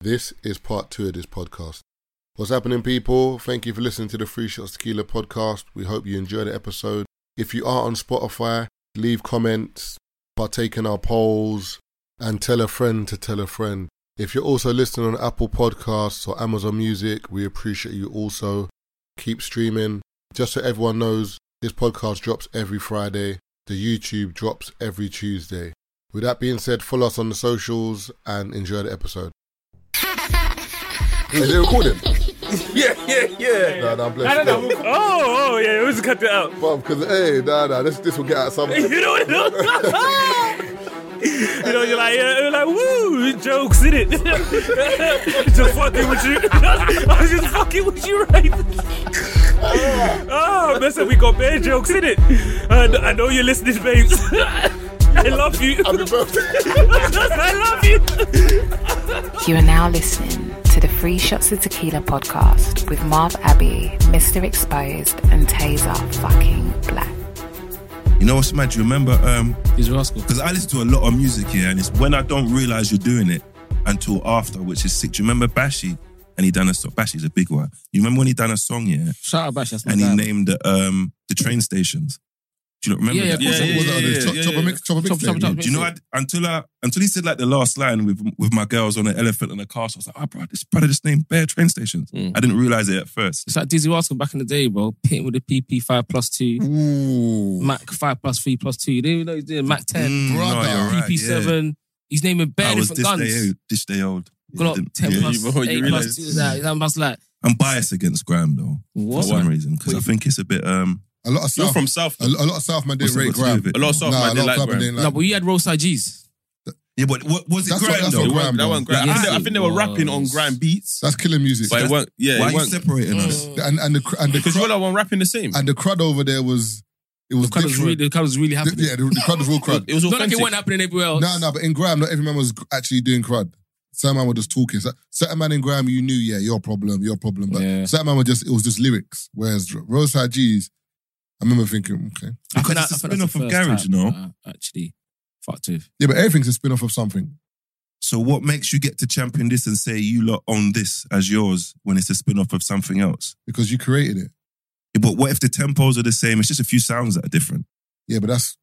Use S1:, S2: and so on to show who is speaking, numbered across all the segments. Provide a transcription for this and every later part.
S1: This is part two of this podcast. What's happening, people? Thank you for listening to the Free Shots Tequila podcast. We hope you enjoy the episode. If you are on Spotify, leave comments, partake in our polls, and tell a friend to tell a friend. If you're also listening on Apple Podcasts or Amazon Music, we appreciate you also. Keep streaming. Just so everyone knows, this podcast drops every Friday. The YouTube drops every Tuesday. With that being said, follow us on the socials and enjoy the episode. Is it recording?
S2: Yeah, yeah, yeah.
S1: No, no, I'm blessed. No, no,
S2: Oh, oh, yeah, we just cut that out.
S1: because hey, nah, nah, this this will get out some.
S2: You know what You know, you're like, yeah, you're like, woo, jokes in it. just fucking with you. I was just fucking with you, right? oh, man, so we got bad jokes in it. And I know you're listening, babes. I love you.
S1: Happy birthday.
S2: I love you.
S3: You are now listening to the Free Shots of Tequila podcast with Marv Abbey, Mr. Exposed, and Taser fucking Black.
S4: You know what's mad? You remember? Um,
S5: He's rascal.
S4: because I listen to a lot of music here, and it's when I don't realize you're doing it until after, which is sick. Do you remember Bashy? And he done a song. Bashy's a big one. You remember when he done a song, yeah?
S5: Shout out Bash, that's my
S4: And he
S5: guy.
S4: named the um the train stations. Do you not remember?
S5: Yeah,
S4: that?
S5: yeah,
S4: Was it-
S5: yeah,
S4: was it on the top-
S5: yeah,
S4: top of
S5: yeah.
S4: mix- top of
S5: Chop,
S4: mixtape?
S5: chop, chop,
S4: Do you know? I,
S5: mixtape.
S4: until I until he said like the last line with with my girls on an elephant and a castle, I was like, oh, bro, this brother just named bare train stations.
S5: Mm.
S4: I didn't realize it at first.
S5: It's like Dizzy Rascal back in the day, bro. Pitting with the PP five plus two,
S4: Mm. Ooh,
S5: Mac five plus three plus two. You didn't even know he's doing Mac ten,
S4: brother,
S5: PP seven. He's naming
S4: I
S5: bare
S4: was
S5: different
S4: this day
S5: guns.
S4: old. This day old. Yeah,
S5: Glock
S4: didn't-
S5: ten
S4: yeah,
S5: plus
S4: you-
S5: eight plus two. That I'm just like
S4: I'm biased against Graham though
S5: what?
S4: for some reason because I think it's a bit. um
S6: A lot of
S7: You're
S6: South,
S7: from South.
S6: a, lo- a lot of South man
S4: what's
S6: didn't rate
S4: that got to do
S6: Graham.
S4: with it?
S7: A lot
S6: Nah,
S7: of South
S6: a
S7: man
S6: lot
S7: didn't
S6: of
S7: like
S6: South man
S7: Graham.
S6: didn't
S5: No,
S6: like.
S5: but you had roadside G's.
S4: Yeah, but what was it
S6: That's what-
S4: Graham
S6: that's
S4: though?
S6: what Graham-
S7: That wasn't great.
S5: Yeah,
S7: I, think, I
S5: it
S7: think they were rapping on
S5: was.
S7: grind beats,
S6: That's killing music.
S7: but it weren't. Yeah,
S4: Why are
S7: it
S4: you
S7: weren't.
S4: separating us?
S5: Mm.
S6: and and the cr- and the
S7: Because you
S6: crowd,
S7: all are one rapping the same.
S6: and the crowd over there was it was
S5: The crowd was
S6: different.
S5: really, the crowd was really
S6: The-
S5: happening.
S6: yeah, the, the crowd was real crowd.
S7: It was
S5: Not like
S7: authentic.
S5: it wasn't happening everywhere else.
S6: No, no, but in Graham, not every man was actually doing crud. Some man were just talking. So- Certain man in Graham, you knew, yeah, your problem, your problem. But
S5: Yeah.
S6: certain man were just, it was just lyrics. Whereas Roadside G's, I remember thinking, okay.
S5: I
S4: Because
S5: think
S4: it's a
S5: that- I think that's
S4: spin-off
S5: the
S4: of
S5: first
S4: Garage,
S5: time
S4: you know?
S5: that I Actually, fucked with.
S6: Yeah, but everything's a spin off of something.
S4: So what makes you get to champion this and say you lot own this as yours when it's a spin-off of something else?
S6: because you created it.
S4: Yeah, But what if the tempos are the same? It's just a few sounds that are different.
S6: Yeah, but that's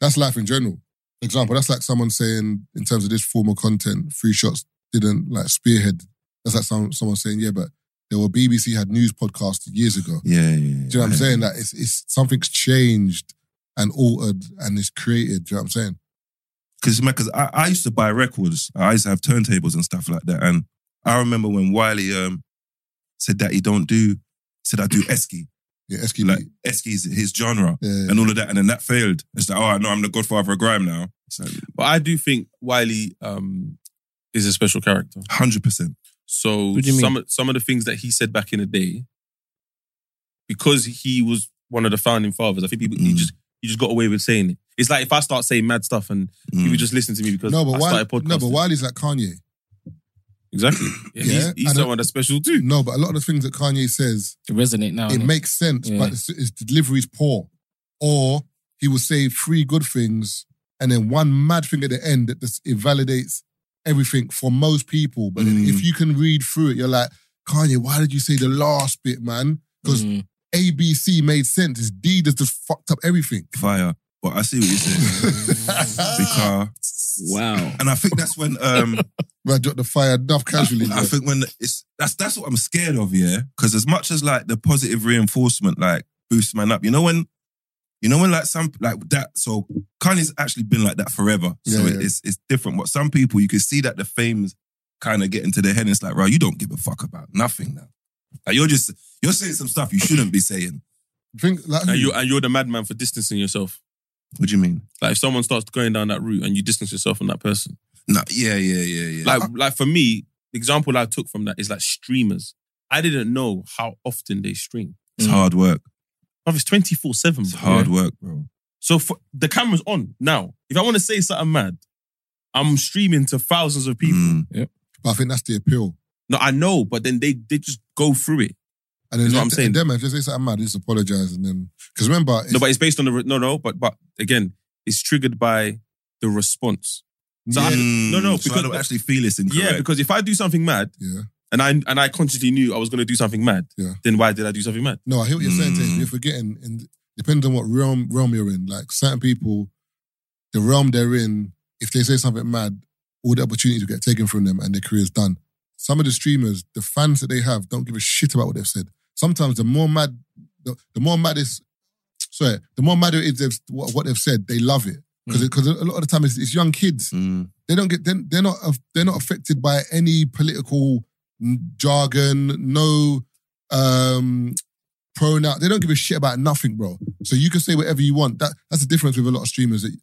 S6: that's life in general. Example, that's like someone saying in terms of this form of content, free shots didn't like spearhead. That's like some, someone saying, yeah, but there were BBC had news podcast years ago.
S4: Yeah, yeah, yeah.
S6: Do you know what I'm saying? Like it's it's something's changed and altered and it's created. Do you know what I'm saying?
S4: Because I, I used to buy records. I used to have turntables and stuff like that. And I remember when Wiley um, said that he don't do, said I do Esky.
S6: Yeah, SQB.
S4: Like Esky's his genre
S6: yeah.
S4: and all of that. And then that failed. It's like, all right, no, I'm the godfather of grime now. It's like,
S7: But I do think Wiley um, is a special character.
S4: 100%.
S7: So
S5: What do you mean?
S7: some some of the things that he said back in the day, because he was one of the founding fathers, I think people he
S4: Mm.
S7: just he just got away with saying it. It's like if I start saying mad stuff and
S4: Mm.
S7: people just listen to me because
S6: no, but
S7: I
S6: why?
S7: started podcasting.
S6: No, but Wiley's like Kanye.
S7: Exactly.
S6: Yeah,
S7: Yeah, he's he's
S6: and I-
S7: someone that's special too.
S6: No, but a lot of the things that Kanye says,
S5: To resonate now.
S6: it
S5: innit?
S6: makes sense,
S5: Yeah.
S6: but his, his delivery's poor. Or he will say three good things and then one mad thing at the end that just invalidates everything for most people. But then
S4: Mm.
S6: if you can read through it, you're like, Kanye, why did you say the last bit, man? Because
S5: Mm.
S6: A, B, C made sense. His D that's just fucked up everything.
S4: fire. But I see what you're saying. because,
S5: wow.
S4: and I think that's when um
S6: But I dropped the fire enough casually.
S4: I
S6: bro.
S4: think when it's that's that's what I'm scared of, yeah. Because as much as like the positive reinforcement like boosts man up, you know when you know when like some like that. So Kanye's actually been like that forever. So
S6: Yeah,
S4: it-
S6: yeah.
S4: it's it's different. But some people you can see that the fame's kind of getting to their head. And it's like, bro, you don't give a fuck about nothing now. Like you're just you're saying some stuff you shouldn't be saying.
S6: Think like
S7: And you and you're the madman for distancing yourself.
S4: What do you mean?
S7: Like if someone starts going down that route and you distance yourself from that person.
S4: No, yeah, yeah, yeah, yeah.
S7: Like like for me, the example I took from that is like streamers. I didn't know how often they stream.
S4: it's hard work.
S7: Bruv, it's 24 7.
S4: mm. It's hard work, bro.
S7: So for, the camera's on now. If I want to say something mad, I'm streaming to thousands of people.
S4: Mm.
S6: but I think that's the appeal.
S7: No, I know, but then they they just go through it.
S6: And then
S7: Is what I'm
S6: them-
S7: saying.
S6: them, if they say something mad, just apologize and then because remember, it's-
S7: No, but it's based on the re- no, no. But but again, it's triggered by the response. So I- no, no,
S4: Mm, so I
S7: because-
S4: don't actually feel it's incorrect.
S7: Yeah, because if I do something mad
S6: Yeah.
S7: and I and I consciously knew I was going to do something mad,
S6: Yeah.
S7: then why did I do something mad?
S6: No, I hear what you're saying. Tate.
S4: Mm.
S6: You're forgetting, and depending on what realm realm you're in, like certain people, the realm they're in, if they say something mad, all the opportunities will get taken from them, and their career's done. Some of the streamers, the fans that they have, don't give a shit about what they've said. Sometimes the more mad, the, the more mad is, sorry, the more mad it is they've, what, what they've said, they love it because a lot of the time it's, it's young kids.
S4: Mm.
S6: They don't get they're, they're not they're not affected by any political n- jargon, no um pronoun. They don't give a shit about nothing, bro. So you can say whatever you want. That that's the difference with a lot of streamers that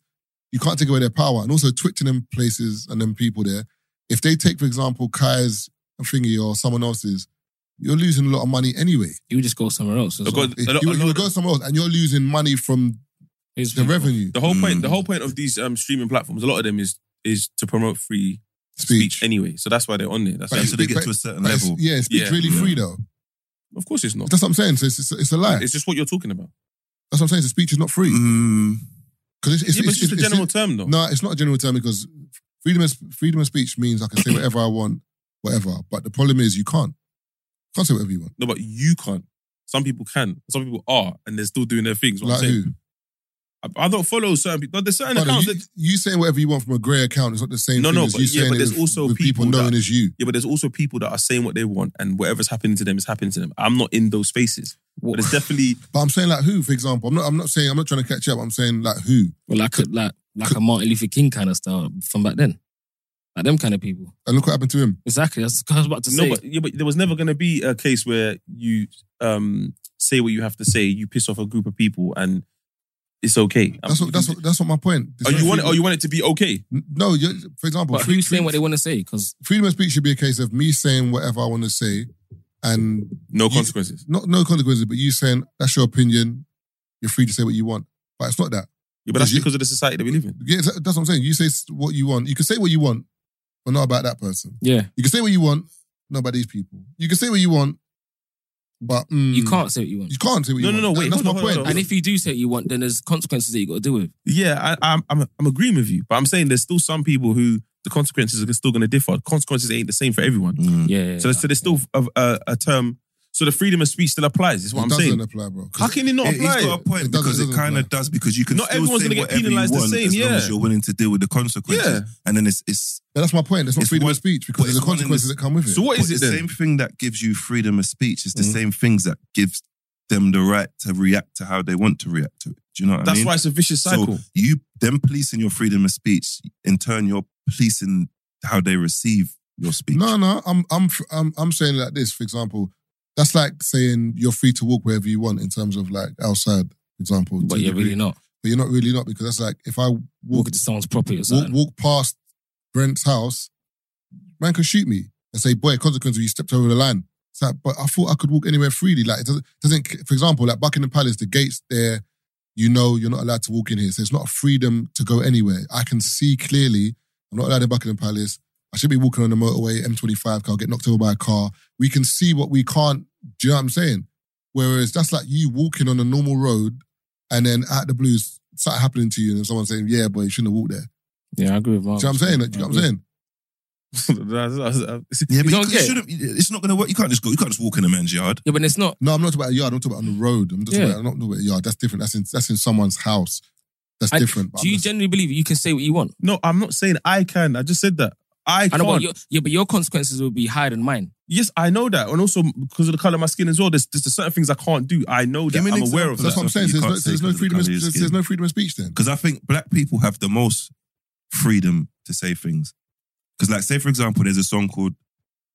S6: you can't take away their power. And also Twitch and them places and them people there. If they take, for example, Kai's thingy or someone else's, you're losing a lot of money anyway.
S5: You just go somewhere else. as
S7: I've
S5: well.
S7: got-
S6: If
S7: a lot-
S6: you
S7: a
S6: you
S7: lot-
S6: would go somewhere else and you're losing money from
S5: It's-
S6: the revenue.
S7: The whole point,
S4: Mm.
S7: the whole point of these um, streaming platforms, a lot of them is is to promote free speech,
S6: Speech.
S7: anyway. So that's why they're on there. That's
S6: But
S7: why,
S4: Until they get to a certain
S6: But it's-
S4: level.
S6: yeah, it's
S7: Yeah.
S6: really
S4: Yeah.
S6: free though.
S7: of course, it's not.
S6: That's what I'm saying. So it's, it's, it's a lie.
S7: It's just what you're talking about.
S6: That's what I'm saying. The speech is not free
S4: Mm.
S6: because it's, it's,
S7: yeah, but
S6: it's,
S7: it's just
S6: it's-
S7: a general term, though.
S6: it's- no, it's not a general term because freedom of freedom of speech means I can say whatever I want, whatever. But the problem is you can't. You can't say whatever you want.
S7: No, but you can't. Some people can. Some people are, and they're still doing their things. What I'm
S6: Like
S7: saying.
S6: who?
S7: I, I don't follow certain people. There's certain
S6: Brother,
S7: accounts.
S6: you,
S7: that,
S6: you saying whatever you want from a grey account is not the same
S7: No,
S6: thing
S7: no,
S6: as
S7: but-
S6: you
S7: yeah,
S6: saying
S7: but
S6: it
S7: there's
S6: with-
S7: also
S6: with people,
S7: people
S6: knowing
S7: that-
S6: as you.
S7: yeah, but there's also people that are saying what they want, and whatever's happening to them is happening to them. I'm not in those spaces. But it's definitely
S6: But I'm saying like who, for example. I'm not. I'm not saying. I'm not trying to catch up. I'm saying like who.
S5: Well, like a, like like a Martin Luther King kind of style from back then, like them kind of people.
S6: And look what happened to him.
S5: Exactly. That's what I was about to
S7: no.
S5: say.
S7: But, yeah, but there was never going to be a case where you um, say what you have to say. You piss off a group of people, and it's okay.
S6: That's what. That's what. That's what my point.
S7: Oh, you want it? Oh, you want it to be okay?
S6: No. You're, for example,
S5: but
S6: free-
S5: who's
S6: free-
S5: saying what they want to say? Because
S6: freedom of speech should be a case of me saying whatever I want to say, and
S7: No
S6: You-
S7: consequences.
S6: not no consequences, but you saying that's your opinion, you're free to say what you want. But it's not that.
S7: Yeah, but that's
S6: You-
S7: because of the society that we live in.
S6: Yeah, that's that's what I'm saying. You say s- what you want. You can say what you want, but not about that person.
S5: yeah,
S6: You can say what you want, not about these people. You can say what you want, but mm,
S5: you can't say what you want.
S6: You can't say what
S7: No,
S6: you want.
S7: no, no,
S6: That-
S7: wait,
S6: that's
S7: hold
S6: my
S7: on, hold on,
S6: point.
S7: hold on.
S5: and if you do say what you want, then there's consequences that you got to deal with.
S7: Yeah, I, I'm, I'm, I'm agreeing with you, but I'm saying there's still some people who the consequences are still going to differ. Consequences ain't the same for everyone.
S4: Mm.
S5: Yeah. yeah,
S7: So, there's, so there's still a, a, a term. So the freedom of speech still applies. Is what
S6: it
S7: I'm
S6: doesn't
S7: saying.
S6: apply, bro. 'Cause
S7: How can it not
S4: It-
S7: apply?
S4: He's got a point
S6: It doesn't-
S4: because
S6: it
S4: it,
S6: doesn't
S4: kind of
S6: apply.
S4: does because you can
S7: Not
S4: still
S7: everyone's
S4: say
S7: gonna get
S4: whatever you
S7: penalised the
S4: want
S7: same,
S4: as long
S7: yeah.
S4: as you're willing to deal with the consequences.
S7: Yeah.
S4: And then it's it's
S6: That's my point. That's not
S4: It's
S6: freedom
S4: one-
S6: of speech
S4: but
S6: because there's
S4: it's
S6: the
S4: one in
S6: consequences
S4: this-
S6: that come with it.
S7: So what is
S4: but
S7: it
S4: the
S7: then? Mm-hmm.
S4: same thing that gives you freedom of speech is the
S6: Mhm.
S4: same things that gives them the right to react to how they want to react to it. Do you know what I
S7: That's
S4: mean?
S7: why it's a vicious cycle.
S4: So you them policing your freedom of speech, in turn you're policing how they receive your speech.
S6: No, no, I'm, I'm, I'm, I'm saying like this. For example, that's like saying you're free to walk wherever you want in terms of like outside. for Example,
S5: but
S6: to a
S5: you're
S6: degree.
S5: really not
S6: But you're not really not because that's like if I walk
S5: walking to someone's property or
S6: walk,
S5: something.
S6: walk past Brent's house, man can shoot me and say, "Boy, consequence, you stepped over the line." It's like, but I thought I could walk anywhere freely. Like it doesn't, doesn't. For example, like Buckingham Palace, the gates there, you know, you're not allowed to walk in here, so it's not a freedom to go anywhere. I can see clearly. I'm not allowed in Buckingham Palace. I should be walking on the motorway, M25 car, get knocked over by a car. We can see what we can't. Do you know what I'm saying? Whereas that's like you walking on a normal road, and then out the blues, something happening to you, and someone saying, "Yeah, boy, you shouldn't have walked there."
S5: yeah, I agree with Mark.
S6: Do you know what I'm saying? Do you know what I'm saying?
S4: Yeah, but
S5: You
S4: you,
S5: don't
S4: you
S5: get it.
S4: shouldn't. It's not going to work. You can't just go. You can't just walk in a man's yard.
S5: Yeah, but it's not.
S6: No, I'm not talking about a yard. I'm talking about on the road. I'm, just
S5: Yeah.
S6: talking about, I'm not talking about a yard. That's different. That's in that's in someone's house. That's
S5: I-
S6: different. But
S5: Do
S6: I'm
S5: you
S6: just-
S5: generally believe you can say what you want?
S7: no, I'm not saying I can. I just said that I
S5: I
S7: can.
S5: know, but your, yeah, but your consequences will be higher than mine.
S7: yes, I know that, and also because of the color of my skin as well. There's, there's certain things I can't do. I know that.
S4: Give me
S7: I'm
S4: an
S7: aware of
S4: example.
S7: that.
S6: that's what I'm saying.
S4: You
S6: So There's
S4: can't
S6: no, so
S4: say
S6: there's no
S4: because of the
S6: freedom. Of,
S4: colour of your
S6: there's,
S4: skin.
S6: there's no freedom of speech then.
S4: Because I think black people have the most freedom to say things. Because, like, say for example, there's a song called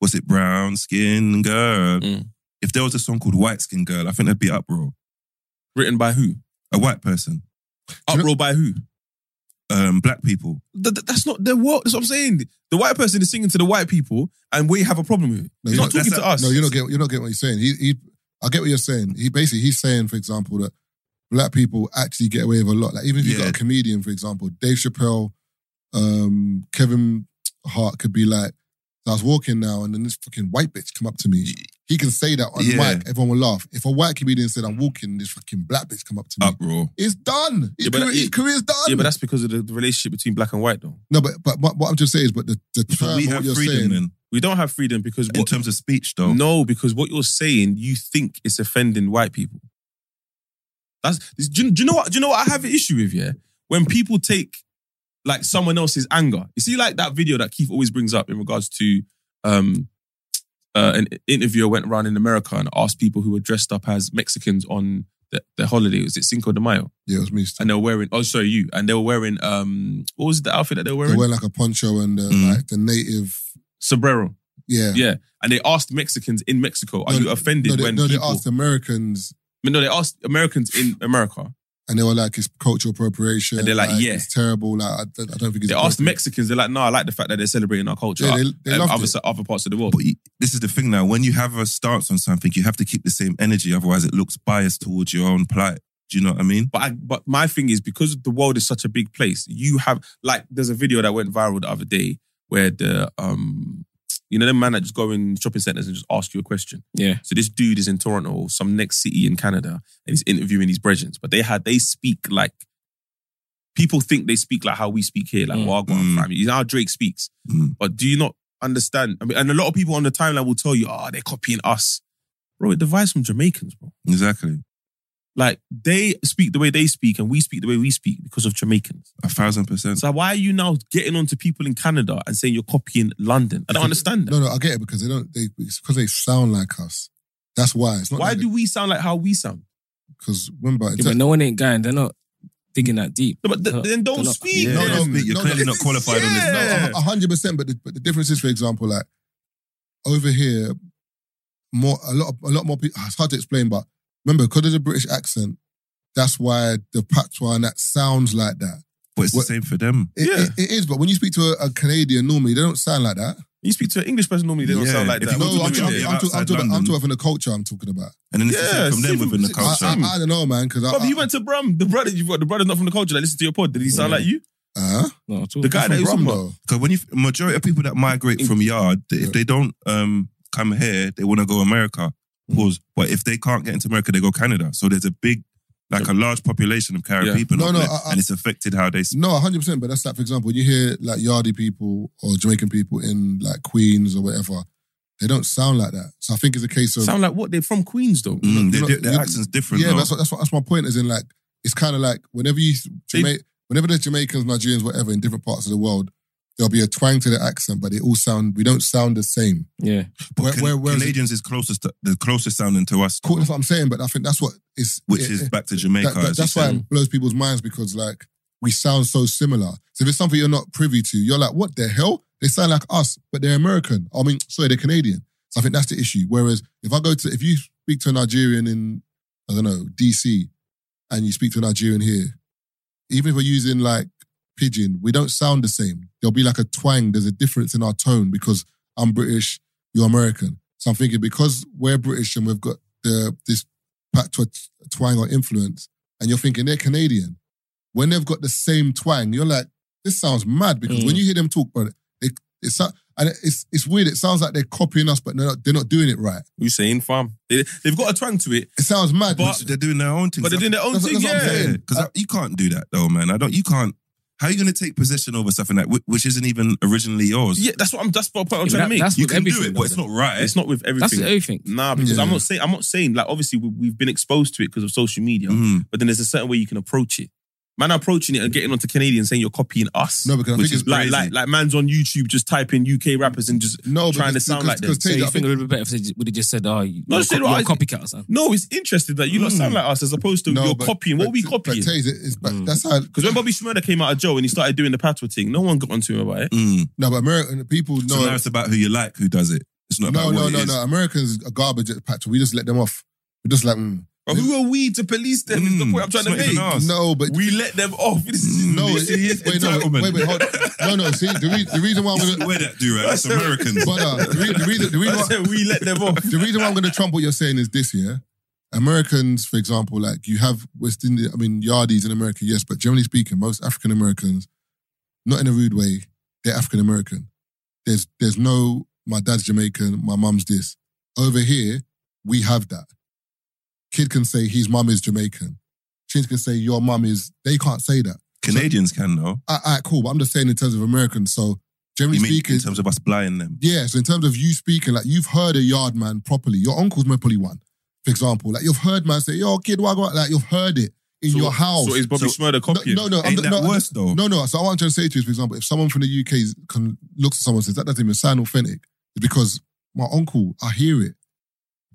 S4: "What's It Brown Skin Girl."
S7: Mm.
S4: If there was a song called "White Skin Girl," I think that'd be uproar.
S7: Written by who?
S4: A white person,
S7: Uproar by who?
S4: um, black people.
S7: Th- th- that's not the world. That's what I'm saying. The white person is singing to the white people, and we have a problem with it.
S6: No,
S7: He's
S6: you
S7: not
S6: know,
S7: talking
S4: that's
S7: to
S4: a-
S7: us.
S6: No, you're not getting you're not getting what he's saying. He, he I get what you're saying. He basically he's saying, for example, that black people actually get away with a lot. Like even if you've got
S4: Yeah.
S6: a comedian, for example, Dave Chappelle, um, Kevin Hart could be like, I was walking now, and then this fucking white bitch come up to me. He can say that on
S4: Yeah.
S6: mic, everyone will laugh. If a white comedian said, I'm walking, this fucking black bitch come up to me,
S4: uproar.
S6: it's done. His,
S7: Yeah, but
S6: career,
S7: that-
S6: his career's done.
S7: Yeah, but that's because of the, the relationship between black and white, though.
S6: no, but, but what- what I'm just saying is, but the, the term
S4: we
S6: of
S4: have
S6: what you're
S4: freedom
S6: saying,
S4: then,
S7: We don't have freedom because
S4: in
S7: what-
S4: terms of speech, though.
S7: No, because what you're saying, you think it's offending white people. That's this- do you, do you know what? Do you know what I have an issue with? Yeah, when people take like someone else's anger. You see, like that video that Keith always brings up in regards to um, uh, an interviewer went around in America and asked people who were dressed up as Mexicans on the, their holiday. Was it Cinco de Mayo?
S6: yeah, it was me. still.
S7: And they were wearing. Oh, sorry, you. And they were wearing. Um, what was the outfit that they were
S6: They
S7: wearing?
S6: wear like a poncho and uh,
S4: Mm.
S6: like the native,
S7: Sombrero.
S6: yeah.
S7: Yeah. And they asked Mexicans in Mexico, "Are
S6: No,
S7: you offended
S6: no, they,
S7: when
S6: no,
S7: people?"
S6: they asked Americans
S7: But no, they asked Americans in America.
S6: and they were like, it's cultural appropriation.
S7: And they're like, yeah.
S6: It's terrible. Like, I, don't- I don't think it's
S7: They asked
S6: appropriate.
S7: Mexicans. They're like, no, I like the fact that they're celebrating our culture.
S6: Yeah, they, they
S7: Um,
S6: loved
S7: other,
S6: it.
S7: other parts of the world.
S4: But you- this is the thing now. When you have a stance on something, you have to keep the same energy, otherwise it looks biased towards your own plight. Do you know what I mean?
S7: But I, but my thing is because the world is such a big place. You have like there's a video that went viral the other day where the um you know the man that just go in shopping centers and just ask you a question.
S5: Yeah.
S7: So this dude is in Toronto, or some next city in Canada, and he's interviewing these brethren. But they had they speak like people think they speak like how we speak here, like
S5: Mm.
S7: Wagwan
S4: Mm.
S7: family. You know how Drake speaks.
S4: Mm.
S7: But do you not understand? I mean, and a lot of people on the timeline will tell you, oh, they're copying us. Bro, it derives from Jamaicans, bro.
S4: Exactly.
S7: Like they speak the way they speak, and we speak the way we speak because of Jamaicans.
S4: A thousand percent.
S7: So why are you now getting onto people in Canada and saying you're copying London? I don't understand that.
S6: No, no, I get it because they don't. They, it's because they sound like us. That's why. It's not
S7: why do we sound like how we sound?
S6: because remember in
S5: Yeah, but
S6: terms-
S5: no one ain't going. They're not digging that deep.
S7: No, but th-
S5: They're not-
S7: then don't
S5: they're not-
S7: speak.
S4: Yeah,
S7: then.
S4: no, no, you're clearly not qualified on this.
S6: No,
S7: Yeah.
S6: a- a hundred percent. But the, but the difference is, for example, like over here, more a lot of- a lot more people. It's hard to explain, but remember because of the British accent, that's why the patois and that sounds like that.
S4: But it's the
S6: What-
S4: same for them.
S6: It,
S7: Yeah.
S6: it- it is. But when you speak to a, a Canadian, normally they don't sound like that.
S7: You speak to an English person normally, they don't
S4: Yeah,
S7: sound like
S4: if
S7: that.
S4: you
S6: No,
S4: go to
S6: I'm,
S4: Italy,
S6: talking- I'm, talking- I'm,
S4: outside
S6: talking about- I'm
S4: London.
S6: talking about from the culture. I'm talking about.
S4: And then it's
S7: Yeah,
S4: the same from them
S7: same-
S4: within the
S7: I-
S4: culture.
S6: I, I, I don't know, man. Because
S7: But
S6: I,
S7: he went to Brum. The brother, you've got the brother's not from the culture. That listens to your pod. Did he sound
S5: Yeah.
S7: like you?
S6: uh,
S5: Not at all.
S7: The guy that
S6: from
S7: he's talking
S6: Brum,
S7: about.
S6: though.
S4: Because when you majority of people that migrate from yard, they-
S6: Yeah.
S4: if they don't um, come here, they want to go America.
S6: Mm.
S4: Pause. But if they can't get into America, they go Canada. So there's a big, like a large population of Caribbean
S7: Yeah.
S4: people,
S6: No,
S4: up
S6: no,
S4: there,
S6: I- I-
S4: and it's affected how they. Speak.
S6: No, hundred percent. But that's like, for example, when you hear like Yardie people or Jamaican people in like Queens or whatever, they don't sound like that. So I think it's a case of
S7: Sound like what? They're from Queens, though.
S4: Mm, they,
S6: no,
S4: do- their
S6: you-
S4: accent's different.
S6: yeah.
S4: though.
S6: That's what, that's what that's my point. Is in like it's kind of like whenever you
S7: They-
S6: Jama- whenever there's Jamaicans, Nigerians, whatever in different parts of the world, there'll be a twang to their accent, but they all sound we don't sound the same.
S5: Yeah.
S4: But
S6: Where-
S4: Can-
S6: where- whereas-
S4: Canadians is closest to, the closest sounding to us,
S6: Cool, that's what I'm saying. But I think that's what is
S4: which
S6: it-
S4: is
S6: it-
S4: back to Jamaica.
S6: that- that-
S4: as you
S6: that's why
S4: said.
S6: it blows people's minds because like we sound so similar. So if it's something you're not privy to, you're like, what the hell? They sound like us, but they're American. I mean, sorry, they're Canadian. So I think that's the issue. Whereas if I go to if you speak to a Nigerian in I don't know DC, and you speak to a Nigerian here, even if we're using like pidgin, we don't sound the same. There'll be like a twang. There's a difference in our tone because I'm British, you're American. So I'm thinking because we're British and we've got the this patois twang or influence, and you're thinking they're Canadian. When they've got the same twang, you're like, this sounds mad because
S5: Mm.
S6: when you hear them talk, but it, it's so- and it's it's weird. It sounds like they're copying us, but they're not, they're not doing it right.
S7: You saying fam? They, they've got a twang to it,
S6: It sounds mad.
S4: Which they're doing their own thing.
S7: but they're doing their own
S6: That's-
S7: thing.
S6: that's what I'm
S7: yeah.
S6: saying.
S4: because you can't do that though, man. I don't. You can't. How are you going to take possession over something that whi- which isn't even originally yours?
S7: Yeah, that's what I'm. That's what I'm trying
S5: Yeah,
S7: to
S5: that-
S7: make.
S5: that's
S4: you
S5: with
S4: can do
S5: everything,
S4: it, but it's
S5: though.
S4: not right.
S7: it's not with
S5: That's
S7: everything.
S5: everything.
S7: Nah, because I'm
S6: Yeah.
S7: not saying I'm not saying like obviously we, we've been exposed to it because of social media,
S6: Mm-hmm.
S4: Mm.
S7: but then there's a certain way you can approach it. Man, approaching it and getting onto Canadian saying you're copying us.
S6: No, because I
S7: which
S6: think
S7: is
S6: it's
S7: like
S4: crazy.
S7: like like man's on YouTube just typing UK rappers and just
S6: no,
S7: trying
S6: because-
S7: to sound
S6: because-
S7: like them.
S6: because
S5: So
S6: Taylor,
S5: you
S6: I
S5: think it would have been better if they would have just said, "Oh, you-
S7: No,
S5: you're, a
S7: say
S5: co-
S7: what
S5: you're a
S7: I-
S5: copycat or something."
S7: no, it's interesting that you not
S4: Mm.
S7: sound like us as opposed to
S6: Hmm. No,
S7: you're
S6: but-
S7: copying. What
S6: but-
S7: are we
S6: But
S7: copying?
S6: Taze, it's, but
S5: Mm.
S6: that's how.
S7: Because when Bobby Shmurda came out of jail and he started doing the patois thing, no one got onto him about it.
S4: Mm.
S6: No, but American people
S4: So now
S6: know.
S4: it's about who you like, who does it. It's not
S6: No, no,
S4: about what it
S6: no,
S4: is.
S6: no. Americans are garbage at patch. We just let them off. We're just like, mm.
S7: But who are we to police them? Is the
S4: Mm.
S7: point I'm trying
S6: Hmm.
S4: It's not
S7: to
S4: even
S7: make.
S4: us.
S6: no, but
S7: Oh, We let them off. This is
S4: Mm.
S6: no,
S4: You
S6: it-
S4: see, it's
S6: wait, no,
S4: entitlement.
S6: wait, wait, hold. No, no. See, the, re- the reason why I'm gonna,
S4: Wear that do right. That's Americans.
S6: but, uh, the, re- the reason, the reason,
S7: I
S6: why,
S7: said we let them off.
S6: the reason why I'm going to trump what you're saying is this year. Americans, for example, like you have West Indian, I mean, Yardies in America, yes, but generally speaking, most African Americans, not in a rude way, they're African American. There's there's no, my dad's Jamaican, my mum's this. Over here, we have that. Kid can say his mum is Jamaican. Chins can say your mum is. They can't say that.
S4: Canadians can though.
S6: All right, cool. But I'm just saying in terms of Americans. So generally
S4: You mean
S6: speaking,
S4: in terms of us blying them?
S6: yeah. So in terms of you speaking, like you've heard a yard man properly. Your uncle's probably one, for example. Like you've heard man say, "Yo, kid, why go?" out?" Like you've heard it in
S7: So-
S6: your house.
S7: So is Bobby
S4: So-
S7: Schmurder copying?
S6: no, no, no, I'm,
S4: Ain't that
S6: no,
S4: worse though?
S6: no, no. So what I'm trying to say to you is, for example, if someone from the UK is- can looks at someone and says that doesn't even sound authentic, it's because my uncle, I hear it.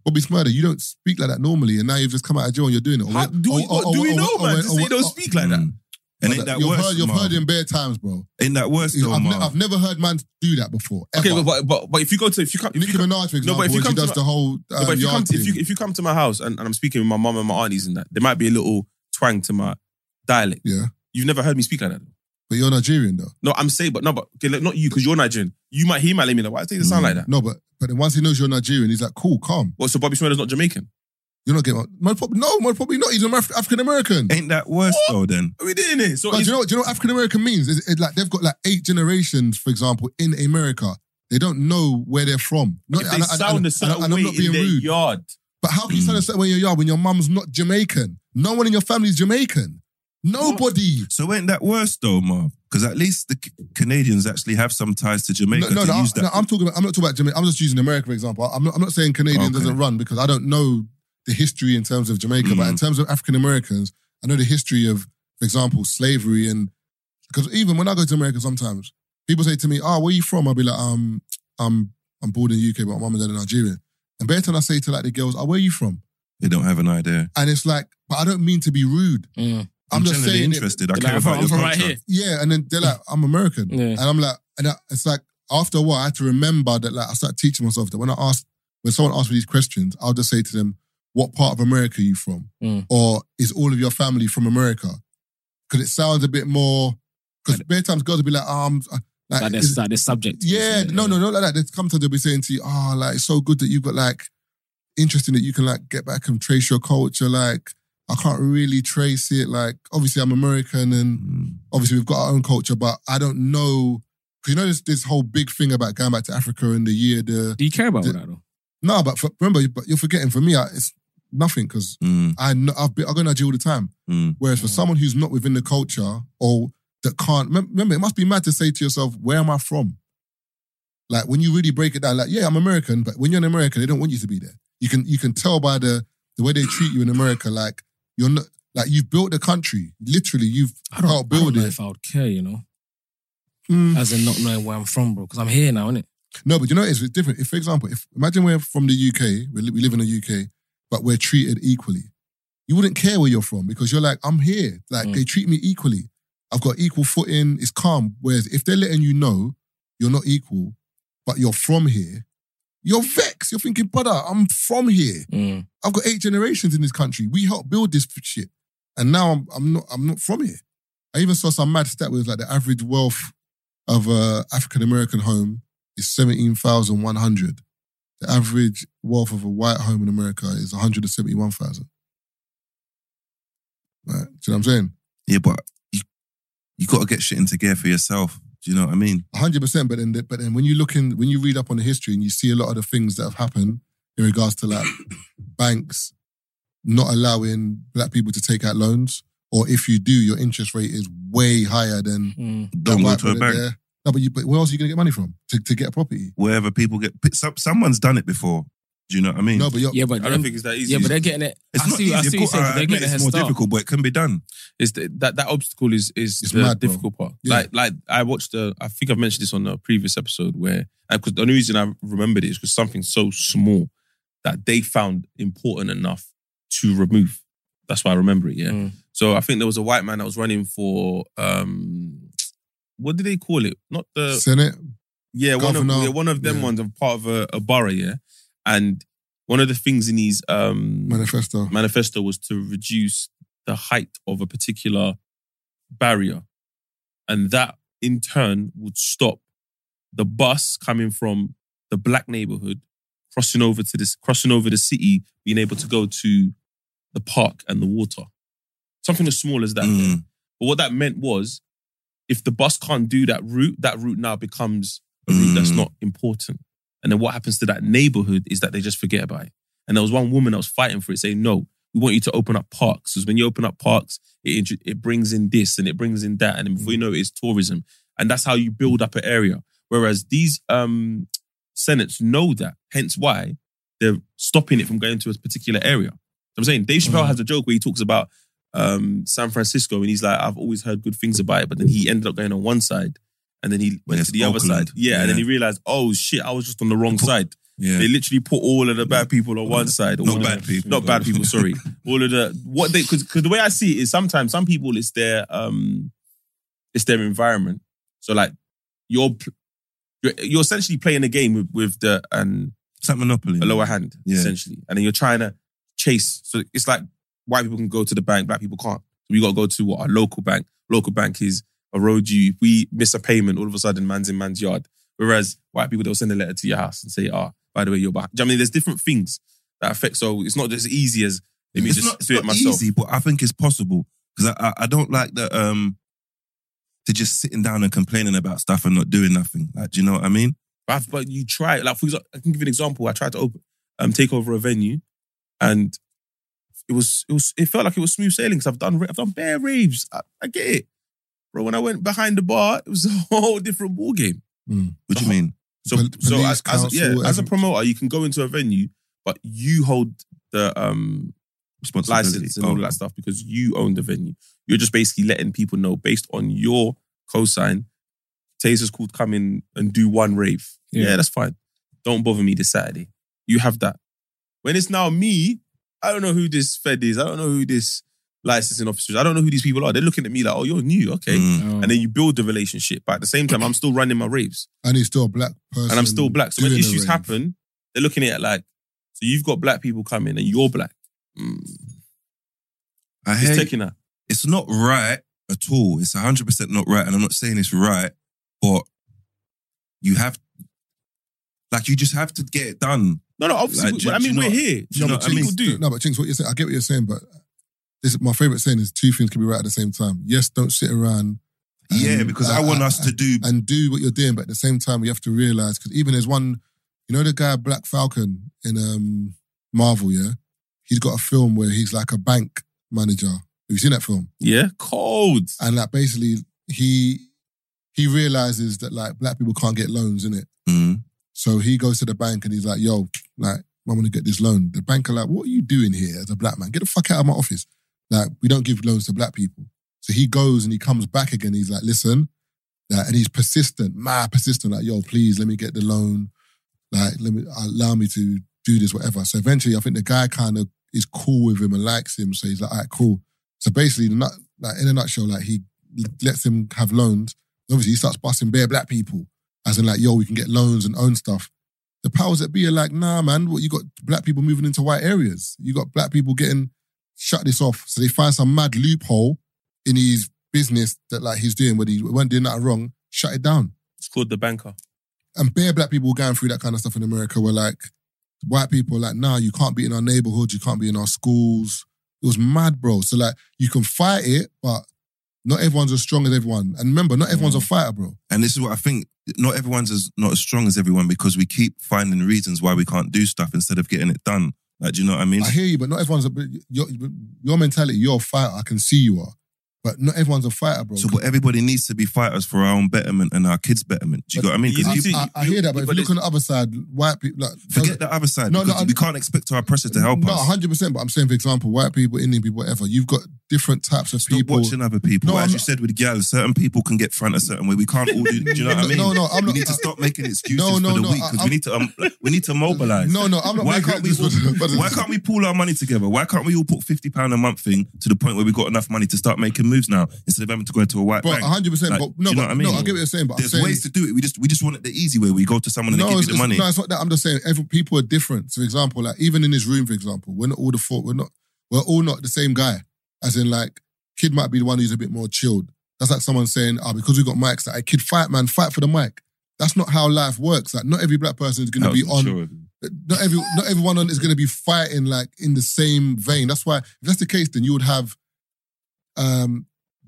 S6: Bobby Smurder, you don't speak like that normally, and now you've just come out of jail and you're doing it. Or
S7: How-
S6: when-
S7: do we,
S6: or- or-
S7: do we
S6: or-
S7: know,
S6: or-
S7: man?
S6: or-
S7: to
S6: or-
S7: say you don't
S6: or-
S7: speak like that.
S4: Mm. And ain't that
S6: you've
S4: worse?
S6: heard, you've
S4: Marv?
S6: heard it in bare times, bro.
S4: Ain't that worse though,
S6: I've, ne-
S4: Marv?
S6: I've never heard man do that before. Ever.
S7: Okay, but, but but but if you go to if you come if
S6: Nicki
S7: you come,
S6: Minaj, for example,
S7: No, but if you
S6: when she
S7: come to
S6: does
S7: my-
S6: the whole
S7: no,
S6: uh,
S7: but if you
S6: yard
S7: come to, if you
S6: thing.
S7: if you come to my house and, and I'm speaking with my mum and my aunties and that, there might be a little twang to my dialect.
S6: yeah,
S7: You've never heard me speak like that.
S6: but you're Nigerian though.
S7: No, I'm saying, but no, but okay, look, not you because you're Nigerian. You might he might let me know. Why does it sound
S4: Mm.
S7: like that?
S6: No, but but then once he knows you're Nigerian, he's like, cool, calm.
S7: Well, so Bobby Schmurder's not Jamaican.
S6: You're not getting man, probably, no, man, probably not. He's an Af- African American.
S4: Ain't that worse though? Then
S7: Are we doing it? So
S6: But do
S7: it's-
S6: you know what, do you know what African American means? It's, it's like they've got like eight generations, for example, in America. They don't know where they're from. Not,
S7: if they sound a certain way in their yard,
S6: But how can you sound a certain way in your yard when your mum's not Jamaican? No one in your family is Jamaican. Nobody.
S4: so ain't that worse though, Marv? Because at least the C- Canadians actually have some ties to
S6: No,
S4: Jamaica
S6: no,
S4: to
S6: no, I-
S4: use that.
S6: no, I'm talking. About, I'm not talking about Jamaica. I'm just using America for example. I'm not. I'm not saying Canadian
S4: Okay.
S6: doesn't run because I don't know the history in terms of Jamaica, but
S4: Mm.
S6: in terms of African Americans, I know the history of, for example, slavery and because even when I go to America, sometimes people say to me, "Ah, where you from?" I'll be like, "Um, I'm I'm born in the UK, but my mum and dad are Nigerian." And better than I say to like the girls, "Ah, where you from?"
S4: they don't have an idea.
S6: And it's like, but I don't mean to be rude.
S5: Mm.
S6: I'm, just
S4: generally
S6: saying it
S4: interested. I
S5: Like,
S4: care
S5: I'm
S4: about
S5: from-
S4: your
S5: I'm from right
S4: culture.
S5: here.
S6: yeah, and then they're like, I'm American.
S5: Yeah.
S6: And I'm like, and I, it's like, after a while, I had to remember that, like, I started teaching myself that when I ask, when someone asks me these questions, I'll just say to them, What part of America are you from?
S5: Mm.
S6: Or is all of your family from America? Because it sounds a bit more, because bare times girls will be like, um, like,
S5: Like
S6: is-
S5: this, like this subject.
S6: yeah, no, no, not like that. They come to they'll be saying to you, oh, like it's so good that you've got like interesting that you can like get back and trace your culture. Like I can't really trace it. Like obviously I'm American and
S4: Mm.
S6: obviously we've got our own culture, but I don't know because you know this this whole big thing about going back to Africa and the year the
S5: Do you care about
S6: The-
S5: all that though?
S6: no, but for, remember, you- but you're forgetting. For me, I, it's nothing because
S4: Mm.
S6: I kn- I've been, I go to Nigeria all the time.
S4: Mm.
S6: Whereas for someone who's not within the culture or that can't mem- remember, it must be mad to say to yourself, "Where am I from?" Like when you really break it down, like yeah, I'm American, but when you're an American, they don't want you to be there. You can you can tell by the the way they treat you in America, like you're not like you've built the country. Literally, you've
S5: I don't,
S6: helped
S5: I
S6: build
S5: don't know
S6: it.
S5: if I would care, you know,
S6: Mm.
S5: as in not knowing where I'm from, bro, because I'm here now, innit?
S6: No, but you know it's different. If for example, if imagine we're from the UK, we, li- we live in the UK, but we're treated equally. You wouldn't care where you're from because you're like, I'm here. Like
S5: Mm.
S6: they treat me equally. I've got equal footing. It's calm. Whereas if they're letting you know you're not equal, but you're from here, you're vexed. You're thinking, brother, I'm from here.
S5: Mm.
S6: I've got eight generations in this country. We helped build this shit, and now I'm, I'm not I'm not from here. I even saw some mad stat with like the average wealth of a African American home is seventeen thousand one hundred. The average wealth of a white home in America is one hundred and seventy one thousand. Right, do you know what I'm saying?
S4: Yeah, but you, you got to get shit into gear for yourself. Do you know what I mean?
S6: hundred percent. But then, the, but then, when you look in, when you read up on the history and you see a lot of the things that have happened in regards to like banks not allowing black people to take out loans, or if you do, your interest rate is way higher than
S5: Mm.
S4: Don't
S6: that
S4: go
S6: white
S4: to a
S6: brother
S4: bank.
S6: there. No, but you, but where else are you gonna get money from to, to get a property?
S4: Wherever people get, p- some, someone's done it before. Do you know what I mean?
S6: No, but you're,
S5: Yeah, but
S7: I
S5: them-
S7: don't think it's that easy.
S5: yeah, but they're getting it.
S4: it's
S5: I
S4: not
S5: see, I
S4: easy.
S5: see
S4: Of
S5: what you're
S4: course,
S5: saying.
S4: I
S5: but They're
S4: admit
S5: getting a
S4: it's
S5: head
S4: more
S5: start.
S4: difficult, but it can be done.
S7: It's the, that that obstacle is is
S6: It's
S7: the
S6: mad, bro.
S7: difficult part.
S6: Yeah.
S7: Like like I watched the I think I've mentioned this on a previous episode where because the only reason I remembered it is because something so small that they found important enough to remove. That's why I remember it. Yeah.
S5: Mm.
S7: So I think there was a white man that was running for um, what did they call it? Not the
S6: Senate.
S7: yeah, one of,
S6: Governor.
S7: yeah, one of them
S6: Yeah.
S7: ones. I'm part of a, a borough. Yeah, and one of the things in his um
S6: Manifesto.
S7: manifesto was to reduce the height of a particular barrier. And that in turn would stop the bus coming from the black neighborhood, crossing over to this, crossing over the city, being able to go to the park and the water. Something as small as that.
S4: Mm.
S7: But what that meant was if the bus can't do that route, that route now becomes a route that's
S4: Mm.
S7: not important. And then what happens to that neighborhood is that they just forget about it. And there was one woman that was fighting for it, saying, "No, we want you to open up parks because when you open up parks, it intro- it brings in this and it brings in that, and then before you know it, it's tourism, and that's how you build up an area. Whereas these um, senates know that, hence why they're stopping it from going to a particular area. I'm saying Dave Chappelle has a joke where he talks about um, San Francisco and he's like, I've always heard good things about it, but then he ended up going on one side and then he went
S4: Yes,
S7: to the other
S4: Oakland.
S7: side. Yeah, and then he
S4: Yeah.
S7: realized, oh shit, I was just on the wrong side.
S4: Yeah.
S7: They literally put all of the bad people on one side. all
S4: Not
S7: of
S4: bad
S7: the-
S4: people.
S7: Not bad people, sorry. All of the what they cause, cause the way I see it is sometimes some people it's their um it's their environment. So like you're pl- you're, you're essentially playing a game with, with the and
S4: It's like Monopoly.
S7: a lower hand,
S4: Mm. Yeah.
S7: essentially. And then you're trying to chase. So it's like white people can go to the bank, black people can't. So we got to go to what our local bank. Local bank is a road you. If we miss a payment, all of a sudden, man's in man's yard. Whereas white people, they'll send a letter to your house and say, "Ah, by the way, you're behind." Do you know what I mean, there's different things that affect. So it's not just easy as let me
S4: it's
S7: just
S4: not, it's
S7: do it
S4: not
S7: myself.
S4: easy, but I think it's possible because I, I I don't like the um to just sitting down and complaining about stuff and not doing nothing. Like, do you know what I mean?
S7: But, I've- but you try. Like for example, I can give you an example. I tried to open, um, take over a venue, and it was it was it felt like it was smooth sailing because I've done ra- I've done bare raves. I, I get it, bro. When I went behind the bar, it was a whole different ball game.
S4: What do you mean?
S7: So
S6: Pol-
S7: so
S6: police,
S7: as, as, yeah,
S6: council,
S7: as a
S6: every-
S7: promoter, you can go into a venue, but you hold the um
S4: Responsibility.
S7: license and
S4: Oh.
S7: all that stuff because you own the venue. You're just basically letting people know based on your cosign, Taser's called come in and do one rave. Yeah.
S5: Yeah.
S7: that's fine. Don't bother me this Saturday. You have that. When it's now me, I don't know who this Fed is. I don't know who this licensing officer is. I don't know who these people are. They're looking at me like, oh, you're new. Okay.
S4: Mm.
S7: And then you build the relationship. But at the same time, I'm still running my raves
S6: And he's still a black person.
S7: and I'm still black. So when
S6: doing a
S7: issues
S6: rave.
S7: happen, they're looking at it like, so you've got black people coming and you're black. Mm.
S4: I
S7: It's
S4: hear
S7: taking her.
S4: it's not right at all. It's 100% not right. And I'm not saying it's right, but you have, like, you just have to get it done.
S7: No, no, obviously,
S4: Like,
S7: we-
S4: do-
S7: I
S4: do
S7: mean,
S4: you
S7: we're
S4: know-
S7: here.
S4: do you know
S7: No,
S4: what
S7: I
S4: I mean?
S7: mean, do.
S6: No, but Chinks, what you're saying, I get what you're saying, but this is my favorite saying is two things can be right at the same time. Yes, don't sit around. and-
S4: yeah, because I,
S6: uh,
S4: want
S6: uh,
S4: us to do.
S6: and do what you're doing, but at the same time, you have to realize because even there's one, you know, the guy Black Falcon in um, Marvel, yeah, he's got a film where he's like a bank manager. Have you seen that film?
S7: Yeah, cold.
S6: And like basically, he he realizes that like black people can't get loans in it,
S4: Mm.
S6: so he goes to the bank and he's like, "Yo, like I want to get this loan." The bank are like, "What are you doing here as a black man? Get the fuck out of my office!" Like we don't give loans to black people. So he goes and he comes back again. He's like, "Listen," like, and he's persistent, mad persistent. Like, "Yo, please let me get the loan. Like, let me allow me to do this, whatever." So eventually, I think the guy kind of is cool with him and likes him. So he's like, "All right, cool." So basically, the nut- like in a nutshell, like he lets him have loans. Obviously, he starts busting bare black people as in like, yo, we can get loans and own stuff. The powers that be are like, nah, man, what you got black people moving into white areas. You got black people getting shut this off. So they find some mad loophole in his business that like he's doing, where he weren't doing that wrong, shut it down.
S7: It's called the banker.
S6: And bare black people going through that kind of stuff in America were like, white people are like, nah, you can't be in our neighborhood, you can't be in our schools. It was mad, bro. So like you can fight it, but not everyone's as strong as everyone. And remember, not everyone's a fighter, bro.
S4: And this is what I think. Not everyone's as not as strong as everyone because we keep finding reasons why we can't do stuff instead of getting it done. Like, do you know what I mean?
S6: I hear you, but not everyone's a but your your mentality. You're a fighter. I can see you are, but not everyone's a fighter, bro.
S4: so, but everybody needs to be fighters for our own betterment and our kids' betterment. Do you
S6: But
S4: know what I mean? 'Cause
S7: you
S6: I,
S4: you-
S7: need to-
S6: I- I hear that, but,
S7: but
S6: if you look
S7: it's-
S6: on the other side, white people like,
S4: forget the other side.
S6: No,
S4: No,
S6: no, I'm-
S4: we can't expect our oppressor to help
S6: no,
S4: us.
S6: hundred percent. But I'm saying, for example, white people, Indian people, whatever. You've got different types of
S4: Stop
S6: people.
S4: watching other people.
S6: No,
S4: As
S6: I'm
S4: you
S6: not-
S4: said with girls, certain people can get front a certain way. We can't all do. Do you know what I mean?
S6: No, no, I'm
S4: we
S6: not-
S4: need to stop making excuses
S6: No, no,
S4: for the
S6: no,
S4: weak
S6: I-
S4: because
S6: I'm-
S4: we need to. Um, we need to mobilize.
S6: No, no, I'm not.
S4: Why
S6: making
S4: can't we?
S6: this was-
S4: Why can't we pool our money together? Why can't we all put fifty pound a month thing to the point where we got enough money to start making moves now instead of having to go into a white
S6: But
S4: bank?
S6: 100. percent
S4: Like,
S6: But
S4: do
S6: no,
S4: you know
S6: but,
S4: what I mean?
S6: no, I get what you're saying. But I'm
S4: There's
S6: saying,
S4: ways to do it. We just we just want it the easy way. We go to someone and they give you
S6: it's,
S4: the money.
S6: It's, no, it's not that. I'm just saying every, people are different. So, for example, like even in this room, for example, we're not all the four. We're not. We're all not the same guy. As in, like kid might be the one who's a bit more chilled. That's like someone saying, "Ah, because we got mics, like kid, fight man, fight for the mic." That's not how life works. Like, not every black person is going
S4: That
S6: to be
S4: was
S6: on.
S4: mature.
S6: Not every, not everyone on is going to be fighting like in the same vein. That's why, if that's the case, then you would have um,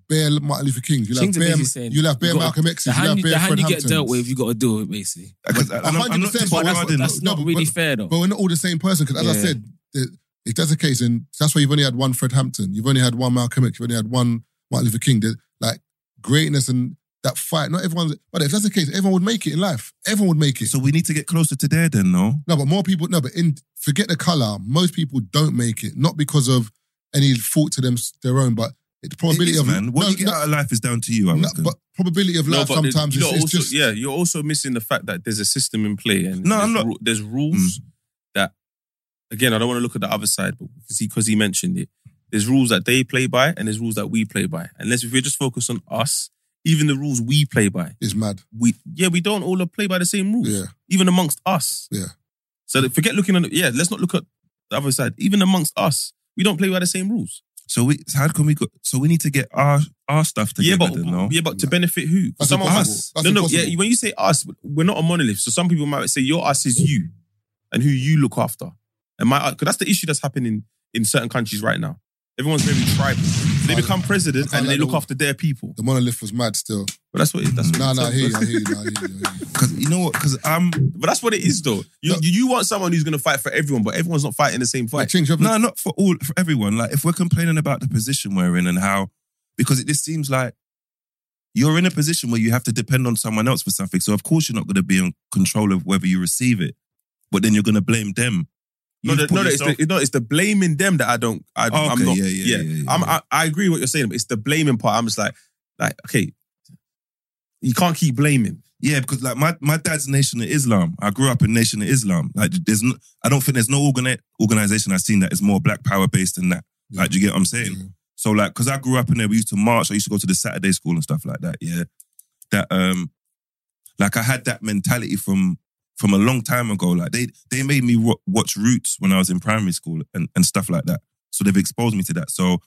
S6: bare Martin Luther Kings. You'll have
S5: Things are
S6: bare,
S5: basically saying
S6: you'll have bare
S5: you gotta-
S6: Malcolm X's.
S5: The
S6: You'll
S5: hand,
S6: have
S5: you,
S6: bare
S5: the hand
S6: Fred
S5: you get
S6: Hamptons.
S5: dealt with, you got to deal with, basically.
S4: Uh, 'Cause I- I'm not- I'm not
S6: 100%, but
S5: That's,
S4: disregarding
S6: didn't.
S5: that's
S4: it.
S6: No,
S5: not
S6: but-
S5: really
S6: but-
S5: fair, though.
S6: But we're not all the same person because, as I
S5: Yeah.
S6: said, the- if that's the case, then that's why you've only had one Fred Hampton, you've only had one Malcolm X, you've only had one Martin Luther King. There's, like greatness and that fight. Not everyone's. But if that's the case, everyone would make it in life. Everyone would make it.
S4: So we need to get closer to there then, no?
S6: no, but more people. No, but in forget the color. Most people don't make it, not because of any fault to them their own, but it's probability
S4: It is,
S6: of
S4: man. What
S6: no,
S4: you get
S6: no,
S4: out of life is down to you, I
S6: no,
S4: reckon.
S6: but probability of life
S7: but there's-
S6: sometimes is,
S7: you're
S6: is
S7: also,
S6: just
S7: yeah. You're also missing the fact that there's a system in play, and
S4: No,
S7: there's,
S4: I'm not- Mm.
S7: ru- there's rules that, again, I don't want to look at the other side, but because he, 'cause he mentioned it, there's rules that they play by, and there's rules that we play by. Unless if we're just focused on us, even the rules we play by,
S6: is mad.
S7: we yeah, we don't all play by the same rules,
S6: Yeah,
S7: even amongst us.
S6: Yeah.
S7: So that- forget looking on. the- Yeah, let's not look at the other side. Even amongst us, we don't play by the same rules.
S4: so we so how can we go so we need to get our our stuff together
S7: yeah, but
S4: then, no?
S7: yeah, but to benefit who? 'Cause
S6: That's
S7: Some of
S6: impossible.
S7: us.
S6: That's
S7: no, no.
S6: impossible.
S7: Yeah, when you say us, we're not a monolith. So some people might say your us is you, and who you look after, and my because that's the issue that's happening in certain countries right now. Everyone's very tribal. So they
S6: I-
S7: become president
S6: I
S7: and they
S6: like
S7: look
S6: the-
S7: after their people.
S6: The monolith was mad still.
S7: But that's what it, that's what
S6: No,
S7: it
S6: no, I
S7: is.
S6: hear you, I hear you, no, I hear you. I hear you.
S4: 'Cause you know what? Because I'm
S7: But that's what it is, though. You
S6: No.
S7: you you want someone who's going to fight for everyone, but everyone's not fighting the same
S6: Like,
S7: fight.
S6: change your
S4: no, not for all for everyone. Like if we're complaining about the position we're in and how because it just seems like you're in a position where you have to depend on someone else for something. So of course you're not going to be in control of whether you receive it, but then you're going to blame them.
S7: No,
S4: You've
S7: the,
S4: put
S7: no, no, it's
S4: yourself-
S7: the, no, it's the blaming them that I don't. I,
S4: Oh,
S7: I'm
S4: okay,
S7: not.
S4: yeah, yeah, yeah, yeah,
S7: I'm,
S4: yeah.
S7: I, I agree with what you're saying, but it's the blaming part. I'm just like, like, okay, you can't keep blaming.
S4: Yeah, because like my, my dad's Nation of Islam. I grew up in Nation of Islam. Like there's no, I don't think there's no organi- organization I've seen that is more black power based than that. Like, do you get what I'm saying?
S6: Yeah.
S4: So like, because I grew up in there, we used to march. I used to go to the Saturday school and stuff like that. Yeah, that um, like I had that mentality from from a long time ago. Like they they made me wa- watch Roots when I was in primary school and and stuff like that. So they've exposed me to that. So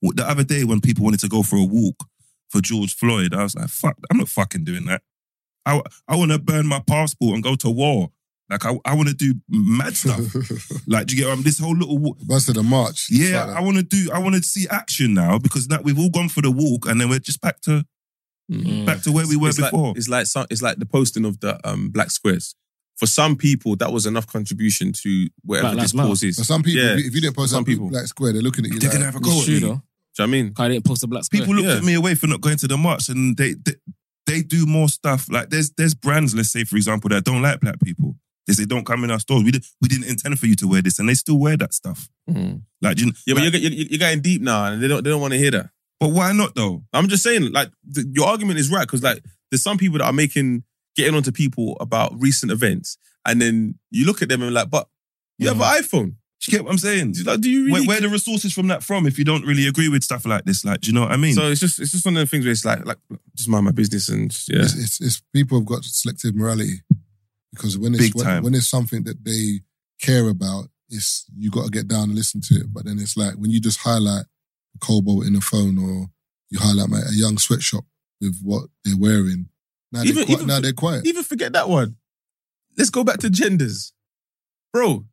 S4: w- the other day when people wanted to go for a walk for George Floyd, I was like, fuck, I'm not fucking doing that. I I want to burn my passport and go to war. Like I I want to do mad stuff. like do you get what I'm? This whole little wa-
S6: Bust of the march.
S4: yeah,
S6: Fuck
S4: I want to do. I want to see action now because now we've all gone for the walk, and then we're just back to
S5: Mm.
S4: back to where we were
S7: Mm-hmm. it's
S4: before.
S7: Like, it's like some, it's like the posting of the um, black squares. For some people, that was enough contribution to whatever
S5: Black Lives
S7: this
S5: Matter.
S7: cause is.
S6: For
S7: Do
S6: some people,
S7: Yeah.
S6: if you- if you didn't post
S7: Some
S6: that people.
S7: people.
S6: black square, they're looking at you
S4: They're
S6: like,
S4: gonna have a go
S5: It's
S4: at me.
S5: true, though.
S7: you know what I mean?
S5: 'Cause I didn't post a black square.
S4: People looked
S7: Yeah.
S4: at me away for not going to the march, and they, they they do more stuff. Like there's there's brands, let's say for example, that don't like black people. They say don't come in our stores. We did, we didn't intend for you to wear this, and they still wear that stuff.
S7: Mm.
S4: Like, you,
S7: Yeah, but
S4: like-
S7: you're, get- you're, you're getting deep now, and they don't they don't want to hear that.
S4: but why not though?
S7: I'm just saying, like, th- your argument is right because, like, there's some people that are making getting onto people about recent events, and then you look at them and like, but you have an iPhone.
S4: Do you get what I'm saying?
S7: Do you, like, do you really?
S4: Mm. where, where are the resources from that from? If you don't really agree with stuff like this, like, do you know what I mean?
S7: so it's just it's just one of the things where it's like like just mind my business and just- yeah.
S6: it's, it's, it's people have got selective morality because when it's
S4: Big time.
S6: when, when it's something that they care about, it's you got to get down and listen to it. But then it's like when you just highlight cobalt in the phone, or you highlight my, a young sweatshop with what they're wearing. Now they're
S7: Even-
S6: quiet.
S7: even
S6: now
S7: for-
S6: they're quiet.
S7: Even forget that one. Let's go back to genders, bro.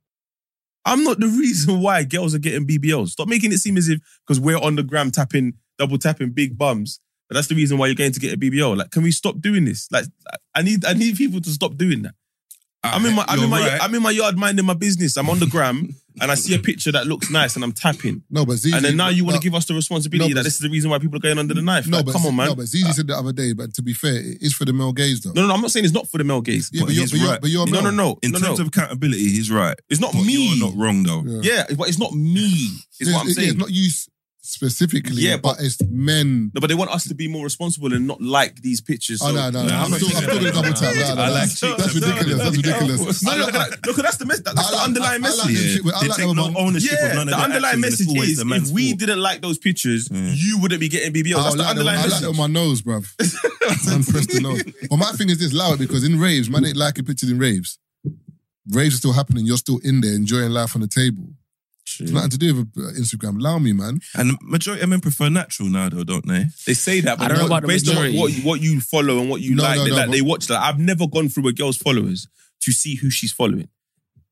S7: I'm not the reason why girls are getting BBLs. Stop making it seem as if because we're on the gram tapping, double tapping big bums. But that's the reason why you're going to get a BBL. Like, can we stop doing this? Like, I need I need people to stop doing that. I'm in my I'm
S4: You're
S7: in my
S4: right.
S7: I'm in my yard minding my business. I'm on the gram and I see a picture that looks nice and I'm tapping.
S6: no, but Zizi,
S7: And then now you want to
S6: no,
S7: give us the responsibility
S6: No, but-
S7: that this is the reason why people are going under the knife.
S6: no,
S7: Like,
S6: but
S7: come on, man.
S6: No, but Zizi said the other day. But to be fair, it is for the male gaze though.
S7: No, no, no, I'm not saying it's not for the male gaze.
S6: yeah,
S4: but
S6: but you're,
S4: he's
S6: but you're,
S4: right.
S6: but you're
S7: No,
S6: male.
S7: no, no.
S4: in
S7: no,
S4: terms
S7: no.
S4: of accountability, he's right.
S7: It's not
S4: But
S7: me.
S4: You're not wrong though.
S6: Yeah.
S7: Yeah, but it's not me. Is what I'm
S6: It's-
S7: saying.
S6: It's not you specifically,
S7: Yeah,
S6: but, it's men.
S7: no, but they want us to be more responsible and not like these pictures.
S6: Oh,
S7: so-
S6: no, no, no.
S4: Nah,
S6: I'm
S4: I'm
S6: still,
S4: not
S6: I'm still going to
S4: doing
S6: double
S4: that.
S6: tap. No, no,
S4: I
S6: no.
S4: like
S6: That's ridiculous. That's ridiculous.
S7: No, look, look, look, that's the mess. That's
S6: I
S7: the
S6: like-
S7: underlying
S6: I like
S7: message.
S6: them
S4: Yeah.
S6: shit with- I
S4: They
S6: like
S4: take
S6: them
S4: no
S6: about-
S4: ownership of
S7: Yeah,
S4: none of
S7: the
S4: their actions,
S7: underlying
S4: and it's
S7: message
S4: always
S7: is
S4: the
S7: if
S4: man's
S7: we
S4: fault.
S7: didn't like those pictures,
S4: Yeah.
S7: you wouldn't be getting BBL.
S6: I
S7: That's
S6: like
S7: the
S6: them-
S7: underlying
S6: I like
S7: message.
S6: them on my nose, bruv. Man pressed the nose. But my thing is this, allow it because in raves, man ain't liking pictures in raves. Raves are still happening. You're still in there enjoying life on the table. It's nothing to do with uh, Instagram. Allow me, man.
S4: And the majority of men prefer natural now, though, don't they?
S7: They say that, but
S5: I don't know about the
S7: based on
S5: majority.
S7: what, what, what you follow and what you
S6: No,
S7: like,
S6: no,
S7: they,
S6: no,
S7: like
S6: but-
S7: they watch. Like I've never gone through a girl's followers to see who she's following.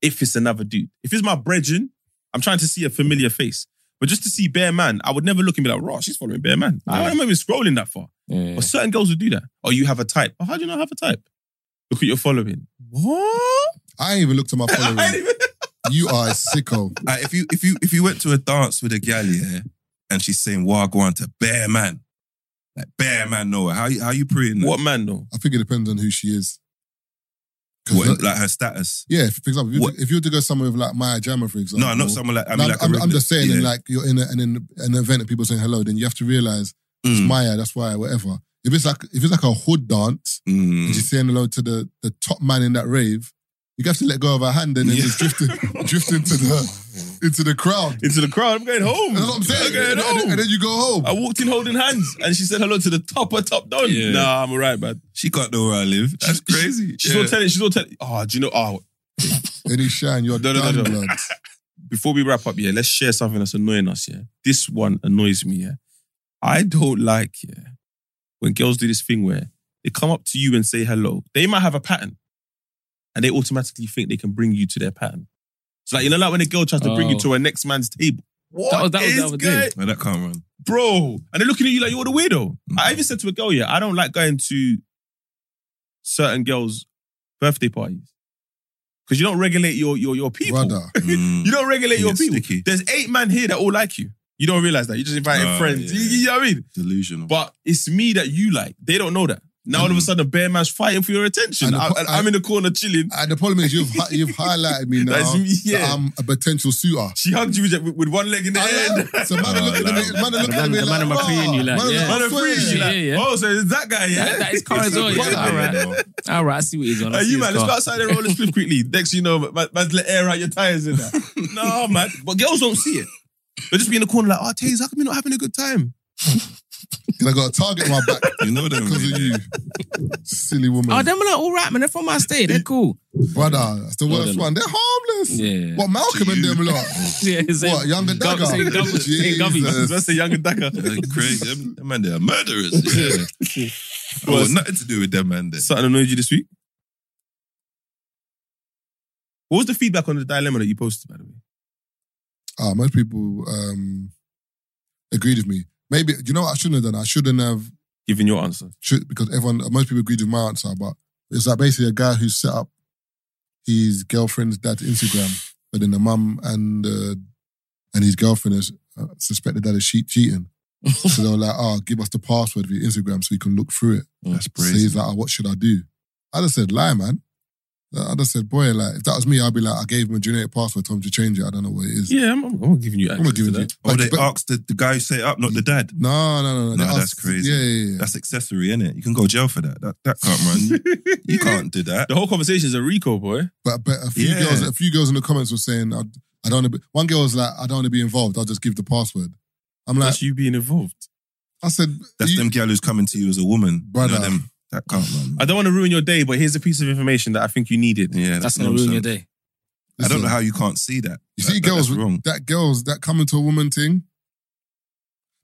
S7: If it's another dude, if it's my brethren, I'm trying to see a familiar face. But just to see Bear Man, I would never look and be like, raw, she's following Bear Man. I
S5: Yeah.
S7: don't even scrolling that far.
S5: Yeah.
S7: But certain girls would do that. Oh, you have a type. Oh, how do you not have a type? Look at your following. What?
S6: I ain't even looked at my
S7: I ain't
S6: following.
S7: even-
S6: you are a sicko.
S4: Like, if you if you if you went to a dance with a gal, yeah, and she's saying Wagwan to bear man, like bear man, Noah, how you how you preying that?
S7: What man though?
S6: I think it depends on who she is. 'Cause
S4: What,
S6: that-
S4: like her status?
S6: yeah, if- for example, if you,
S4: What?
S6: if you were to go somewhere with like Maya Jama, for example.
S4: No, not someone like I
S6: I
S4: mean, like a
S6: am
S4: regular-
S6: just saying,
S4: yeah.
S6: and like you're in, a, and in an event and people saying hello, then you have to realize it's
S4: Mm,
S6: Maya. That's why, whatever. If it's like if it's like a hood dance,
S4: mm.
S6: and she's saying hello to the the top man in that rave, you have to let go of her hand and then
S4: Yeah.
S6: just drift in- drift into the into the crowd.
S7: Into the crowd. I'm going home.
S6: That's what I'm
S7: I'm
S6: saying.
S7: going
S6: and, and-
S7: home.
S6: and then you go home.
S7: I walked in holding hands and she said hello to the top of top don.
S5: Yeah.
S7: Nah, I'm all right, man.
S4: She can't know where I live. That's
S7: She's-
S4: crazy.
S7: She's
S4: Yeah.
S7: all telling, she's all telling, oh, do you know, oh,
S6: Any shine, you're
S7: No,
S6: done,
S7: no, no, no.
S6: blood.
S7: before we wrap up, yeah, let's share something that's annoying us, yeah. This one annoys me, yeah. I don't like, yeah, when girls do this thing where they come up to you and say hello. They might have a pattern and they automatically think they can bring you to their pattern. So, like, you know, like when a girl tries to bring you
S5: Oh.
S7: to her next man's table. What
S5: was- that was
S7: is
S5: the other day.
S7: going-
S4: No, that can't run.
S7: Bro. And they're looking at you like you're the weirdo. I even said to a girl, yeah, I don't like going to certain girls' birthday parties because you don't regulate your, your, your people.
S6: Brother.
S4: Mm.
S7: You don't regulate
S4: It
S7: your
S4: gets
S7: people.
S4: sticky.
S7: There's eight man here that all like you. You don't realize that. You just invited
S4: Oh,
S7: friends. You,
S4: yeah.
S7: you know what I mean?
S4: Delusional.
S7: But it's me that you like. They don't know that. Now all of a
S5: Mm.
S4: Mhm.
S7: sudden, a bear man's fighting for your attention.
S6: And the
S7: I,
S6: pro-
S7: and I'm in the corner chilling.
S6: And the problem is you've hi- you've highlighted me now
S7: That's me,
S6: that
S7: yeah.
S6: I'm a potential suitor.
S7: she hugged you with, with one leg in the end.
S6: So man, are looking at me, man, are looking at me
S5: The man
S6: like,
S5: in my
S6: "Rah,
S5: crew and you like,
S6: man,
S5: yeah.
S6: I'm
S7: Man, a freeze.
S6: afraid."
S7: You're like,
S5: Yeah, yeah.
S7: Oh, so it's that guy, yeah?
S5: That- that is car as well, yeah.
S7: Brother,
S5: All right.
S4: Yeah, no.
S5: All right, I see what he's on. I
S7: Hey,
S5: see
S7: you
S5: his
S7: man, let's
S5: car.
S7: go outside and roll the spliff quickly. Next, you know, man, man's let air out your tires and that. no, man. But girls don't see it. They'll just be in the corner like, oh, Taze, how come you're not having a good time?
S6: 'Cause I got a target in my back
S4: You know them.
S6: because of you, silly woman.
S5: Oh, them are like, all right, man. They're from my state. They're cool.
S6: Brother, that's the
S5: No,
S6: worst
S5: they're not.
S6: one. They're harmless.
S5: Oh, Yeah.
S6: What Malcolm and them lot?
S5: Yeah, same-
S6: What younger
S5: Gov-
S6: dagger?
S5: same gov- same government.
S6: Jesus.
S7: That's the younger dagger.
S4: Like, crazy. Them, them man, they're murderers. Yeah. I
S7: Well,
S4: want nothing to do with them man. There.
S7: Something annoyed you this week? What was the feedback on the dilemma that you posted, by the way?
S6: Ah, most people um, agreed with me. Maybe you know what I shouldn't have done. I shouldn't have
S7: Giving your answer.
S6: should, because everyone, most people agreed with my answer. But it's like basically a guy who set up his girlfriend's dad's Instagram, but then the mum and uh, and his girlfriend has uh, suspected that is sheet cheating. so they were like, "Oh, give us the password of your Instagram so we can look through it."
S4: That's
S6: So
S4: Mm, crazy.
S6: he's like, oh, what should I do? I just said, lie, man. I just said, boy, like, if that was me, I'd be like, I gave him a generic password, told him to change it. I don't know what it is.
S7: Yeah, I'm, I'm not giving you
S6: I'm not
S7: access
S6: giving
S7: to
S6: you.
S7: that.
S4: Oh,
S6: Like,
S4: they
S6: but-
S4: asked the, the guy who set it up, not the dad.
S6: No, no, no, no. They
S4: Nah,
S6: asked-
S4: that's crazy.
S6: Yeah, yeah, yeah.
S4: That's accessory, innit? You can go jail for that. That that can't run. You- you can't do that.
S7: The whole conversation is a Rico, boy.
S6: But, but a few
S4: Yeah.
S6: girls, a few girls in the comments were saying, I, I don't want to be. One girl was like, I don't want to be involved. I'll just give the password. I'm like,
S7: That's you being involved.
S6: I said,
S4: That's
S6: you-
S4: them gal who's coming to you as a woman.
S6: Brother.
S4: You know them. That can't run.
S7: I don't want to ruin your day, but here's a piece of information that I think you needed.
S4: yeah,
S5: That's gonna ruin your day.
S4: I don't
S6: Listen.
S4: know how you can't see that.
S6: You
S4: That-
S6: see,
S4: that-
S6: girls,
S4: that's wrong.
S6: that girls that coming to a woman thing.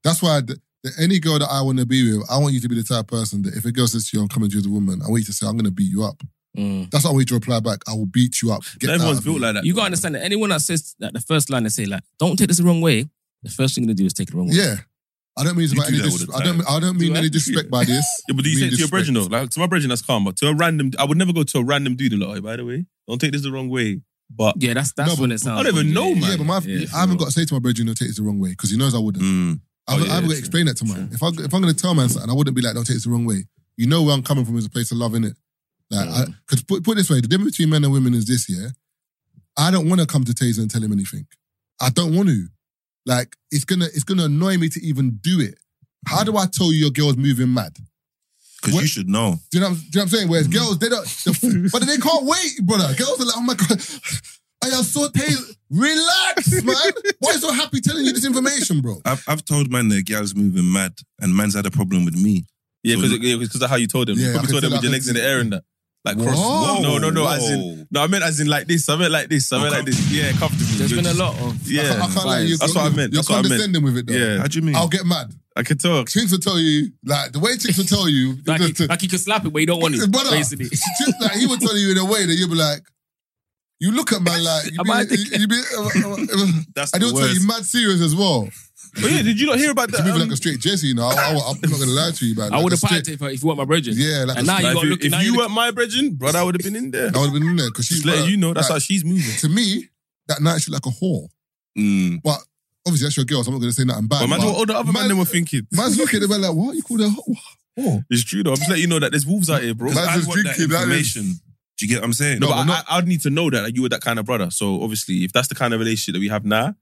S6: That's why the, the, any girl that I want to be with, I want you to be the type of person that if a girl says to you, "I'm coming to you as a woman," I want you to say, "I'm going to beat you up."
S5: Mm.
S6: That's what I want you to reply back. I will beat you up. Get
S7: Not
S6: out
S7: everyone's
S6: of here.
S7: built like that.
S5: You gotta understand that anyone that says that the first line they say like, "Don't take this the wrong way," the first thing they do is take it the wrong way.
S6: Yeah, I don't mean it's
S4: You
S6: about
S4: do
S6: any.
S4: that all
S6: Dis-
S4: the
S6: I don't.
S4: time.
S6: I don't mean
S7: Do I?
S6: any disrespect by this.
S7: Yeah, but do you
S6: Mean
S7: say it to your
S6: disrespect.
S7: brethren though? Like to my brethren, that's calm. But to a random, I would never go to a random dude and like, oh, by the way, don't take this the wrong way. But
S5: Yeah, that's that's
S6: No, but-
S5: when it sounds.
S7: I don't even know, man.
S6: Yeah, but my, I haven't got to say to my brethren, "Don't take this the wrong way," because he knows I wouldn't.
S4: Mm.
S6: I haven't,
S7: Oh, yeah,
S6: I haven't got to
S7: true.
S6: explain that to man. If I if I'm going to tell man something, I wouldn't be like, "Don't take this the wrong way." You know where I'm coming from is a place of love, innit? Like, I,
S7: Mm.
S6: cause put put it this way, the difference between men and women is this: yeah, I don't want to come to Taser and tell him anything. I don't want to. Like, it's gonna it's gonna annoy me to even do it. How do I tell you your girl's moving mad?
S4: Because
S6: What-
S4: you should know.
S6: Do you know what I'm, do you know what I'm saying?
S7: Mm.
S6: Whereas girls, they don't, the, but they can't wait, brother. Girls are like, oh my God, I am so tail. Relax, man. Why are you so happy telling you this information, bro?
S4: I've, I've told man the gal's moving mad and man's had a problem with me.
S7: yeah,
S4: So
S7: because
S4: look-
S7: of how you told them.
S6: Yeah,
S7: you
S6: I
S7: probably
S6: can
S7: told them
S6: tell-
S7: with your
S6: I
S7: legs in
S6: can-
S7: the air and that. Like
S6: Whoa.
S7: cross.
S6: Whoa.
S7: No, no, no. As in,
S4: Whoa.
S7: No, I meant as in like this. I meant like this. I
S4: Oh,
S7: meant like this. Yeah, comfortably.
S5: There's
S7: You're
S5: been a
S7: just-
S5: lot
S6: I
S5: of.
S6: can't, I
S7: Yeah.
S6: can't lie, you're,
S7: That's what I
S6: you're-
S7: meant.
S6: You're
S7: That's what I meant.
S6: condescending with it, though.
S7: Yeah.
S4: How do you mean?
S6: I'll get mad.
S7: I can talk.
S6: Chicks will tell you, like, the way chicks will tell you,
S5: Like,
S6: just
S5: you-
S6: to- uh,
S5: like you can slap it, but you don't want it.
S6: brother,
S5: Basically,
S6: chicks, like, he will tell you in a way that you'll be like, You look at man like you
S5: Am
S6: be,
S5: I
S6: you,
S5: the-
S6: you be, uh,
S4: That's
S6: I
S4: the
S6: don't tell you
S4: worst.
S6: mad serious as well.
S7: But yeah, did you not hear about
S6: To
S7: that?
S6: me,
S7: um,
S6: like a straight Jesse, you know, I, am not gonna lie to you, man.
S5: I
S6: Like
S5: would
S6: a
S5: have
S6: straight-
S5: packed it if, I- if you want my brethren.
S6: Yeah, like a
S5: and now
S6: straight-
S5: you
S7: like,
S5: got to
S7: if
S5: look.
S7: you,
S5: now
S7: if you
S5: look-
S7: weren't my brethren, brother, I would have been in there.
S6: I would have been in there because she's
S7: Just letting
S6: like-
S7: you know that's
S6: like,
S7: how she's moving.
S6: to me that night she's like a whore.
S4: Mm.
S6: Obviously, that's your girl, so I'm not gonna say nothing bad.
S7: But imagine what all the other
S6: man-
S7: men them were thinking.
S6: Man's looking at them like, what? You call her whore?
S7: It's true though. I'm just letting you know that there's wolves out here, bro.
S6: Man's
S7: I
S6: just
S7: want that
S6: drinking, that is-
S7: information.
S4: Do you get what I'm saying?
S7: No,
S6: No,
S7: but
S6: but
S7: I, I'd need to know that like, you were that kind of brother. So obviously, if that's the kind of relationship that we have now,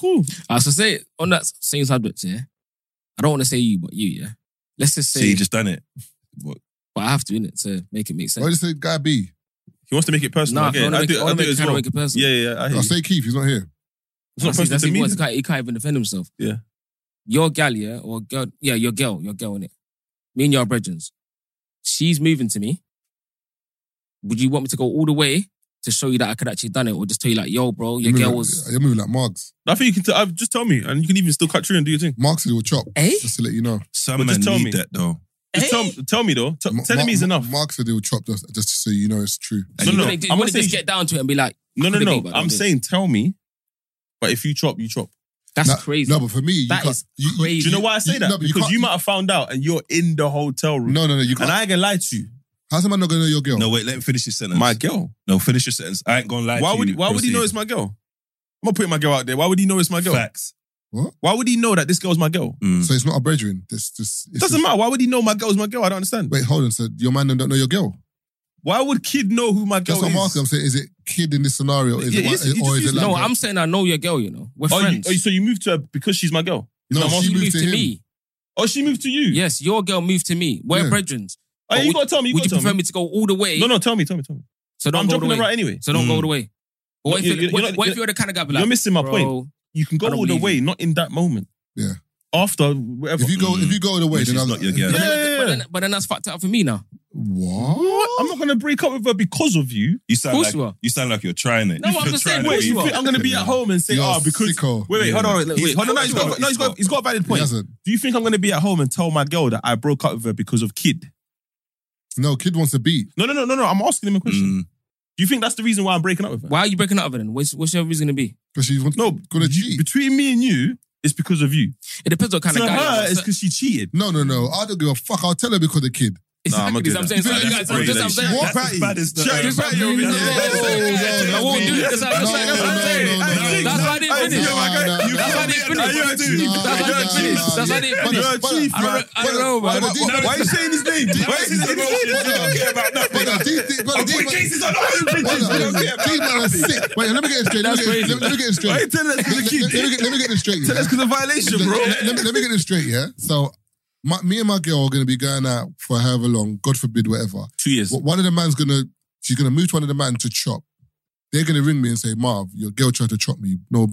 S7: cool.
S5: Ah, so say on that same subject, yeah. I don't want to say you, but you, yeah. Let's just say,
S4: See, you just done it.
S5: but I have to in it to make it make
S6: Why
S5: sense.
S6: did you say guy B?
S7: He wants to make it personal.
S5: Nah,
S7: I get it.
S5: wanna
S7: I
S5: make-
S7: do, I
S5: wanna
S7: do
S5: make-
S7: it as
S5: kinda
S7: well.
S5: make it personal.
S7: Yeah, yeah, yeah. I hear
S6: I
S7: you.
S6: Oh, say Keith, he's not here.
S7: It's not
S5: That's-
S7: personal
S5: that's
S7: to
S5: the
S7: me.
S5: point, He can't, he can't even defend himself.
S7: Yeah.
S5: Your gal, yeah, or girl, yeah, your girl, your girl in it. Me and your brethrens. She's moving to me. Would you want me to go all the way to show you that I could actually done it, or just tell you like, yo, bro, your
S6: You're
S5: girl
S6: moving
S5: was,
S6: like, you're moving like Margs.
S7: I think you can t- I've- just tell me, and you can even still cut through and do your thing.
S6: Margs is your chop.
S5: eh?
S6: Just to let you know,
S4: Some
S7: But
S4: men
S7: just tell
S4: need
S7: me.
S4: that though.
S7: Just
S5: Hey.
S7: tell, tell me though. T-
S6: Ma-
S7: telling me is
S6: Ma-
S7: enough.
S6: Marks said they would chop just, just so you know it's true.
S7: No,
S5: You
S7: no,
S5: wouldn't- you
S7: I'm
S5: wouldn't
S7: saying-
S5: just get down to it and be like,
S7: no, no,
S5: Could be,
S7: no.
S5: but I
S7: I'm
S5: don't.
S7: saying tell me, but if you chop, you chop.
S5: that's
S6: No,
S5: crazy.
S6: No, but for me, you
S5: That
S6: can't,
S5: is
S6: you, you-
S5: crazy.
S7: Do you know why I say that?
S6: no, but
S7: because
S6: can't-
S7: you might have found out, and you're in the hotel room.
S6: No, no, no. You
S7: and
S6: can't.
S7: I ain't gonna lie to you,
S6: How's a man not gonna know your girl?
S4: No, wait, let me finish your sentence.
S7: my girl.
S4: no, finish your sentence. I ain't gonna lie.
S7: Why
S4: to
S7: would
S4: you.
S7: Why would he know
S4: Proceed.
S7: it's my girl? I'm gonna put my girl out there. Why would he know it's my girl?
S4: Facts.
S7: Why would he know that this girl's my girl?
S4: Mm.
S6: So it's not a brethren. This, this it's
S7: Doesn't
S6: just-
S7: matter. Why would he know my girl's my girl? I don't understand.
S6: Wait, hold on. So your man don't know your girl.
S7: Why would kid know who my girl
S6: That's what I'm
S7: is?
S6: asking. I'm saying, is it kid in this scenario? Is
S7: Yeah,
S6: it, one-
S7: it's- it
S6: or is it
S7: just is-
S6: like
S5: no,
S6: a-
S5: I'm saying I know your girl. You know, we're
S7: Oh, you,
S5: friends.
S7: oh, so you moved to her because she's my girl.
S6: no?
S7: I'm
S6: She
S5: she
S6: moved, to, him.
S5: me.
S7: Oh, she moved to you.
S5: Yes, your girl moved to me. We're
S6: Yeah.
S5: brethren.
S7: Oh, you
S5: Would-
S7: gotta tell me. You
S5: Would
S7: gotta
S5: you
S7: tell
S5: prefer
S7: me.
S5: me to go all the way?
S7: No, no, tell me, tell me, tell me.
S5: So don't
S7: I'm
S5: go all the
S7: dropping
S5: way.
S7: it right anyway.
S5: So don't go
S4: Mm.
S5: all the way. But
S7: No,
S5: what,
S7: you-
S5: if,
S7: you-
S5: what,
S7: you're not-
S5: what if
S7: you're-
S5: you're the kind of guy be like,
S7: You're missing my
S5: bro,
S7: point. You can go
S5: I don't
S7: all the
S5: believe
S7: way,
S5: you.
S7: not in that moment.
S6: Yeah.
S7: After whatever.
S6: If you go, if you go the way,
S4: Which
S6: then
S4: is
S6: I'm
S4: not your girl.
S5: But,
S7: Yeah,
S5: then,
S7: yeah,
S5: but,
S7: yeah.
S5: then, but then that's fucked up for me now.
S6: What?
S7: I'm not gonna break up with her because of you.
S4: You sound
S5: course
S4: like
S5: you
S4: you,
S5: are.
S4: sound like you're trying it.
S5: No,
S4: You're
S5: I'm just
S4: trying
S5: saying,
S4: to
S5: what
S7: Wait,
S4: be-
S5: you
S7: you
S5: are.
S7: think I'm gonna be at home and say,
S6: You're
S7: "Ah, because."
S6: sicko.
S7: Wait, wait, hold on.
S5: Yeah.
S7: Wait, wait, hold on. No, he's
S4: He's
S7: got,
S4: got-
S7: no, he's got, he's got a valid
S6: He
S7: point.
S6: hasn't.
S7: Do you think I'm gonna be at home and tell my girl that I broke up with her because of kid?
S6: No, kid wants to beat.
S7: No, no, no, no, no. I'm asking him a question.
S4: Mm.
S7: Do you think that's the reason why I'm breaking up with her?
S5: Why are you breaking up with her then? What's, what's your reason going to be?
S6: Because she wants
S7: No,
S6: gonna cheat.
S7: between me and you, it's because of you.
S5: It depends what kind
S7: to
S5: of guy you
S7: her,
S5: are.
S7: it's
S5: So-
S7: because she cheated.
S6: No, no, no. I don't give a fuck. I'll tell her because the kid. Yeah, that's What party? yo. No, no, No, no, no, no, no, no. No, no, no, no. But the- but the-
S4: crazy. That's as bad as the. um, that's as bad as-
S5: Exactly, that's what I'm saying. So you guys- that's what I'm saying. I won't do it. That's what I'm saying. That's what I'm saying. That's why I didn't finish. That's why I didn't finish. That's why I didn't finish. That's why I didn't finish.
S7: Nah, I'ma do that. Check this out, You're a chief,
S5: I don't- I don't know,
S6: but
S5: man.
S6: the deep-
S5: What- what-
S7: Why are you saying his name? Why is his name?
S4: don't care about
S6: but the
S4: nothing.
S6: deep- deep- but the deep-
S4: I'm putting cases on all the
S6: but
S4: bridges. I don't care
S6: the
S4: about
S6: deep man is
S4: nothing.
S6: sick. Wait, let me get it straight. Let me
S5: That's
S6: get-
S5: crazy.
S6: Let me get it straight. Let let- let me get- let me get this
S7: Why are you telling us kid?
S6: straight.
S7: Tell
S6: yeah?
S7: us because of violation, bro.
S6: Let, let me, let me get this straight, yeah? So, my, me and my girl are going to be going out for however long, God forbid, whatever.
S7: Two years.
S6: One of the man's going to, she's going to move to one of the man to chop. They're going to ring me and say, Marv, your girl tried to chop me. No,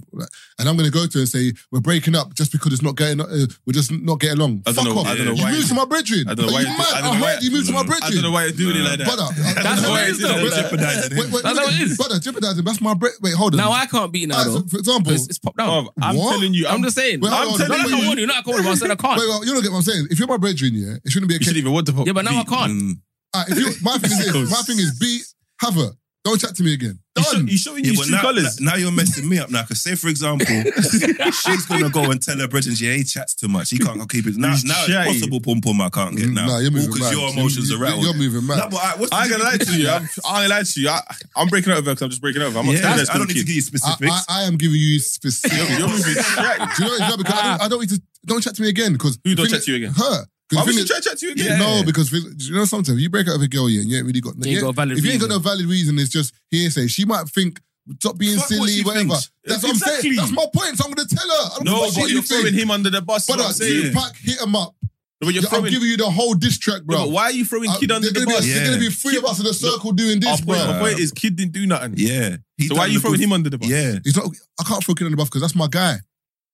S6: And I'm going to go to her and say, we're breaking up just because it's not getting, uh, we're just not getting along.
S4: I don't
S6: Fuck
S4: know-
S6: off.
S4: I don't know
S6: you
S4: why
S6: moved
S4: you-
S6: to my brethren.
S4: I don't know
S6: Are
S4: why
S6: you
S4: you-
S6: mad? I,
S4: I don't know why-
S6: heard you moved to my
S4: I don't
S6: brethren.
S7: I don't know why you're doing it like that.
S6: Brother, I- I-
S5: That's
S6: I-
S5: what
S6: wait,
S5: it is, though.
S6: wait,
S4: Jeopardizing
S6: Wait,
S4: him.
S6: wait,
S5: That's how it is.
S6: Brother, jeopardizing. That's my bre- Wait, hold on.
S5: Now I can't be now
S6: Alright, so
S5: though.
S6: for example,
S5: It's, it's popped up.
S7: Bruv, I'm
S6: What?
S7: telling you.
S5: I'm just saying.
S6: Wait,
S5: I'm
S6: hold on,
S5: telling
S6: wait,
S5: you, not
S6: wait.
S5: warning you, not calling you. I said I can't.
S6: wait, well, you don't get what I'm saying. If you're my brethren, yeah, it shouldn't be a
S7: You
S6: case.
S7: should even what the fuck?
S5: Yeah, but now I
S7: beat?
S5: can't.
S4: Mm.
S6: Ah, if you, my thing is, my thing is, beat, have her. Don't chat to me again.
S7: You show-
S6: Done.
S7: You showing
S4: Yeah,
S7: these
S4: but
S7: true
S4: now,
S7: colors.
S4: now you're messing me up now. Because say, for example, she's gonna go and tell her brethren she ain't chats too much. He can't go keep it. Now,
S7: He's
S4: now
S7: chatty.
S4: it's possible pom pom I can't get now.
S6: Nah, you're
S4: All
S6: moving mad.
S4: because your emotions
S6: You-
S4: are
S6: you-
S4: rattled.
S6: You're moving mad.
S4: Nah, but I, what's the
S7: I ain't gonna lie
S4: difference
S7: to you.
S4: between-
S7: I'm, I ain't gonna lie to you. I, I'm breaking up with her because I'm just breaking up. with her. I'm not
S4: Yeah,
S7: yeah,
S4: I don't need to give you
S6: I,
S4: specifics.
S6: I, I am giving you specific.
S7: You're, you're moving. Yeah.
S6: Do you know what it's not? Because I, don't, I don't need to. Don't chat to me again. Because
S7: Who don't chat to you again?
S6: Her. 'Cause the
S7: Why would
S6: thing
S7: she
S6: is-
S7: try to chat to you again?
S4: Yeah.
S6: No, because we- do you know sometimes you break up with a girl, yeah, and you ain't really got.
S5: You ain't got a valid
S6: if you ain't got no
S5: reason.
S6: valid reason, it's just hearsay. She might think. Stop being
S4: Fuck what
S6: silly,
S4: she
S6: whatever.
S4: thinks.
S6: That's what I'm
S7: Exactly.
S6: saying. That's my point. So I'm gonna tell her. I don't
S7: No,
S6: give a
S7: but
S6: shit
S7: you're
S6: you
S7: throwing
S6: think.
S7: him under the bus. is
S6: But
S7: what I'm saying.
S6: Tupac hit him up.
S7: But you're
S6: Yeah, I'm
S7: throwing.
S6: giving you the whole diss track,
S7: Yeah,
S6: bro. Uh,
S7: but why are you throwing kid under the
S6: gonna
S7: bus?
S6: Be,
S4: Yeah.
S6: There's gonna be three of us in a circle doing
S7: Our
S6: this,
S7: point,
S6: bro.
S7: our point is, kid didn't do nothing.
S4: yeah. He
S7: So why are
S4: done
S7: you
S4: the
S7: throwing
S4: good-
S7: him under the bus?
S4: Yeah,
S6: He's not, I can't throw kid on the buff because that's my guy.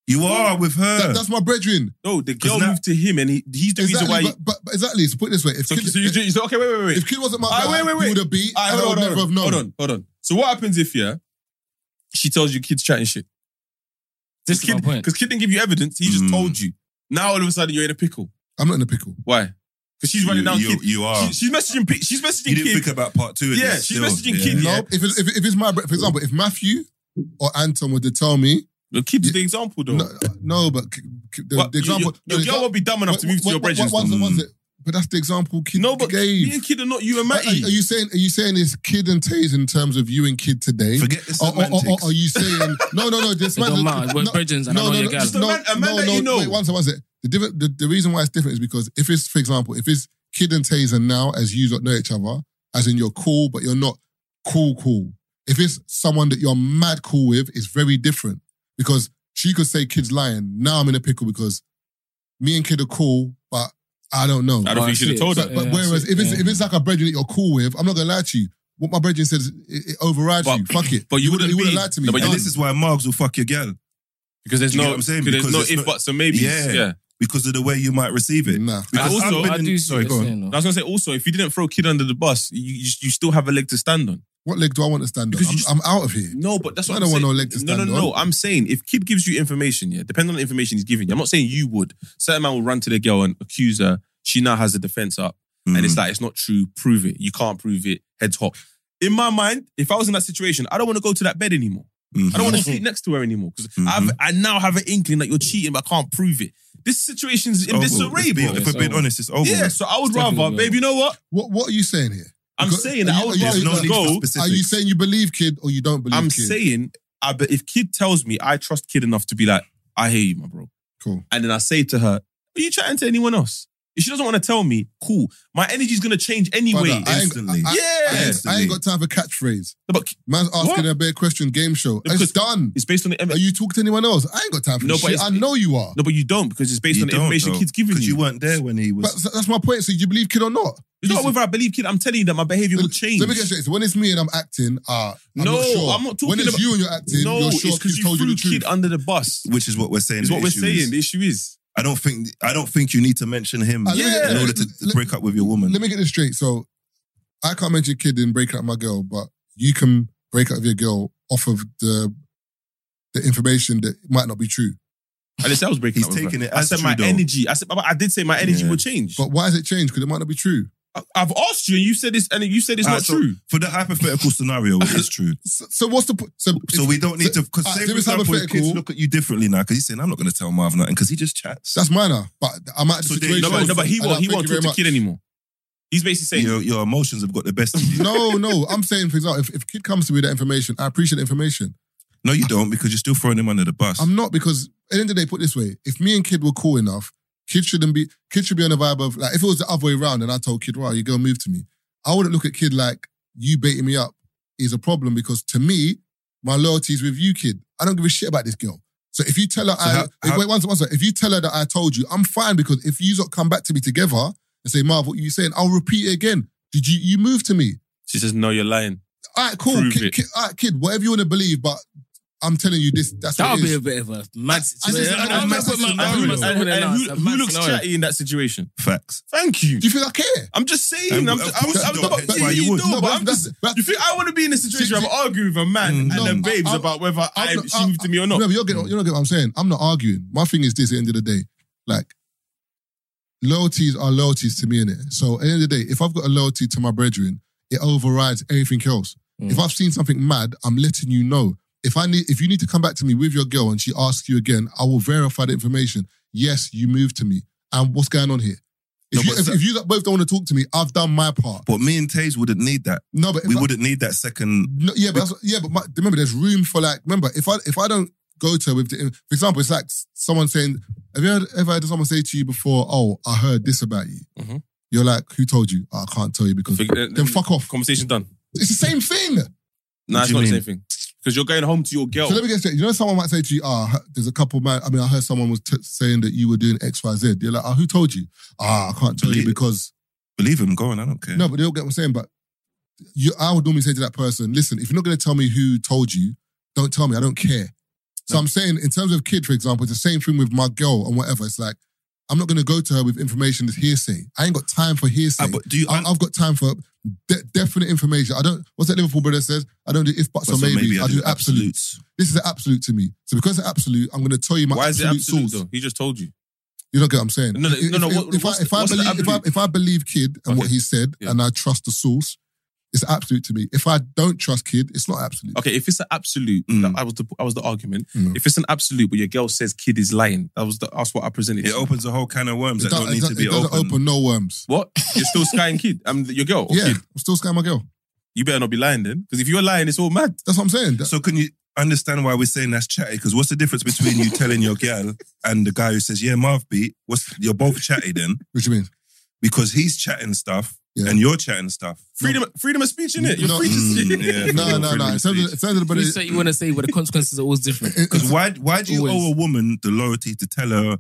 S4: you are with her.
S6: That, that's my brethren.
S7: No, the girl
S4: 'Cause now-
S7: moved to him, and he, he's the
S6: Exactly.
S7: reason why.
S6: but, but, but exactly. So put it this way: if,
S7: so,
S6: kid,
S7: so you, do- you say, okay, wait, wait, wait.
S6: if kid wasn't my
S7: Ah,
S6: guy,
S7: wait, wait, wait.
S6: he would have beat.
S7: Alright,
S6: and I
S7: hold,
S6: would
S7: on,
S6: never have
S7: hold, on,
S6: known.
S7: hold on, hold on. So what happens if yeah, she tells you kids chatting shit?
S5: This is
S7: Because
S5: my
S7: kid,
S5: point.
S7: 'cause kid didn't give you evidence. He just
S4: Mm.
S7: told you. Now all of a sudden you're in a pickle.
S6: I'm not in a pickle
S7: Why? because she's running
S4: You-
S7: down.
S4: you-
S7: kid.
S4: you are.
S7: She- she's messaging. pi- She's messaging.
S4: You didn't
S7: kid.
S4: think about part two. of
S7: Yeah,
S4: this
S7: she's
S4: still,
S7: messaging
S4: yeah.
S7: kid.
S6: No,
S7: Yeah.
S6: if, it, if, if it's my, bre- for example, if Matthew or Anton were to tell me,
S7: Your kid's the example, though.
S6: no, no but c- c- the,
S7: But
S6: the example,
S7: your, your,
S6: the
S7: your girl won't be dumb enough to move to your bridges.
S6: One's the,
S7: though.
S6: one's the, but that's the example kid
S7: No, but
S6: gave.
S7: me and kid are not you and
S6: Are, are- are
S7: Matty.
S6: you saying are you saying it's kid and Taze in terms of you and kid today?
S4: Forget the
S6: Or, or, or, or
S4: semantics.
S6: are oh, you saying no, no, no? This
S5: It
S6: man,
S5: don't matter. We're
S6: no,
S5: bridges and I know your girl.
S7: Just a man- a man that you know.
S6: Wait, one second, one second. The, different, the, the reason why it's different is because if it's, for example, if it's kid and Taser now, as you don't know each other, as in you're cool, but you're not cool, cool. If it's someone that you're mad cool with, it's very different because she could say kid's lying. Now I'm in a pickle because me and kid are cool, but I don't know.
S7: I don't
S5: Oh,
S7: think you should have
S5: shit.
S7: told her.
S6: But, but whereas if it's if it's like a brethren that you're cool with, I'm not gonna lie to you. What my brethren says, it, it overrides
S7: But-
S6: you. Fuck it.
S7: but you
S6: wouldn't-
S7: wouldn't be-
S6: lie to me.
S7: No,
S4: But
S7: Done.
S4: this is why Margs will fuck your girl
S7: because there's
S4: Do you
S7: no,
S4: get what I'm saying?
S7: because there's
S4: Because
S7: no
S4: it's
S7: if
S4: not-
S7: buts and maybes.
S4: Yeah.
S7: yeah.
S4: because of the way you might receive it.
S6: nah.
S4: Because
S7: And also,
S4: I've been
S5: I
S4: in-
S5: do see
S4: sorry,
S5: what
S4: go
S5: you're
S4: on.
S5: saying, though.
S7: I was gonna say also, if you didn't throw kid under the bus, you you, you still have a leg to stand on.
S6: What leg do I want to stand on?
S7: Because you
S6: I'm,
S7: just-
S6: I'm out of here.
S7: No, but that's what
S6: I
S7: I'm
S6: don't
S7: saying.
S6: want no leg to stand
S7: No, no, no.
S6: on.
S7: I'm saying if kid gives you information, yeah, depending on the information he's giving you, I'm not saying you would. Certain man will run to the girl and accuse her. She now has the defense up, and it's like it's not true. Prove it. You can't prove it. Heads hot. In my mind, if I was in that situation, I don't want to go to that bed anymore.
S4: Mm-hmm.
S7: I don't want to
S6: Mm-hmm.
S7: sleep next to her anymore because I've I now have an inkling that you're cheating, but I can't prove it. This
S6: Oh,
S7: situation's in disarray, bro.
S4: If we're being
S5: over.
S4: honest, it's over.
S7: Yeah,
S4: with.
S7: so I would
S5: It's
S7: rather,
S5: definitely
S7: babe. You know what?
S6: What What are you saying here?
S7: I'm
S6: Because-
S7: saying
S6: are
S7: that
S6: you-
S7: I would
S6: are you-
S7: rather
S6: are you-
S7: just go.
S6: Are you saying you believe kid or you don't believe
S7: I'm
S6: kid?
S7: saying, I be, if kid tells me I trust kid enough to be like, I hear you, my bro,
S6: cool.
S7: and then I say to her, Are you chatting to anyone else? If she doesn't want to tell me, cool. My energy's gonna change anyway.
S6: Brother, I ain't-
S4: instantly.
S6: I- I-
S7: yeah,
S6: I ain't, I ain't got time for catchphrase.
S7: No, but
S6: Man's asking
S7: What?
S6: a bare question. Game show.
S7: Yeah, because-
S6: it's done.
S7: it's based on the.
S6: Are you talking to anyone else? I ain't got time for
S7: No,
S6: this
S7: but
S6: shit.
S7: it's-
S6: I know you are.
S7: no, but you don't because it's based
S4: You
S7: on the
S4: don't,
S7: information
S4: though,
S7: kid's giving
S4: because you
S7: you.
S4: weren't there when he
S6: But
S4: was.
S6: so that's my point. So you believe kid or not?
S7: It's not whether I believe kid. I'm telling you that my behavior will change.
S6: Let me get straight. So when it's me and I'm acting, uh, I'm
S7: No,
S6: not sure.
S7: I'm not
S6: When
S7: talking
S6: it's
S7: about-
S6: you and you're acting,
S7: no,
S6: you're sure
S7: it's because
S6: kid's
S7: you
S6: told you
S7: threw
S6: the truth.
S7: kid under the bus.
S4: Which is what we're saying.
S7: Is
S4: the
S7: what we're
S4: issue
S7: saying.
S4: is.
S7: The issue is
S4: I don't think. I don't think you need to mention him
S6: Uh, let me
S7: get-
S4: in order to
S6: let-
S4: break up with your woman.
S6: Let me get this straight. So I can't mention kid and break up my girl, but you can break up with your girl off of the the information that might not be true.
S7: I just said I was breaking
S4: He's
S7: up with her.
S4: taking it
S7: I
S4: as
S7: said
S4: true,
S7: my
S4: though.
S7: energy. I said I did say my energy
S4: Yeah.
S7: will change.
S6: But why has it changed? Because it might not be true.
S7: I- I've asked you and you said this and you said it's
S4: Ah,
S7: not
S4: so
S7: true.
S4: For the hypothetical scenario, it is true.
S6: So, so what's the point? So,
S4: So we don't need to because
S6: Ah,
S4: say
S6: there
S4: for
S6: is
S4: example, if
S6: hypothetical-
S4: kids look at you differently now because he's saying I'm not going to tell Marv nothing because he just chats.
S6: that's minor. But I'm at the
S4: So they-
S6: situation.
S7: No, but, no, but he
S6: and I
S7: won't. He
S6: thank
S7: won't
S6: you
S7: talk
S6: very
S7: to
S6: much.
S7: kid anymore. He's basically saying,
S4: your, your emotions have got the best. of you.
S6: No, no. I'm saying, for example, if, if kid comes to me with that information, I appreciate the information.
S4: no, you don't because you're still throwing him under the bus.
S6: I'm not because at the end of the day, put it this way: if me and kid were cool enough, kid shouldn't be. Kid should be on the vibe of like if it was the other way around, and I told kid, "Right, you go move to me," I wouldn't look at kid like you baiting me up is a problem because to me, my loyalty is with you, kid. I don't give a shit about this girl. So if you tell her, I,
S4: how- how-
S6: wait one second, one second. If you tell her that I told you, I'm fine because if you lot come back to me together and say, Marv, what you saying? I'll repeat it again. Did you you move to me?
S7: she says, "No, you're lying."
S6: All right, cool,
S7: Prove
S6: kid,
S7: it.
S6: kid, all right, kid. Whatever you want to believe, but I'm telling you this. That's
S5: That
S6: what
S5: would
S6: it
S5: be
S6: is.
S5: a bit of a mad situation.
S6: just- I
S5: That's
S6: just-
S5: mad
S6: I just-
S5: scenario.
S6: I
S7: And who,
S6: just-
S7: and- and who-
S5: That's a
S7: who
S5: mad
S7: looks
S5: scenario.
S7: chatty in that situation?
S4: Facts.
S7: Thank you.
S6: Do you think I care?
S7: I'm just saying.
S4: And
S7: I'm
S4: of
S7: just, I was,
S4: course
S7: I'm
S4: you don't.
S7: not, but
S4: That's
S7: yeah,
S4: why you
S7: you
S4: would.
S7: do,
S6: No,
S7: but
S6: but
S7: I'm
S6: that's-
S7: just.
S6: that's-
S7: You think I want to be in a situation
S6: See,
S7: where I'm arguing with a man
S4: No,
S7: and then
S6: I-
S7: babes
S6: I-
S7: about whether I,
S6: I'm-
S7: she moved to me or
S6: No,
S7: not?
S6: but you're getting, you're not getting what I'm saying. I'm not arguing. My thing is this: at the end of the day, like loyalties are loyalties to me, innit? So at the end of the day, if I've got a loyalty to my brethren, it overrides everything else.
S7: Mm.
S6: If I've seen something mad, I'm letting you know. If I need, if you need to come back to me with your girl and she asks you again, I will verify the information. Yes, you moved to me, and what's going on here? If
S4: No,
S6: you,
S4: but
S6: if,
S4: so-
S6: if you both don't want to talk to me, I've done my part.
S4: But me and Taze wouldn't need that.
S6: No, but if
S4: We
S6: I-
S4: wouldn't need that second.
S6: No, yeah, but that's, yeah, but my, remember, there's room for like. Remember, if I if I don't go to her with the, for example, it's like someone saying, "Have you heard, ever heard someone say to you before? Oh, I heard this about you."
S4: Mm-hmm.
S7: Mhm.
S6: You're like, "Who told you?" "Oh, I can't tell you because."
S7: Fig- uh,
S6: then fuck off.
S7: Conversation done.
S6: It's the same thing.
S7: Nah, it's
S4: do
S7: not
S4: you
S7: the
S4: mean?
S7: same thing. Because you're going home to your girl.
S6: So let me get straight. You know, someone might say to you, "Ah, oh, there's a couple man." I mean, I heard someone was t- saying that you were doing X, Y, Z. You're like, "Ah, who told you?" "Ah, I can't tell
S4: Believe
S6: you
S4: it.
S6: because."
S4: Believe him, go on. I don't care.
S6: No, but they'll get what I'm saying. But you, I would normally say to that person, listen, if you're not going to tell me who told you, don't tell me. I don't care. So I'm saying, in terms of kid, for example, it's the same thing with my girl and whatever. It's like, I'm not going to go to her with information that's hearsay. I ain't got time for hearsay.
S4: Ah, but do you?
S6: I, I've got time for de- definite information. I don't, what's that Liverpool brother says? I don't do if buts or maybe. I, do, absolute. This is an absolute to me. So because it's absolute, I'm going to tell you my
S7: Why is it
S6: absolute
S7: absolute
S6: source.
S7: though? He just told you.
S6: You don't get what I'm saying.
S7: No, no,
S6: If-
S7: no, no,
S6: If,
S7: what-
S6: if
S7: what's
S6: I, if, I
S7: the- what's the
S6: believe, if, I,
S7: absolute?
S6: if I believe Kid and what
S7: Okay.
S6: he said,
S7: Yeah.
S6: and I trust the source, it's absolute to me. If I don't trust Kid, it's not absolute.
S7: Okay, if it's an absolute,
S4: Mm.
S7: that I was the I was the argument.
S6: Mm.
S7: If it's an absolute, but your girl says kid is lying, that was the, that's what I presented.
S4: It opens a whole can of worms
S6: It,
S4: that
S6: do-
S4: don't
S6: it
S4: need
S6: do-
S4: to
S6: it
S4: be
S6: doesn't
S4: open.
S6: open no worms.
S7: What? You're still skying kid. I'm the, your girl. or
S6: yeah,
S7: kid.
S6: I'm still scamming my girl.
S7: You better not be lying then, because if you're lying, it's all mad.
S6: That's what I'm saying. That-
S4: So can you understand why we're saying that's chatty? Because what's the difference between you telling your gal and the guy who says, "Yeah, Marv beat"? What's you're both chatty then?
S6: what do you mean?
S4: Because he's chatting stuff
S6: Yeah.
S4: and you're chatting stuff.
S7: Freedom, freedom of speech, innit? You're
S6: No.
S7: free to
S4: Mm,
S7: say.
S4: yeah,
S6: No,
S4: freedom-
S6: no, no.
S4: freedom
S6: In
S4: of
S6: terms of,
S4: speech.
S6: in terms of, but
S5: Please say you want to say, but the consequences are always different.
S6: it-
S4: Because why why do you
S5: Always.
S4: owe a woman the loyalty to tell her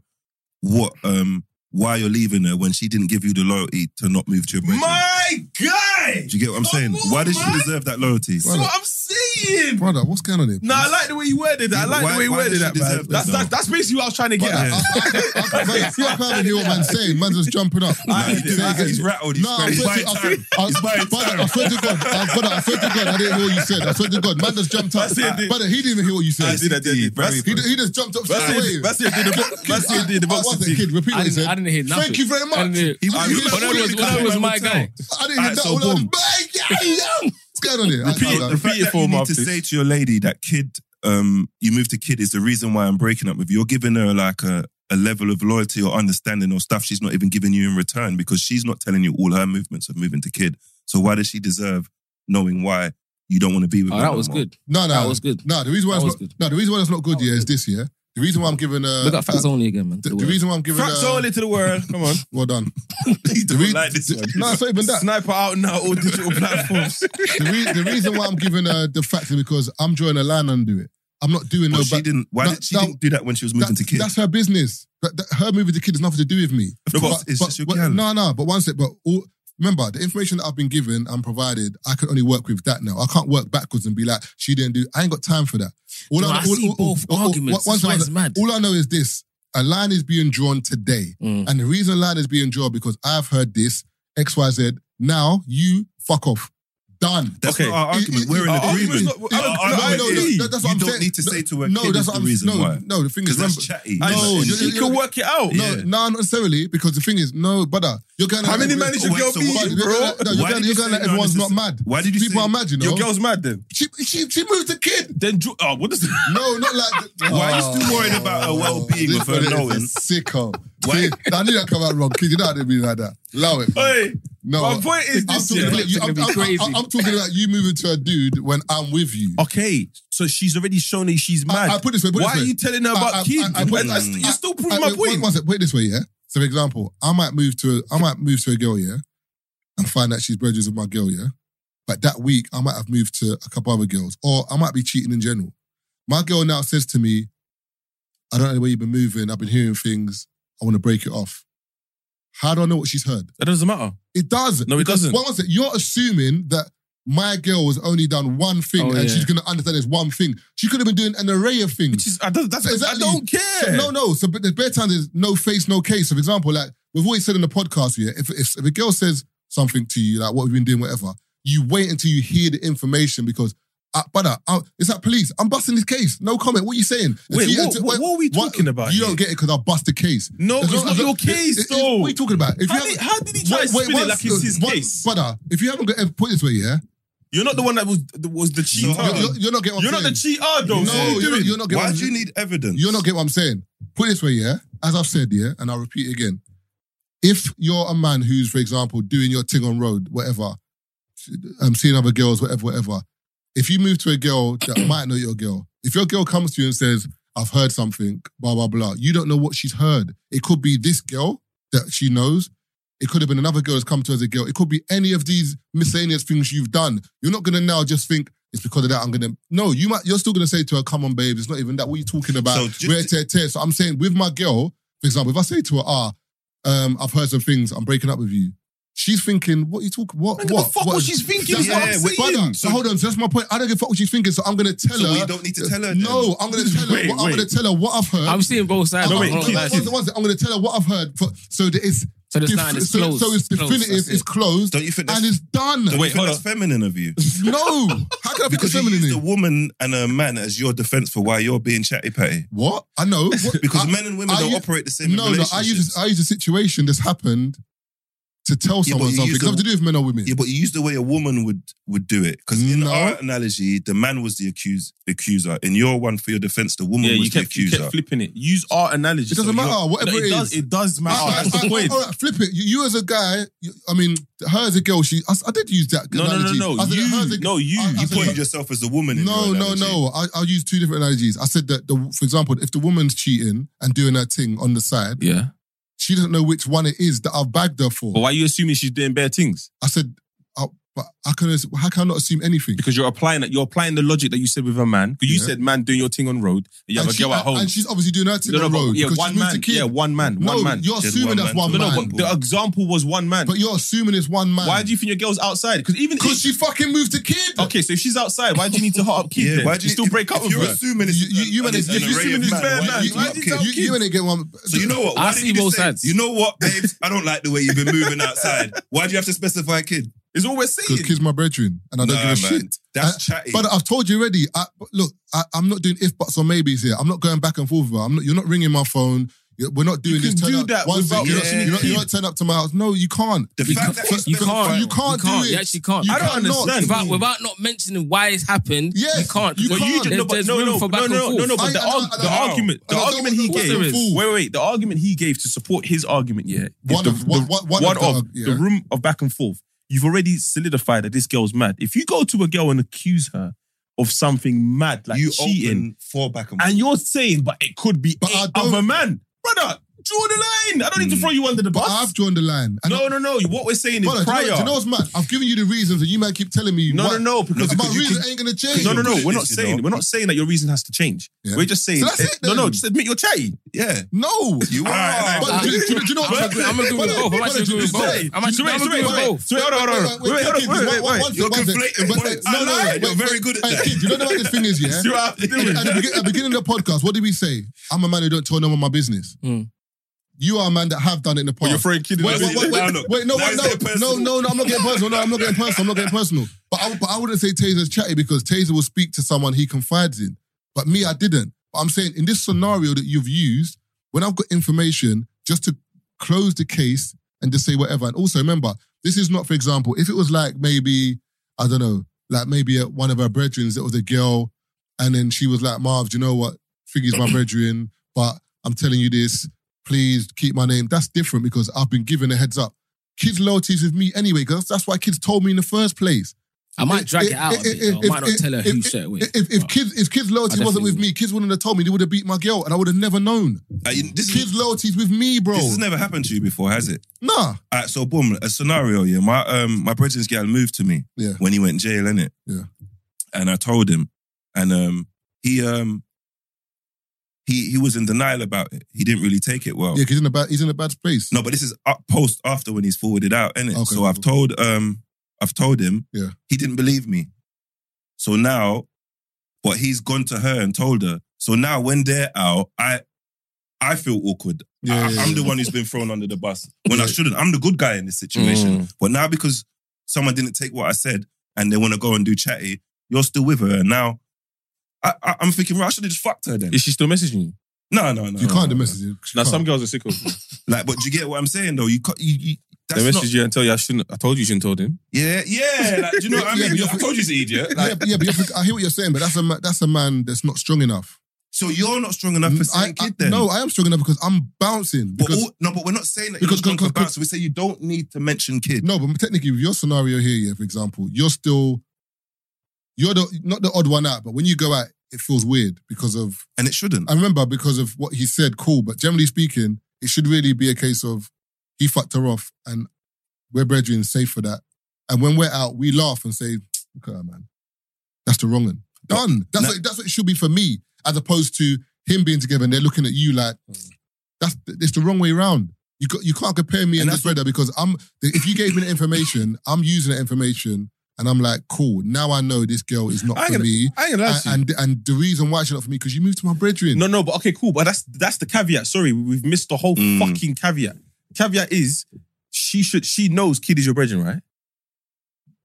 S4: what um why you're leaving her when she didn't give you the loyalty to not move to your bedroom?
S7: My guy,
S4: Do you get what I'm saying?
S7: Come on,
S4: Why does she
S7: man.
S4: deserve that loyalty?
S7: that's what I'm saying.
S6: brother, what's going on here?
S7: No, I like the way you worded that. I like
S4: Why-
S7: the way you
S4: why
S7: worded
S4: does she
S7: that, man.
S4: deserve
S7: That's,
S4: this,
S7: that's, that's basically what I was trying to get
S6: I, I, I,
S7: at.
S6: I, man, I can't even hear what man's saying. Man's just jumping up.
S4: Nah, he
S6: Say
S4: didn't.
S6: again.
S4: he's rattled. He's,
S6: No, I
S4: crazy. he's
S6: swear, to, I,
S4: buying time.
S6: swear, I,
S4: He's buying
S6: brother,
S4: time.
S6: I swear to God, I, brother, I swear to God, I didn't hear what you said. I swear to God, man just jumped up.
S7: That's it, dude.
S6: brother, he didn't even hear what you said.
S7: I did, I did, I did. That's-
S6: He, he just jumped up
S7: That's
S6: straight away.
S7: it. That's it. Did the box? That's it. Did the
S6: I
S7: box?
S6: wasn't kid. Repeat
S5: I
S6: what he
S5: didn't,
S6: said.
S5: I didn't hear nothing.
S6: Thank you very
S5: I
S6: much.
S5: didn't hear-
S4: He
S6: I didn't hear
S5: When I
S6: that.
S5: was, when I was my guy,
S6: I didn't hear
S4: Alright,
S6: that.
S4: so
S6: All I was,
S4: boom.
S6: bang, yeah, yeah. What's going on here?
S7: Repeat
S6: I,
S7: it,
S6: I, I,
S4: the fact
S7: repeat it
S4: that
S7: for
S4: you
S7: him
S4: need to
S7: after
S4: say
S7: this.
S4: to your lady that kid, um, you moved to kid is the reason why I'm breaking up with you. You're giving her like a, a level of loyalty or understanding or stuff she's not even giving you in return because she's not telling you all her movements of moving to kid. So why does she deserve knowing why you don't want to be with
S5: oh,
S4: her?
S5: that
S4: no
S5: was
S4: more?
S5: good.
S6: no, no,
S5: That was good.
S6: No, the reason why it's
S5: That was
S6: not.
S5: good.
S6: No, the reason why it's not good. Yeah, is this. Yeah, the reason why I'm giving. uh,
S5: Look at facts
S6: uh,
S5: only again, man.
S6: The the reason why I'm giving.
S7: Facts
S6: uh,
S7: only to the world. Come on.
S6: Well done.
S4: You
S6: The
S4: don't
S6: re-
S4: like this
S6: the-
S4: one.
S6: No, it's not even that.
S7: Sniper out now, all digital platforms.
S6: the, re- the reason why I'm giving her the fact is because I'm drawing a line under it. I'm not doing
S4: But
S6: no.
S4: she
S6: back-
S4: didn't. Why
S6: that-
S4: did she
S6: that-
S4: didn't do that when she was moving
S6: that-
S4: to kid?
S6: That's her business. That, that, her moving to kid has nothing to do with me.
S4: Of course, it's just your gal.
S6: no, no. But once it, but all, remember the information that I've been given and provided, I can only work with that now. I can't work backwards and be like she didn't do. I ain't got time for that. All
S5: No, I see both arguments.
S6: once
S5: That's why
S6: I know-
S5: it's mad.
S6: all I know is this: a line is being drawn today.
S5: Mm.
S6: And the reason a line is being drawn because I've heard this X Y Z. Now you fuck off. Done.
S4: That's
S7: Okay.
S4: not our
S6: It-
S4: argument.
S6: it-
S4: We're in
S6: our
S4: agreement.
S7: argument's not- I don't-
S4: Our
S7: no, I
S4: argument
S7: know,
S4: is
S7: no,
S6: that- that's what
S4: you
S6: I'm
S4: don't
S6: saying.
S4: need to say to her,
S6: no,
S4: kid
S6: that's
S4: is
S6: what
S4: the
S6: I'm-
S4: reason
S6: no,
S4: why.
S6: No, the thing is,
S4: Because that's
S6: remember-
S4: chatty.
S6: No,
S4: That's-
S6: Oh, you-
S7: You can work it out.
S6: No,
S4: Yeah.
S6: no, not necessarily. Because the thing is, no, brother, you're going.
S7: How many managers
S4: Wait,
S7: your girl
S4: so
S7: be,
S4: what-
S7: bro?
S6: No, you're
S4: Why
S6: going.
S4: did you
S6: You're going.
S4: say
S6: Like
S4: no
S6: everyone's not
S4: necessary?
S6: mad.
S4: Why did you
S6: People
S4: say-
S6: are mad. You know.
S7: Your girl's mad then.
S6: She she she moved the kid.
S7: Then dr- oh, what does
S6: No, not like. the-
S4: Why are you still worried about her well-being
S6: This
S4: with her
S6: brother is a
S4: knowing?
S6: Sicko.
S4: Why-
S6: See, I knew that come out wrong. Kid, you know how they be like that. Allow it. man.
S7: Hey,
S6: No,
S7: my point is
S6: I'm
S7: this,
S6: talking,
S7: yeah.
S6: about you,
S5: It's gonna
S6: I'm,
S5: be
S6: I'm-
S5: crazy.
S6: I'm- I'm talking about you moving to a dude when I'm with you.
S7: Okay, so she's already shown that she's mad.
S6: I put this way, put it
S7: Why
S6: this
S7: are
S6: way.
S7: you telling her
S6: I-
S7: about
S6: I-
S7: kids?
S6: I- I put-
S7: And that's-
S4: Mm.
S7: You're still proving
S6: I-
S7: my
S6: Uh, wait,
S7: point.
S6: One second, put it this way, yeah. So, for example, I might move to a, I might move to a girl, yeah, and find out she's bridges with my girl, yeah. But that week, I might have moved to a couple other girls, or I might be cheating in general. My girl now says to me, "I don't know where you've been moving. I've been hearing things. I want to break it off." How do I know what she's heard?
S7: That doesn't matter.
S6: It does.
S7: No, it doesn't.
S6: What was it? You're assuming that my girl has only done one thing,
S5: Oh,
S6: and
S5: yeah.
S6: she's going to understand there's one thing. She could have been doing an array of things.
S7: She's- I don't, that's,
S6: Exactly.
S7: I don't care.
S6: So, no, no. So, but the bare times is no face, no case. So, for example, like we've always said in the podcast here, if, if, if a girl says something to you, like what we've been doing, whatever, you wait until you hear the information because, uh, brother, uh, it's like police. I'm busting this case. No comment. What are you saying? Until
S7: Wait,
S6: you-
S7: what-
S6: until-
S7: what- what are we talking about
S6: You
S7: here?
S6: don't get it because I bust the case.
S7: No,
S6: As
S7: it's
S6: long
S7: not
S6: as-
S7: your
S6: it-
S7: case,
S6: it- it-
S7: though.
S6: What are you talking about? If
S7: How
S6: you
S7: did,
S6: haven't-
S7: how did he try to spin it
S6: one
S7: like it's
S6: sec-
S7: his
S6: one-
S7: case?
S6: Brother, if you haven't got, if- put it this way, yeah?
S7: You're not the one that was that was the cheater.
S6: You're, you're- you're not getting what
S7: You're
S6: I'm
S7: not the
S6: saying.
S7: cheater, though.
S6: No,
S7: so
S6: you're not-
S7: doing-
S6: you're not getting
S4: Why
S6: what I'm-
S4: do you need evidence?
S6: You're not getting what I'm saying. Put it this way, yeah. As I've said, yeah, and I'll repeat it again. If you're a man who's, for example, doing your thing on road, whatever, um, seeing other girls, whatever, whatever. If you move to a girl that might know your girl, if your girl comes to you and says, "I've heard something," blah blah blah, you don't know what she's heard. It could be this girl that she knows. It could have been another girl that's come to her as a girl. It could be any of these miscellaneous things you've done. You're not gonna now just think it's because of that. I'm gonna no. You might. You're still gonna say to her, "Come on, babe. It's not even that. What are you talking about?
S4: So ju-
S6: Rare tear tear." So I'm saying with my girl, for example, if I say to her, "Ah, um, I've heard some things. I'm breaking up with you," she's thinking, "What are you talking? What?
S7: Man,
S6: what?
S7: the fuck
S6: what
S7: what she's thinking?
S6: yeah,
S7: is what I'm
S4: wait,
S7: saying.
S6: brother, so hold on, so that's my point. I don't give a fuck what she's thinking, so I'm gonna tell
S4: So
S6: her.
S4: we don't need to tell her. then?
S6: No, I'm gonna tell her.
S7: Wait,
S6: what, I'm
S7: wait.
S6: gonna tell her what I've heard.
S5: I'm seeing both sides.
S6: I'm,
S5: No,
S7: wait,
S6: I'm,
S7: keep-
S6: I'm, I'm gonna tell her what I've heard. For, so there is.
S5: So the
S6: Def-
S5: sign is
S6: so,
S5: closed.
S6: so it's
S5: Closed,
S6: definitive,
S5: that's
S6: it's
S5: it.
S6: closed,
S4: Don't you think that's-
S6: and it's done.
S4: Don't you think
S7: hold
S4: that's
S7: on.
S4: feminine of you?
S6: No, how can I pick a
S4: Because you used a
S6: feminine?
S4: woman and a man as your defense for why you're being chatty patty.
S6: What I know what-
S4: Because
S6: I-
S4: men and women
S6: I
S4: don't
S6: u-
S4: operate the same.
S6: No,
S4: in
S6: no, I use
S4: relationships.
S6: I use a situation that's happened to tell
S4: Yeah,
S6: someone
S4: but you
S6: something.
S4: used
S6: Does it have
S4: the-
S6: to do with men or women?
S4: Yeah, but you use the way a woman would would do it. Because in
S6: No.
S4: our analogy, the man was the accused, accuser. In your one for your defense, the woman
S7: Yeah,
S4: was
S7: you
S4: the
S7: kept, you
S4: accuser.
S7: kept flipping it. Use our analogy.
S6: It doesn't matter,
S7: you're-
S6: whatever
S7: no,
S6: it
S7: Does,
S6: is.
S7: it does
S6: I-
S7: matter.
S6: I-
S7: Oh, That's
S6: I-
S7: the point.
S6: all right, flip it. You, you as a guy, you, I mean, her as a girl, she. I, s- I did use that.
S7: No, no, no,
S6: analogy.
S7: no.
S6: I said her as
S7: You,
S6: a-
S7: no, you.
S6: I- I
S7: You
S6: said-
S7: put
S4: Pointed yourself as the woman. In
S6: No,
S4: your
S6: no,
S4: analogy.
S6: no. I, I'll use two different analogies. I said that, the, for example, if the woman's cheating and doing her thing on the side,
S7: Yeah.
S6: she doesn't know which one it is that I've bagged her for.
S7: But why are you assuming she's doing bare things?
S6: I said, I, but I can, how can I not assume anything?
S7: Because you're applying that. You're applying the logic that you said with a man. Because you
S6: Yeah.
S7: said man doing your thing on road. And you have
S6: and
S7: a
S6: she-
S7: girl at home.
S6: And she's obviously doing her thing
S7: no, no,
S6: on the
S7: but-
S6: road.
S7: yeah,
S6: because
S7: one
S6: she moved
S7: man.
S6: to kid.
S7: Yeah, one man.
S6: no,
S7: one man.
S6: you're
S4: Said
S6: assuming
S4: one
S6: that's
S4: man
S6: one
S4: to
S7: No, no,
S6: man.
S7: but the example was one man.
S6: But you're assuming it's one man.
S7: why do you think your girl's outside? Because even
S6: Because she fucking moved to kid.
S7: okay, so if she's outside, why do you need to hot up kids?
S4: Yeah,
S7: then?
S4: why do you
S7: still
S4: if-
S7: break up
S4: if
S7: with
S4: you're
S7: her?
S4: assuming it's
S6: You- you- you and
S4: an- an
S6: it's- if
S4: array
S6: you're
S4: of
S6: assuming it's
S4: man,
S7: bare
S4: why
S7: man,
S4: do you
S7: why
S4: up
S7: do you
S4: kids?
S7: tell
S6: You, you ain't get one.
S4: So you know what?
S5: I
S4: Why did
S5: see
S4: you just
S5: both
S4: say,
S5: sides.
S4: You know what, babes? I don't like the way you've been moving outside. Why do you have to specify kid?
S7: It's all we're
S6: Because
S7: saying.
S6: kid's my brethren, and I don't
S4: Nah,
S6: give a
S4: man.
S6: shit.
S4: That's
S6: Uh,
S4: chatty.
S6: But I've told you already. I, but look, I, I'm not doing if buts or maybes here. I'm not going back and forth. With her. I'm not, you're not ringing my phone. You're- We're not doing
S7: You
S6: this.
S7: can
S6: Turn
S7: do
S6: up.
S7: that
S6: One
S7: without
S6: second, you're,
S4: listening
S6: not, you're,
S4: to
S6: not,
S4: you.
S6: you're not turn up to my house. No, you can't.
S4: the
S6: You
S4: fact
S6: can't-
S4: that
S5: You can't.
S6: You can't
S5: you
S6: do
S5: can't.
S6: it.
S5: You actually can't.
S6: You
S7: I don't
S6: cannot.
S7: understand.
S5: Without, without not mentioning why it's happened,
S6: Yes,
S5: you can't.
S6: you
S5: There's-
S6: can't.
S5: There's,
S7: no, but
S5: there's
S7: no,
S5: room
S7: no,
S5: for back
S7: no,
S5: and
S7: no,
S5: forth.
S7: no, no, but
S6: I-
S7: the,
S6: I- I-
S7: arg-
S6: I-
S7: the
S6: I-
S7: argument, the
S6: I don't
S7: argument he
S6: want to
S7: gave,
S5: fall
S7: wait,
S5: in fool.
S7: wait, wait, the argument he gave to support his argument, yeah, is
S6: One
S7: the,
S6: of- one-
S7: the-
S6: one- one of the
S7: of
S6: arg- yeah.
S7: the room of back and forth. You've already solidified that this girl's mad. If you go to a girl and accuse her of something mad, like
S4: you
S7: cheating,
S4: open four back and
S7: and you're saying, but it could be
S6: But
S7: but
S6: I
S7: eight
S6: don't- Hmm.
S7: other man, brother, draw the line. I don't need to
S4: Mm.
S7: throw you under the
S6: But
S7: bus.
S6: I've drawn the line. And
S7: no, no, no. What we're saying is
S6: Brother, do
S7: prior.
S6: you, know, do you know what's mad? I've given you the reasons, and you might keep telling me.
S7: No,
S6: what,
S7: no, no, because-
S6: my
S7: because you
S6: reasons
S7: can-
S6: ain't gonna change.
S7: no, no, no.
S4: You're
S7: We're
S4: good
S7: not
S4: at this, you
S7: saying
S4: know.
S7: we're not saying that your reason has to change.
S6: Yeah.
S7: We're just saying
S6: So that's it
S7: no, no.
S6: then.
S7: Just admit you're chatty.
S4: Yeah.
S6: No,
S4: You are.
S6: But do, you- do you- do you know what?
S5: I'm agreeing- I'm agreeing with both. I'm actually agreeing with both. I'm actually
S7: Wait,
S5: agreeing
S7: wait,
S5: with
S7: wait.
S5: both.
S7: Wait, hold on, hold on. Wait, hold on, wait, wait, wait.
S4: You're conflating both. I lied. You're very good at that.
S6: Kid, you know what the thing is, yeah?
S7: See what I'm doing?
S6: At the, begin- at the beginning of the podcast, what did we say? I'm a man who don't tell no one my business.
S5: Mm.
S6: You are a man that have done it in the past.
S7: your friend kid
S6: Wait, wait,
S7: is-
S6: wait,
S4: Now
S6: wait,
S4: look,
S6: wait, no,
S4: now
S6: wait,
S4: it's
S6: no,
S4: getting
S6: no,
S4: personal.
S6: no, no, I'm not getting personal. No, I'm not getting personal. I'm not getting personal. But I, but I wouldn't say Taser's chatty because Taser will speak to someone he confides in. But me, I didn't. But I'm saying in this scenario that you've used, when I've got information just to close the case and just say whatever. And also remember, this is not, for example, if it was like maybe, I don't know, like maybe uh one of her brethren that was a girl, and then she was like, Marv, do you know what? Figgy's my brethren, but I'm telling you this, please keep my name. That's different because I've been given a heads up. Kids' loyalties with me anyway, because that's why kids told me in the first place.
S5: I might drag it out a bit. though. I might not
S6: If-
S5: tell her who
S6: if-
S5: straight away.
S6: If, if
S5: But
S6: kids if kids' loyalty
S5: I
S6: wasn't with
S5: definitely
S6: me, kids wouldn't have told me. They would have beat my girl, and I would have never known.
S4: Uh, you- this,
S6: Kids'
S4: is,
S6: loyalties with me, bro.
S4: this has never happened to you before, has it?
S6: nah.
S4: All right, so boom, a scenario. Yeah, my um my brethren's girl moved to me
S6: Yeah.
S4: when he went jail, innit?
S6: Yeah.
S4: And I told him, and um he um he he was in denial about it. He didn't really take it well.
S6: Yeah, 'cause he's in a bad he's in a bad space.
S4: No, but this is up post after when he's forwarded out, innit?
S6: Okay,
S4: so I've
S6: cool.
S4: told um I've told him.
S6: Yeah.
S4: He didn't believe me. So now, but he's gone to her and told her. So now when they're out, I I feel awkward.
S6: Yeah,
S4: I,
S6: yeah,
S4: I'm
S6: yeah.
S4: the one who's been thrown under the bus when I
S6: Yeah.
S4: shouldn't. I'm the good guy in this situation.
S7: Mm.
S4: But now because someone didn't take what I said and they want to go and do chatty, you're still with her. And now I, I, I'm thinking, well, I should have just fucked her then.
S7: Is she still messaging you?
S4: No, no, no.
S6: You can't
S4: no,
S6: have
S4: no.
S6: message him.
S7: Now some girls are sick of.
S4: Like, but do you get what I'm saying though? You can't. You, you,
S7: They
S4: that's not,
S7: message you and tell you I shouldn't. I told you you shouldn't told him.
S4: Yeah, yeah. Like, do you know what I
S6: Yeah,
S4: mean?
S6: but you're-
S4: I told you he's an idiot. Like,
S6: yeah, but- yeah, but you're- I hear what you're saying, but that's a ma- that's a man that's not strong enough.
S4: so you're not strong enough for
S6: Mm, I,
S4: saying
S6: I-
S4: kid then.
S6: no, I am strong enough because I'm bouncing.
S4: but
S6: Because
S4: all, no, but we're not saying that
S6: because-
S4: because you're
S6: because-
S4: not about. So we say you don't need to mention kid.
S6: no, but technically, with your scenario here, yeah, for example, you're still you're the not the odd one out, but when you go out, it feels weird because of
S4: and it shouldn't.
S6: I remember because of what he said. Cool, but generally speaking, it should really be a case of he fucked her off, and we're brethren safe for that. And when we're out, we laugh and say, "Look at her, man. That's the wrong one. Done. That's
S4: No.
S6: what, that's what it should be for me, as opposed to him being together and they're looking at you like
S4: Mm.
S6: that's it's the wrong way around. You got, you can't compare me and,
S4: And
S6: this
S4: that's what-
S6: brother because I'm if you gave me the information, I'm using the information, and I'm like, cool. Now I know this girl is not
S7: I ain't
S6: for
S7: gonna-
S6: me.
S7: I ain't gonna lie
S6: And,
S7: to you.
S6: and and the reason why she's not for me because you moved to my brethren.
S7: No, no, but okay, cool. But that's that's the caveat. Sorry, we've missed the whole
S4: Mm.
S7: fucking caveat. Caveat is she should she knows kid is your brethren, right?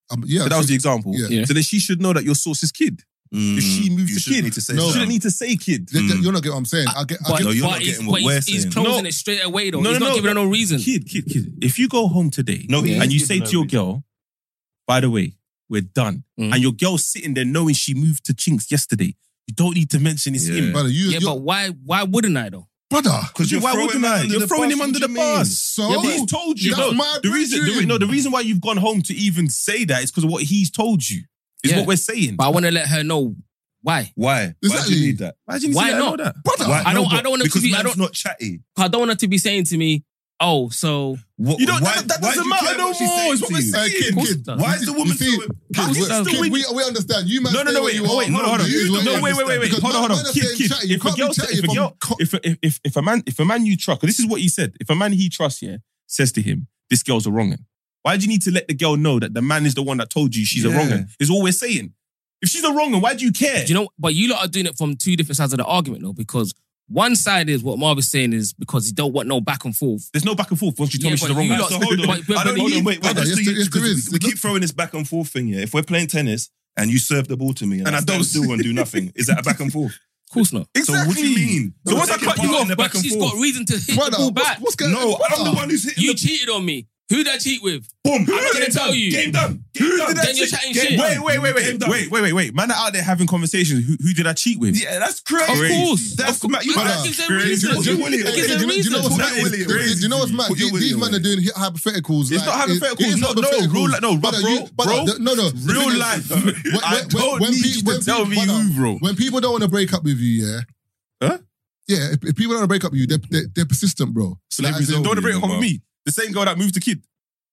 S6: Um, yeah,
S7: So that was the example.
S6: Yeah.
S5: Yeah.
S7: So then she should know that your source is kid. If she
S4: Mm,
S7: moved
S4: you
S7: to
S4: shouldn't
S7: kid,
S4: need to say
S7: she
S4: that.
S7: shouldn't need to say kid.
S6: Th- th-
S4: Mm.
S6: you're not getting what I'm saying. I get, I
S5: But,
S6: get
S4: No, you're
S5: but
S4: not
S5: he's-
S4: getting what
S5: but
S4: we're
S5: he's, he's
S4: saying.
S5: closing
S7: No.
S5: it straight away though.
S7: No,
S5: he's
S7: no,
S5: not
S7: no,
S5: giving her no reason.
S7: Kid, kid, kid. If you go home today
S4: No, he
S5: Yeah.
S7: and you
S4: he's
S7: say
S4: giving
S7: to your
S4: her
S7: girl, by the way, we're done,
S5: Mm.
S7: and your girl's sitting there knowing she moved to Chinks yesterday, you don't need to mention it's
S4: Yeah.
S7: him.
S6: brother. You,
S5: Yeah,
S6: you're,
S5: but why? Why wouldldn't I though?
S6: brother.
S4: because you're
S7: Why
S4: throwing
S7: wouldn't
S4: him
S7: I?
S4: under
S7: You're
S4: the
S7: throwing
S4: bus,
S7: him
S4: what
S7: under
S4: do
S7: the
S4: you
S7: bus.
S4: mean?
S6: So
S5: Yeah, but
S7: He's told you.
S6: That's
S7: no,
S6: my
S7: the reason, the, re-
S6: brethren.
S7: no, the reason why you've gone home to even say that is because of what he's told you. Is
S5: Yeah.
S7: what we're saying.
S5: But I want to let her know why.
S4: Why? Why do
S6: Exactly.
S4: you need that?
S7: Why didn't
S5: Why
S7: you say
S5: not?
S7: that? I know that.
S6: brother.
S4: Why?
S5: I don't-
S4: but-
S5: I don't wanna
S4: because
S5: be- I
S4: man's
S5: don't-
S4: not chatty.
S5: 'Cause I don't want her to be saying to me, "Oh, so
S4: What,
S7: You don't.
S4: why,
S7: that, that
S4: why
S7: doesn't
S4: do you
S7: matter
S4: care
S7: no
S4: what she's
S7: more.
S4: saying
S7: Is what
S4: to
S7: we're
S4: you?
S6: Hey,
S7: saying.
S6: kid,
S5: Course
S6: kid.
S5: it does.
S4: Why is the woman
S6: You see-
S4: doing-
S6: Kid,
S7: How is
S6: we-
S7: that
S6: kid,
S7: doing-
S6: we, we understand. You man.
S7: No, no,
S6: stay
S7: no,
S6: where
S7: wait,
S6: you
S7: oh,
S6: are.
S7: wait, hold on, hold on.
S6: You is
S4: You
S6: where
S4: don't-
S7: No,
S6: you
S7: wait,
S6: are.
S7: wait, wait, wait.
S6: Because
S7: Hold on,
S6: man- man
S7: hold on.
S6: are
S7: Kid,
S6: saying
S7: kid,
S6: chat, you
S7: if a
S6: can't be
S7: girl, sa-
S6: chatty
S7: if a
S6: from
S7: girl,
S6: co-
S7: if, if, if, if a man, if a man you trust, 'cause this is what he said. If a man he trusts, yeah, says to him, this girl's a wrong 'un," Why do you need to let the girl know that the man is the one that told you she's a
S4: Yeah.
S7: wrong 'un? Is all we're saying. If she's a wrong 'un, why do you care?
S5: Do you know, but you lot are doing it from two different sides of the argument though, because one side is what Marv is saying is because you don't want no back and forth.
S7: There's no back and forth once you tell
S5: Yeah,
S7: me
S5: but
S7: she's the wrong
S5: you
S7: 'un.
S5: lot-
S4: So hold on.
S5: but- but-
S4: I don't
S5: but
S4: hold
S5: you-
S4: on, wait, wait.
S6: Brother,
S4: just
S6: yes,
S4: so you-
S6: there- yes, there
S4: because
S6: is.
S4: We keep throwing this back and forth thing here. If we're playing tennis and you serve the ball to me and, I, don't do and do nothing, is that a back and forth?
S5: Of course not.
S4: So what do you
S7: Exactly.
S4: mean?
S7: So once I
S4: Taking
S7: cut you
S4: part in
S7: off,
S4: the
S5: But
S4: back and
S5: she's
S4: forth.
S5: got reason to hit
S6: Brother,
S5: the ball
S6: what's-
S5: back.
S6: what's going on?
S4: No, I'm the one who's hitting
S5: you
S4: the
S5: cheated on me. Who did I cheat with?
S4: boom. I'm
S5: gonna tell you.
S4: Game done. Game done.
S5: Then you're chatting shit.
S7: Wait, wait,
S4: Game
S7: wait, wait,
S4: done.
S7: wait, wait, wait, wait. Man are out there having conversations. Who, who did I cheat with?
S4: Yeah, that's crazy.
S5: Of course.
S4: That's
S5: Of course.
S4: mad. You
S5: But
S4: know,
S5: that gives them
S4: crazy.
S5: reason.
S4: Put your willy
S5: That
S4: away.
S6: Hey, do you-
S5: gives them
S6: do you know
S5: reason.
S6: what's
S4: Put
S6: mad?
S4: your willy away.
S6: Do you know what's mad?
S4: Put your
S6: These-
S4: willy
S6: These men
S4: away.
S6: are doing hy- hypotheticals.
S7: It's
S6: like,
S7: not
S6: it
S7: hypotheticals.
S6: is
S7: No, no,
S6: hypotheticals.
S7: real li- no,
S6: Brother,
S7: bro,
S6: you- brother,
S7: bro,
S6: the- no, no. The
S7: Real
S6: thing is-
S7: life.
S6: When-
S7: I
S6: when-
S7: don't
S6: when
S7: need
S6: pe-
S7: you
S6: when
S7: to tell me
S6: people- brother,
S7: who, bro.
S6: When people don't want to break up with you, yeah.
S7: Huh?
S6: Yeah, if, if people don't want to break up with you, they're, they're, they're persistent, bro. Like,
S7: Slavery's
S6: as in,
S7: over. Don't want to break
S4: you
S7: up with
S4: know,
S7: me. The same girl that moved to kid.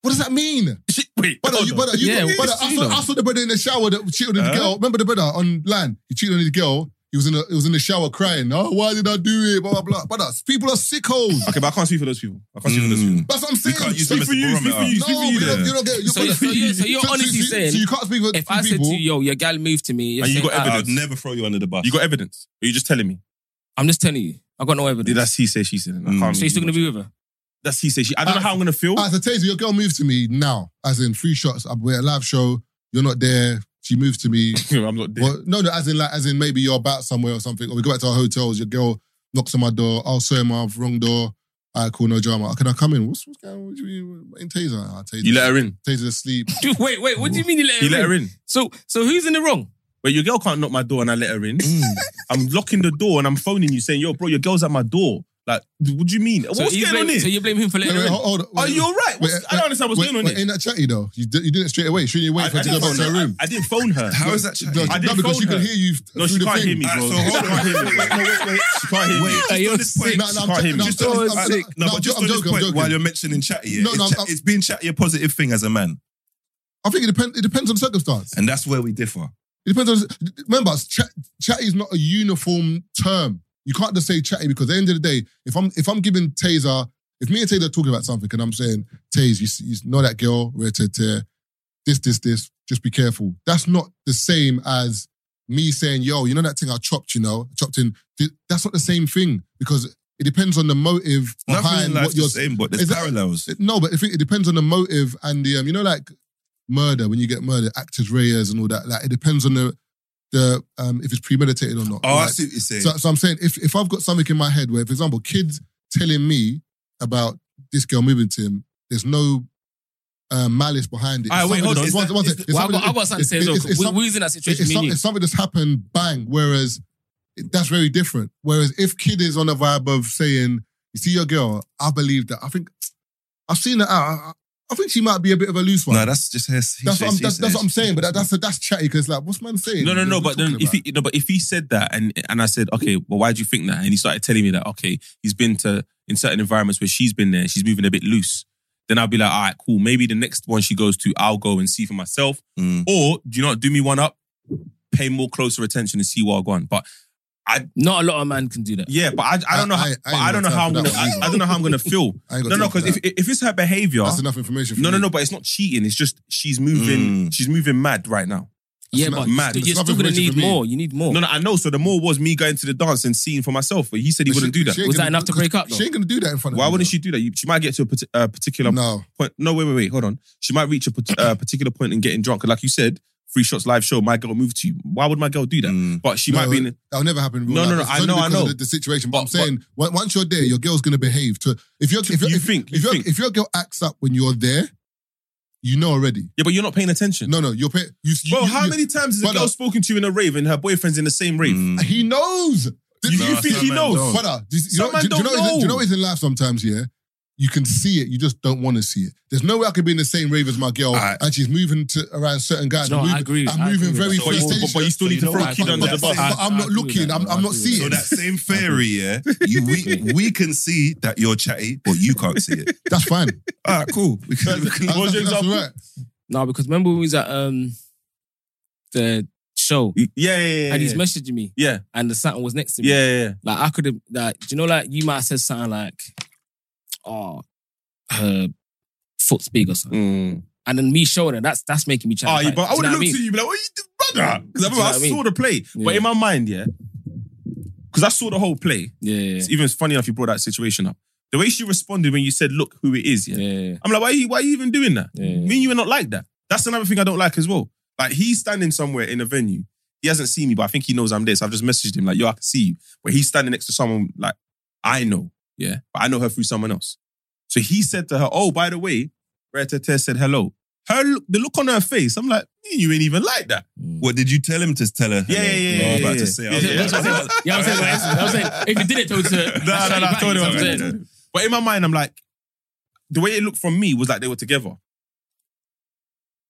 S6: What does that mean?
S7: Shit, wait.
S6: Brother,
S7: hold
S6: you,
S7: on.
S6: brother, you,
S5: Yeah,
S6: brother
S5: it's
S6: I,
S5: true,
S6: saw,
S5: though.
S6: I saw the brother in the shower that cheated on the
S7: Huh?
S6: girl. Remember the brother on land? He cheated on his girl. He was in the, he was in the shower crying. Oh, why did I do it? Blah, blah, blah. Brother, people are sickos.
S7: Okay, but I can't speak for those people. I can't speak for those people.
S4: Mm.
S6: That's what I'm
S4: We
S6: saying.
S4: can't use
S6: So-
S4: them as a
S7: for you,
S4: barometer.
S7: Hmm. speak for you.
S6: No, you
S4: there.
S6: don't, you don't get you
S5: So
S6: brother,
S5: you- so you- so you're honestly
S6: you-
S5: saying,
S6: So you can't speak for
S5: If
S6: for
S5: I said
S6: people.
S5: to you, yo, your gal moved to me, you're
S7: And Oh, you
S5: saying,
S7: got
S5: "Ah,
S7: evidence.
S4: I'd never throw you under the bus.
S7: You got evidence? Or you just telling me?
S5: I'm just telling you, I got no evidence.
S7: That's he say, she said. and I
S4: Mm.
S7: can't.
S5: so you're still gonna be with her?
S7: That's he say, she. I don't know how I'm gonna feel.
S6: As a Ah, taser, your girl moves to me now, as in three shots. I'm- We're at a live show. You're not there. She moves to me.
S7: I'm not there.
S6: Well, no, no, as in like, as in maybe you're about somewhere or something, or we go back to our hotels. Your girl knocks on my door. I'll say my wrong door. I call no drama. Can I come in? What's, what's going on? What do you mean? In taser, I taser.
S7: You let her in.
S6: taser's asleep.
S5: Dude, wait, wait. What do you mean you let her?
S7: You let
S5: in?
S7: her in.
S5: So, so who's in the wrong?
S7: But your girl can't knock my door and I let her in. I'm locking the door and I'm phoning you saying, yo, bro, your girl's at my door. Like, what do you mean?
S5: So
S7: What's
S5: you
S7: going on
S5: blame-
S7: here?
S5: So you blame him for
S6: Wait,
S5: letting her
S6: wait,
S5: in?
S6: hold, hold on.
S7: Are you all right? What's-
S6: Wait,
S7: I don't understand what's
S6: wait,
S7: going on
S6: wait,
S7: here.
S6: Ain't that chatty though? You, did, you did it straight away. Shouldn't you wait for her to go
S7: didn't
S6: back to
S7: phone
S6: her room?
S7: I didn't phone her.
S4: How is that chatty?
S6: No,
S7: I
S6: no,
S7: didn't
S6: because
S7: phone
S6: she could
S7: her.
S6: hear you
S7: No,
S6: through
S7: she
S6: the
S7: can't
S6: thing.
S7: hear me,
S4: Alright,
S7: bro.
S4: so
S7: She
S4: hold on.
S7: can't hear me.
S4: Wait, no, wait, wait.
S7: She can't hear me.
S4: Wait, just
S5: you're
S4: on this point.
S6: No, no,
S7: She can't
S6: I'm,
S7: hear me.
S6: I'm,
S7: Just
S6: I'm,
S5: always
S6: I'm,
S5: sick.
S4: No, but just
S6: I'm
S4: on this
S6: joking, I'm
S4: point,
S6: joking.
S4: while you're mentioning chatty, yeah,
S6: No, no,
S4: it's,
S6: I'm-
S4: chat, it's being chatty a positive thing as a man,
S6: I think it depends. It depends on circumstance.
S4: and that's where we differ.
S6: It depends on. Remember, chat, chatty is not a uniform term. You can't just say chatty because at the end of the day, if I'm if I'm giving Taser, if me and Taser are talking about something and I'm saying Taser, you, s- you know that girl, rare tear, tear, this this this, just be careful. That's not the same as me saying, yo, you know that thing I chopped, you know, chopped in. Th- That's not the same thing because it depends on the motive
S4: Nothing
S6: behind
S4: in life's
S6: what you're
S4: the same, but there's
S6: Is that-
S4: parallels.
S6: It- No, but I think it depends on the motive and the um, you know, like murder when you get murdered, actors, Reyes, and all that. Like it depends on the the um if it's premeditated or not.
S4: oh, I
S6: Like,
S4: see what you're saying.
S6: so, so I'm saying if if I've got something in my head where, for example, kids telling me about this girl moving to him, there's no uh, malice behind it.
S7: Alright,
S6: It's
S7: wait,
S6: something
S7: hold on.
S6: that's-
S7: Is
S6: one-
S7: that-
S6: one
S7: is
S6: second.
S7: that-
S6: It's
S5: Well, I
S6: something-
S5: got, I got something to say as well.
S6: it's- it's
S5: We-
S6: some-
S5: we was in that
S6: it's,
S5: situation. me and
S6: some-
S5: you.
S6: it's something that's happened bang whereas it- that's very different whereas if kid is on a vibe of saying you see your girl I believe that I think I've seen that out I, I think she might be a bit of a loose one
S4: no, that's just his. he
S6: that's,
S4: says,
S6: what I'm,
S4: she
S6: that's, that's
S4: says.
S6: what I'm saying but that, that's that's chatty because like what's man saying
S7: No, no, no.
S6: What are
S7: But
S6: we
S7: then
S6: talking
S7: if
S6: about?
S7: he, no, but if he said that and and I said, okay, well, why do you think that? And he started telling me that, okay, he's been to in certain environments where she's been there, she's moving a bit loose. Then I'll be like, all right, cool. Maybe the next one she goes to, I'll go and see for myself.
S4: Mm.
S7: Or do you not do me one up? Pay more closer attention and see where I've gone. But
S5: Not a lot of man can do that.
S7: yeah, but I, I don't know.
S6: I-
S7: How,
S6: I- I
S7: but
S6: ain't
S7: I don't know
S6: got
S7: how
S6: time
S7: I'm
S6: for
S7: gonna.
S6: that
S7: I,
S6: one
S7: I don't know how I'm gonna feel.
S6: I ain't got
S7: No, no,
S6: time for
S7: because if
S6: that.
S7: if it's her behavior,
S6: that's enough information for
S7: no, no,
S6: me.
S7: no. But it's not cheating. It's just no, no, no. But she's moving. She's moving mad right now.
S5: yeah,
S6: not
S5: but
S4: mad.
S5: you're
S6: That's
S5: still gonna
S6: information
S5: need
S6: for me.
S5: more. You need more.
S7: No, no, I know. So the more was me going to the dance and seeing for myself. But he said he wouldn't do that.
S5: Was that enough to break up, though?
S6: She ain't gonna do that in front of
S7: Why
S6: me,
S7: wouldn't
S6: though.
S7: she do that? You- She might get to a, parti- a particular
S6: No,
S7: point. No, wait, wait, wait. Hold on. She might reach a pat- uh, particular point in getting drunk. Like you said, free shots live show. My girl moved to you. Why would my girl do that?
S4: Mm.
S7: But she
S6: No,
S7: might be in.
S6: that'll never happen. in real
S7: No,
S6: life.
S7: no, no,
S6: It's
S7: I
S6: only
S7: know, I
S6: because of
S7: know.
S6: The, the situation, but, I'm
S7: But-
S6: saying on- once you're there, your girl's gonna behave. To if your if your
S7: you
S6: if,
S7: think,
S6: if
S7: you
S6: your
S7: think.
S6: if your girl acts up when you're there, you know already.
S7: Yeah, but you're not paying attention.
S6: No, no, you're pay, you, you.
S7: Bro,
S6: you-
S7: how
S6: you-
S7: many times has a
S6: Brother.
S7: girl spoken to you in a rave and her boyfriend's in the same rave?
S4: Mm.
S6: He knows. Did
S7: You- you think he knows?
S6: Brother, do you, you
S7: Some
S6: know,
S7: man
S6: do, do you know,
S7: don't
S6: what it is- do you know
S7: know.
S6: what it is in life sometimes, yeah? You can see it, you just don't want to see it. There's no way I could be in the same rave as my girl
S4: Alright.
S6: and she's moving to around certain guys.
S5: No,
S6: I'm
S5: I
S6: moving,
S5: agree with-
S6: I'm
S5: I agree
S6: moving
S5: with
S6: very
S5: that.
S7: But, you,
S5: So
S6: fast.
S5: you-
S7: but, but you still
S5: so
S7: need
S5: you know
S7: to throw
S5: what
S7: a kid
S5: I
S7: under
S5: think
S7: the
S5: about
S7: bus.
S5: that?
S6: But I'm
S5: I
S6: not
S5: agree with
S6: looking,
S5: that,
S6: I'm
S5: bro. I
S6: I'm not
S5: agree with
S6: seeing
S4: So
S6: it.
S4: that same theory, yeah, you, we we can see that you're chatty, but you can't see it.
S6: That's fine.
S4: All right, cool. We can, we can-
S6: That's-
S7: was your
S6: that's
S7: example?
S6: right.
S5: No, because remember when we was at um the show
S7: Yeah, yeah, yeah. yeah,
S5: and he's
S7: yeah.
S5: messaging me
S7: yeah,
S5: and the Saturn was next to me.
S7: yeah, yeah, yeah.
S5: Like I could have like do you know like you might have said something like, oh, her foot's big or something. And then me showing her, that's that's making me
S7: Oh,
S5: challenge.
S7: yeah, but I would have looked
S5: mean?
S7: at you and be like, what you doing, brother? Because I,
S5: Do you know
S7: remember
S5: what
S7: I
S5: I mean?
S7: saw the play. But
S5: Yeah.
S7: in my mind, yeah, because I saw the whole play.
S5: Yeah, yeah,
S7: It's even funny enough you brought that situation up. The way she responded when you said, look who it is, yeah.
S5: yeah, yeah.
S7: I'm like, why are you, why are you even doing that?
S5: Yeah.
S7: Me and you are not like that. That's another thing I don't like as well. Like he's standing somewhere in a venue. He hasn't seen me, but I think he knows I'm there. So I've just messaged him like, yo, I can see you. But he's standing next to someone like I know. Yeah. But I know her through someone else. So he said to her, oh, by the way, Retete said hello. Her look, the look on her face, I'm like, "Me and you ain't even like that.
S5: Mm.
S4: what did you tell him to tell her?
S7: Yeah, yeah, yeah,
S4: I was
S7: yeah,
S4: about
S7: yeah.
S4: to say. I
S7: Yeah,
S4: was
S5: Yeah,
S4: about to
S5: that's what
S4: say.
S5: I'm saying. Yeah, I'm saying, but I'm saying, if you did it, told her. No,
S7: No, no, no, I told him. I
S5: I'm
S7: told
S5: saying.
S7: him. But in my mind, I'm like, the way it looked from me was like they were together.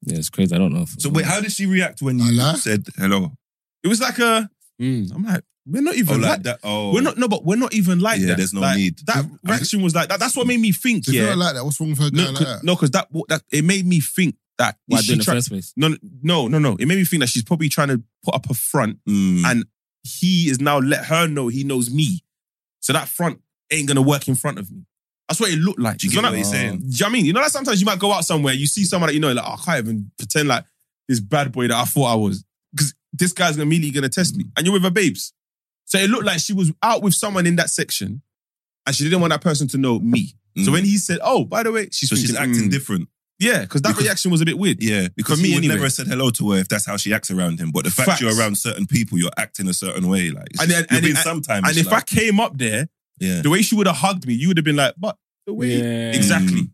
S5: Yeah, it's crazy. I don't know.
S4: So wait, how did she react when you
S6: Hello?
S4: said hello?
S7: It was like a,
S5: Hmm.
S7: mm, I'm like, we're not
S4: Oh,
S7: even like
S4: like
S7: that.
S4: that? Oh,
S7: We're not no, but we're not even like
S4: Yeah,
S7: that.
S4: there's no
S7: Like,
S4: need.
S7: That
S6: I-
S7: reaction was like that. That's what made me think.
S6: So if you're
S7: yeah,
S6: not like that, what's wrong with her
S7: no,
S6: going like
S7: 'cause-
S6: that?
S7: no, because that that it made me think that
S5: Why
S7: is
S5: do it in
S7: she
S5: the
S7: try-
S5: first place?
S7: no, no, no, no. It made me think that she's probably trying to put up a front.
S4: Mm.
S7: And He is now let her know he knows me, so that front ain't gonna work in front of me. That's what it looked like.
S4: Do you
S7: So
S4: get
S7: now-
S4: what he's saying?
S7: Do you know what I mean? You know that sometimes you might go out somewhere, you see someone that you know, like, oh, I can't even pretend like this bad boy that I thought I was. Because this guy's immediately gonna test me. And you're with her babes. So it looked like she was out with someone in that section and she didn't want that person to know me. So
S4: Mm.
S7: when he said, Oh, by the way, she's,
S4: so she's
S7: thinking,
S4: acting
S7: "Mm."
S4: different.
S7: Yeah, because that
S4: Because-
S7: reaction was a bit weird.
S4: Yeah, because
S7: For me
S4: he would
S7: anyway.
S4: never have said hello to her if that's how she acts around him. But the fact
S7: Facts.
S4: you're around certain people, you're acting a certain way. Like, it's
S7: And-
S4: just-
S7: and-
S4: you're
S7: and-
S4: being sometimes.
S7: And if I came up there,
S4: yeah,
S7: the way she would have hugged me, you would have been like, But the way
S5: Yeah,
S7: Exactly.
S4: Mm.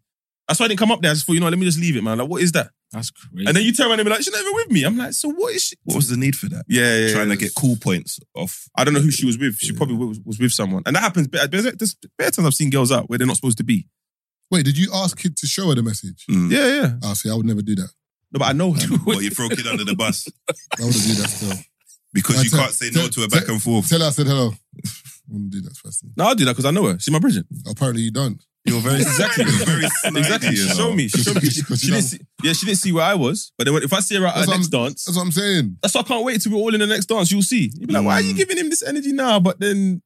S7: That's why I didn't come up there. I just thought, you know, what, let me just leave it, man. Like, what is that?
S5: That's crazy.
S7: And then you turn around and be like, she's not even with me. I'm like, so what is she?
S4: what was the need for that?
S7: Yeah, yeah, yeah.
S4: Trying to get cool points off.
S7: I don't know who she was with. She
S4: Yeah.
S7: probably was, was with someone, and that happens. Better, there's, there's better times I've seen girls out where they're not supposed to be.
S6: Wait, did you ask kid to show her the message?
S4: Mm.
S7: Yeah, yeah.
S6: Ah, see, I would never do that.
S7: No, but I know her.
S4: Well, you throw a kid under the bus
S6: I would do that still.
S4: because
S6: I
S4: you
S6: tell-
S4: can't say no
S6: tell-
S4: to her back and forth.
S6: Tell her I said hello. I wouldn't do that first thing.
S7: no, I'll do that because I know her. She's my Bridget.
S6: Apparently, you don't.
S4: You're very
S7: Exactly.
S4: You're very snidey,
S7: Exactly.
S4: you
S7: She
S4: know.
S7: showed me. She showed me. She,
S6: Because
S7: she
S6: you
S7: didn't
S6: know-
S7: see, yeah, she didn't see where I was. But then if I see her at
S6: That's
S7: her
S6: what
S7: next
S6: I'm-
S7: dance,
S6: That's what I'm saying.
S7: that's why I can't wait till we're all in the next dance. You'll see. You'll be like, why are you
S4: Mm.
S7: giving him this energy now? But then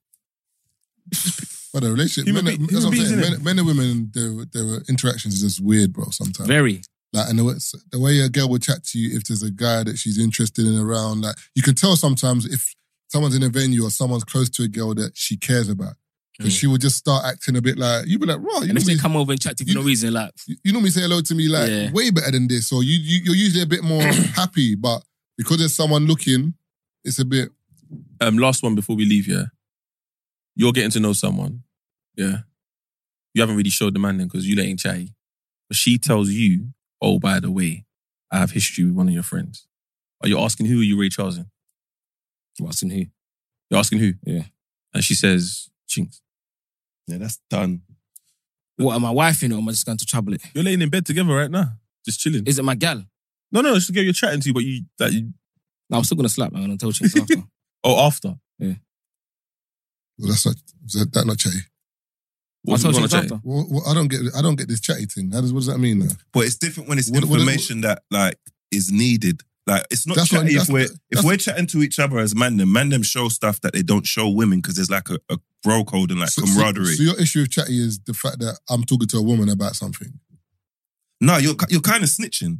S6: But the relationship,
S7: Human
S6: men,
S7: be-
S6: that's what I'm
S7: human
S6: saying.
S7: beings,
S6: Men, men and women, their, their interactions is just weird, bro. Sometimes,
S5: Very.
S6: like, and the, way- the way a girl will chat to you if there's a guy that she's interested in around, like, you can tell sometimes if someone's in a venue or someone's close to a girl that she cares about, because she will just start acting a bit like you. Be like, right, you
S5: And if they
S6: normally,
S5: come over and chat to you for no reason, like,
S6: you normally say hello to me like
S5: Yeah.
S6: way better than this, or you, you you're usually a bit more happy, but because there's someone looking, it's a bit.
S7: um, last one before we leave, yeah. You're getting to know someone, yeah. You haven't really showed the man then because you lot ain't chatty. But she tells you, oh, by the way, I have history with one of your friends. Are you asking who are you Ray Charles in?
S5: what's in here?
S7: You're asking who?
S5: Yeah.
S7: And she says, Chinks.
S4: Yeah, that's done.
S5: What am I wife in or am I just going to trouble it?
S7: You're laying in bed together right now, just chilling.
S5: Is it my gal?
S7: no, no, it's the girl you're chatting to, but you, that you
S5: No, I'm still gonna slap her and I'll tell chicks after.
S7: oh, after.
S6: Well, that's not is that that not chatty.
S5: I'll
S7: What's
S5: tell
S7: going on
S5: chicks
S7: chat?
S5: after.
S6: Well, well, I don't get I don't get this chatty thing. How does what does that mean? Now?
S4: But it's different when it's
S6: What- what-
S4: information that like is needed. Like it's not
S6: That's what-
S4: chatty
S6: that's-
S4: if we're if
S6: that's-
S4: we're chatting to each other as man them, man them show stuff that they don't show women because there's like a, a bro code and like camaraderie.
S6: So, your issue with chatty is the fact that I'm talking to a woman about something.
S4: no, you're ki- you're kind of snitching.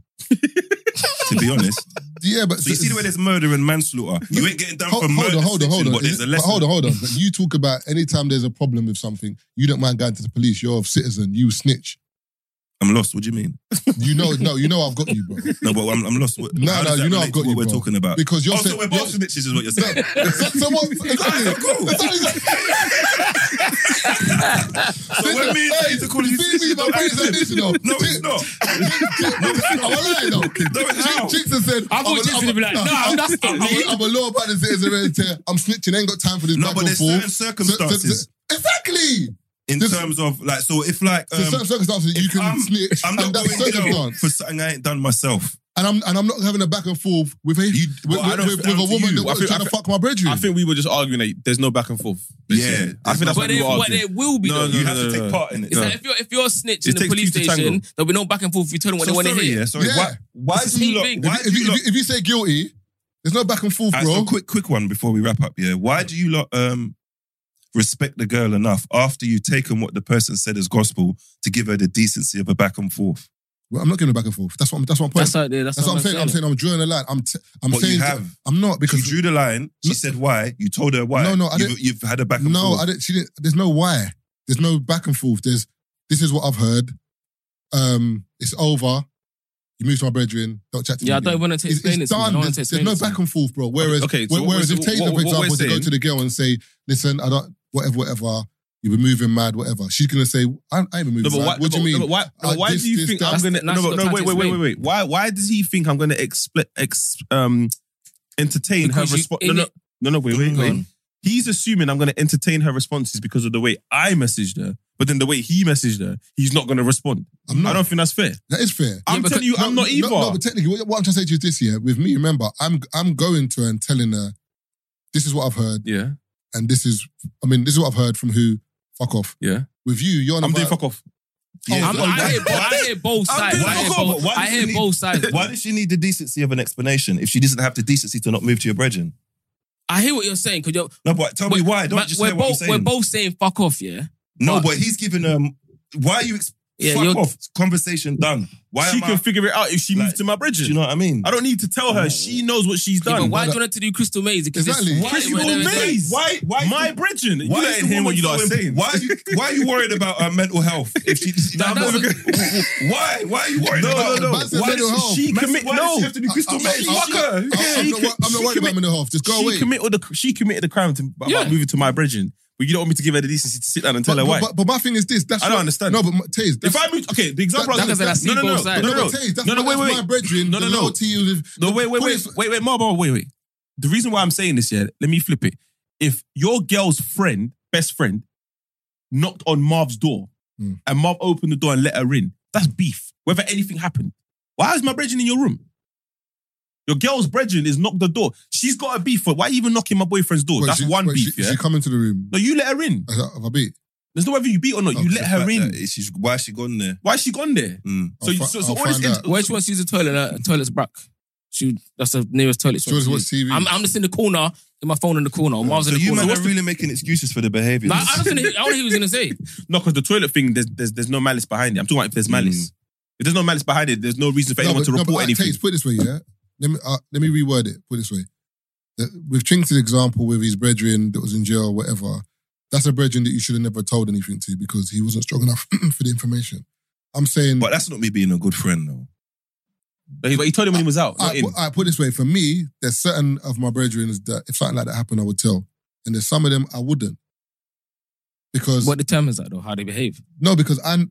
S4: to be honest.
S6: Yeah, but
S4: So you see the way there's murder and manslaughter. You ain't getting done
S6: Ho-
S4: for
S6: hold
S4: murder.
S6: on, hold on, hold on.
S4: But there's a
S6: But
S4: lesson.
S6: hold on, hold on. But you talk about anytime there's a problem with something, you don't mind going to the police. You're a citizen. You snitch.
S4: I'm lost. What do you mean?
S6: You know, no, you know I've got you, bro.
S4: No, but I'm, I'm lost. What,
S6: No,
S4: how
S6: no,
S4: does that
S6: you know
S4: relate
S6: I've
S4: to
S6: got
S4: what
S6: you,
S4: we're
S6: bro.
S4: talking about.
S6: Because
S7: Oh,
S6: you're
S4: also,
S6: saying-
S4: we're both snitches, is what you're saying.
S6: So, so what? Exactly.
S4: cool. So when me and
S6: Hey,
S4: Jay to call you
S6: you see me,
S4: snitches,
S6: my
S4: don't
S6: face
S4: act
S6: like this, you know.
S4: No, it's not.
S6: I'm lying though.
S4: No, it's
S6: Chick-
S4: how?
S6: Chicks have said,
S5: I
S7: Oh,
S6: I'm
S5: thought
S6: a-
S5: Chicks
S6: I'm a-
S5: would be like,
S6: no,
S5: no,
S6: I'm-
S5: that's not
S6: I'm
S5: me.
S6: a- I'm a law abiding citizen. hereditary. I'm snitching. Ain't got time for this
S4: No,
S6: back
S4: but
S6: and
S4: there's
S6: forth.
S4: certain
S6: So- so-
S4: circumstances.
S6: so- Exactly.
S4: In
S6: This-
S4: terms of like, so if like,
S6: So
S4: um,
S6: certain circumstances you
S4: if
S6: can
S4: I'm,
S6: snitch,
S4: I'm
S6: and
S4: not
S6: that's
S4: going to jail
S6: circumstance.
S4: for something I ain't done myself.
S6: And I'm and I'm not having a back and forth with a
S4: You-
S6: with,
S4: well, I
S6: with,
S4: don't-
S6: with,
S4: down
S6: with a
S4: to
S6: woman
S4: you.
S6: that
S4: I
S6: was
S4: think-
S6: trying
S4: I
S6: to fuck
S4: think-
S6: my bedroom.
S7: I think we were just arguing that there's no back and forth.
S4: Yeah,
S7: I think that's
S5: But
S7: what we
S5: there,
S7: were
S5: but
S7: arguing.
S5: there will be.
S7: No,
S5: though.
S7: no,
S4: You
S7: no,
S4: have to
S7: no,
S4: take
S7: no.
S4: part in it.
S5: It's like if you're if you're a snitch in the
S7: takes
S5: police
S7: two to tango.
S5: station, there'll be no back and forth if you tell them what
S4: So
S5: they want to
S4: sorry,
S5: hear.
S4: yeah, sorry.
S6: Yeah.
S4: Why, why
S5: It's the
S4: do
S5: same
S4: you lot,
S5: thing.
S4: why
S6: if,
S4: do
S6: if,
S4: you
S6: you,
S4: lot,
S6: if, you say guilty, there's no back and forth,
S4: Alright,
S6: bro.
S4: so quick, quick one before we wrap up. Yeah, why do you lot um respect the girl enough after you've taken what the person said as gospel to give her the decency of a back and forth?
S6: Well, I'm not giving a back and forth. That's what I'm, that's my point.
S5: That's
S6: That's,
S5: like, that's,
S6: what I'm saying. I'm saying I'm drawing a line. I'm t- I'm
S4: But you
S6: saying
S4: have.
S6: I'm not because
S4: Because you drew the line. She
S6: No.
S4: said why. You told her why.
S6: No, no, I
S4: you've,
S6: didn't-
S4: you've had a back and
S6: no,
S4: forth.
S6: I didn't, she didn't. There's no why. There's no back and forth. There's this is what I've heard. Um, it's over. You move to my bedroom. Don't chat to
S5: Yeah, I
S6: me.
S5: don't
S6: again.
S5: want to
S6: It's,
S5: explain
S6: it's
S5: this. to you. I
S6: done.
S5: don't
S6: There's,
S5: want to
S6: there's
S5: explain
S6: no
S5: this to you.
S6: back and forth, bro. Whereas,
S7: Okay, so
S6: whe-
S7: what-
S6: whereas
S7: so
S6: if Taylor,
S7: what-
S6: for
S7: what we're
S6: example, to go
S7: saying-
S6: to the girl and say, "Listen, I don't whatever, whatever. You've been moving mad, whatever." She's gonna say, "I, I ain't been
S7: No,
S6: moving mad."
S7: but why,
S6: what do
S7: no,
S6: you mean?
S7: No, but why, no,
S6: Uh,
S7: why
S6: this-
S7: do you
S6: this,
S7: think
S6: that.
S7: I'm gonna?
S5: That's- that's
S7: No, but,
S5: what
S7: no,
S5: I'm
S7: wait, wait,
S5: trying to
S7: wait, wait, wait. Why, why does he think I'm gonna expl- ex, um, entertain
S5: Because
S7: her
S5: you-
S7: response? No, no, no, no, wait, wait,
S5: Go
S7: wait.
S5: on.
S7: He's assuming I'm gonna entertain her responses because of the way I messaged her, but then the way he messaged her, he's not gonna respond.
S6: I'm
S7: I
S6: not.
S7: don't think that's fair.
S6: That is fair.
S7: I'm
S5: because-
S7: telling you, I'm not either.
S6: No, no, but technically, what, what I'm trying to say to you is this year, with me, remember, I'm I'm going to her and telling her, this is what I've heard,
S7: yeah,
S6: and this is, I mean, this is what I've heard from who. Fuck off.
S7: yeah.
S6: With you, you're on
S7: I'm
S6: about,
S7: doing fuck off.
S5: I'm,
S6: Oh,
S5: I, hear,
S6: that-
S5: bo- I hear both
S4: I'm
S5: sides.
S4: doing
S5: I hear
S4: fuck all,
S5: both,
S4: but why
S5: I
S4: does
S5: hear
S4: it need-
S5: both sides.
S4: Why does she need the decency of an explanation if she doesn't have the decency to not move to your brethren?
S5: I hear what you're saying because you're.
S4: No, but tell me
S5: we're-
S4: why. Don't
S5: but
S4: just
S5: we're
S4: say
S5: both
S4: what I'm saying.
S5: we're both saying fuck off, yeah.
S4: no, but he's giving um. Why are you? Ex-
S5: Yeah,
S4: fuck
S5: you're-
S4: off. Conversation done. Why
S7: she
S4: am
S7: can
S4: I?
S7: figure it out if she
S4: Like,
S7: moves to my bridge.
S4: Do you know what I mean?
S7: I don't need to tell her.
S4: Oh.
S7: She knows what she's
S5: Yeah, but
S7: done.
S5: why
S6: but-
S5: do you want her to do Crystal Maze? Because it's-
S6: Exactly.
S5: why-
S6: Crystal
S5: why- why-
S7: Maze.
S4: Why? Why?
S7: my bridging. You
S4: Why
S7: don't
S4: is the
S7: hear what
S4: woman
S7: you lot are
S4: so imp-
S7: saying.
S4: Why are you, why are you worried about her mental health? If she,
S5: That
S4: I'm
S5: doesn't-
S4: not- why? Why are you worried
S7: No,
S4: about
S7: no, no.
S4: her?
S6: Man's
S7: Why
S6: mental
S7: does
S6: health.
S7: she
S4: Man's-
S7: commit?
S4: why does
S7: No.
S4: she have to do crystal
S6: I'm-
S4: maze?
S6: I'm-
S4: Fuck her.
S6: I'm-
S7: Yeah,
S6: I'm
S7: he
S6: not,
S7: could-
S6: wor- I'm not
S7: she
S6: worried about
S7: commit-
S6: minute half. Just go
S7: she
S6: away.
S7: committed the she committed the crime to, about
S5: Yeah.
S7: moving to my bridging, but you don't want me to give her the decency to sit down and tell
S6: but,
S7: her why.
S6: but, but, but my thing is this. That's
S7: I don't
S6: what-
S7: understand.
S6: No, but my- Taze,
S7: if
S6: that's-
S7: I move, okay, the example
S6: That-
S7: I was
S5: that
S7: gonna
S5: doesn't
S7: no, no,
S5: see
S7: no,
S5: both
S7: no,
S5: sides.
S7: no,
S6: no,
S7: no,
S6: but Taze, that's
S7: no, no,
S6: my-
S7: wait,
S6: that's
S7: wait,
S6: my
S7: wait.
S6: brethren.
S7: No, no,
S6: the
S7: no, wait,
S6: loyalty is-
S7: No, wait, wait,
S6: Put
S7: wait,
S6: it-
S7: wait, wait, Marbo, wait, wait. The reason why I'm saying this, yeah, let me flip it. If your girl's friend, best friend, knocked on Marv's door
S6: Mm.
S7: and Marv opened the door and let her in, that's beef. Whether anything happened. Why is my brethren in your room? Your girl's brethren is knocked the door. She's got a beef. but Why you even knocking my boyfriend's door?
S6: Wait,
S7: that's
S6: she-
S7: one
S6: wait,
S7: beef,
S6: she-
S7: yeah?
S6: She come into the room.
S7: no, you let her in.
S6: I said, Have I beat?
S7: There's no whether you beat or not.
S6: Oh,
S7: you
S6: the
S7: let her
S4: Like
S7: in.
S4: that, she's why is she gone there?
S7: Why she gone there?
S4: Mm.
S7: So,
S6: I'll
S7: you-
S6: fi-
S7: so, so
S6: I'll
S7: all this.
S6: find out.
S7: inter-
S5: Where she wants to use the toilet, uh, toilet's back. She that's the nearest toilet.
S6: She wants to watch
S5: to use.
S6: TV.
S5: I'm, I'm just in the corner, in my phone in the corner, or Miles
S4: So
S5: in the
S4: you
S5: corner.
S4: man are
S5: What's the-
S4: really making excuses for the behaviour.
S5: Nah, I don't think I don't know he was gonna say.
S7: No, because the toilet thing, there's, there's there's no malice behind it. I'm talking about if there's malice. If there's no malice behind it, there's no reason for anyone
S6: Hmm. but-
S7: to
S6: but,
S7: report
S6: like,
S7: anything.
S6: Taze, put it this way, yeah. Let me uh, let me reword it. Put it this way. That with Chinks' example with his brethren that was in jail, whatever, that's a brethren that you should have never told anything to because he wasn't strong enough for the information. I'm saying,
S4: But that's not me being a good friend, though.
S7: But he, but he told him when he was out. not
S6: I,
S7: in.
S6: I put it this way: for me, there's certain of my brethren that if something like that happened, I would tell, and there's some of them I wouldn't because
S5: What determines that though? How they behave?
S6: no, because I'm.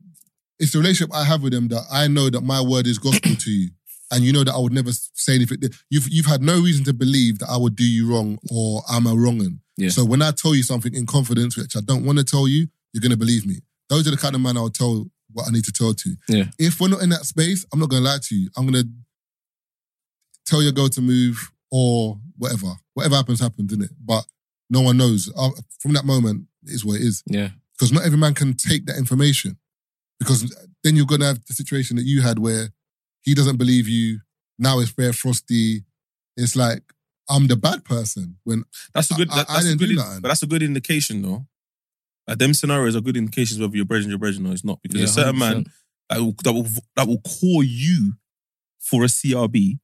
S6: It's the relationship I have with them that I know that my word is gospel to you, and you know that I would never say anything. You've you've had no reason to believe that I would do you wrong or I'm a wronging.
S5: Yeah.
S6: So when I tell you something in confidence, which I don't want to tell you, you're gonna believe me. Those are the kind of man I'll tell what I need to tell to.
S5: Yeah.
S6: If we're not in that space, I'm not gonna lie to you. I'm gonna tell your girl to move or whatever. Whatever happens, happens, is it? But no one knows. Uh, from that moment, it is what it is
S5: Yeah.
S6: because not every man can take that information. Because then you're gonna have the situation that you had where he doesn't believe you. Now it's bare frosty. It's like I'm the bad person when
S7: That's a good.
S6: I-
S7: that-
S6: I
S7: that's a
S6: didn't
S7: good.
S6: do
S7: in-
S6: nothing.
S7: But that's a good indication, though. Like them scenarios are good indications whether you're brethren, your brethren, or it's not. Because
S5: Yeah,
S7: there's a certain man
S5: 100%.
S7: that will, that will that will call you for a CRB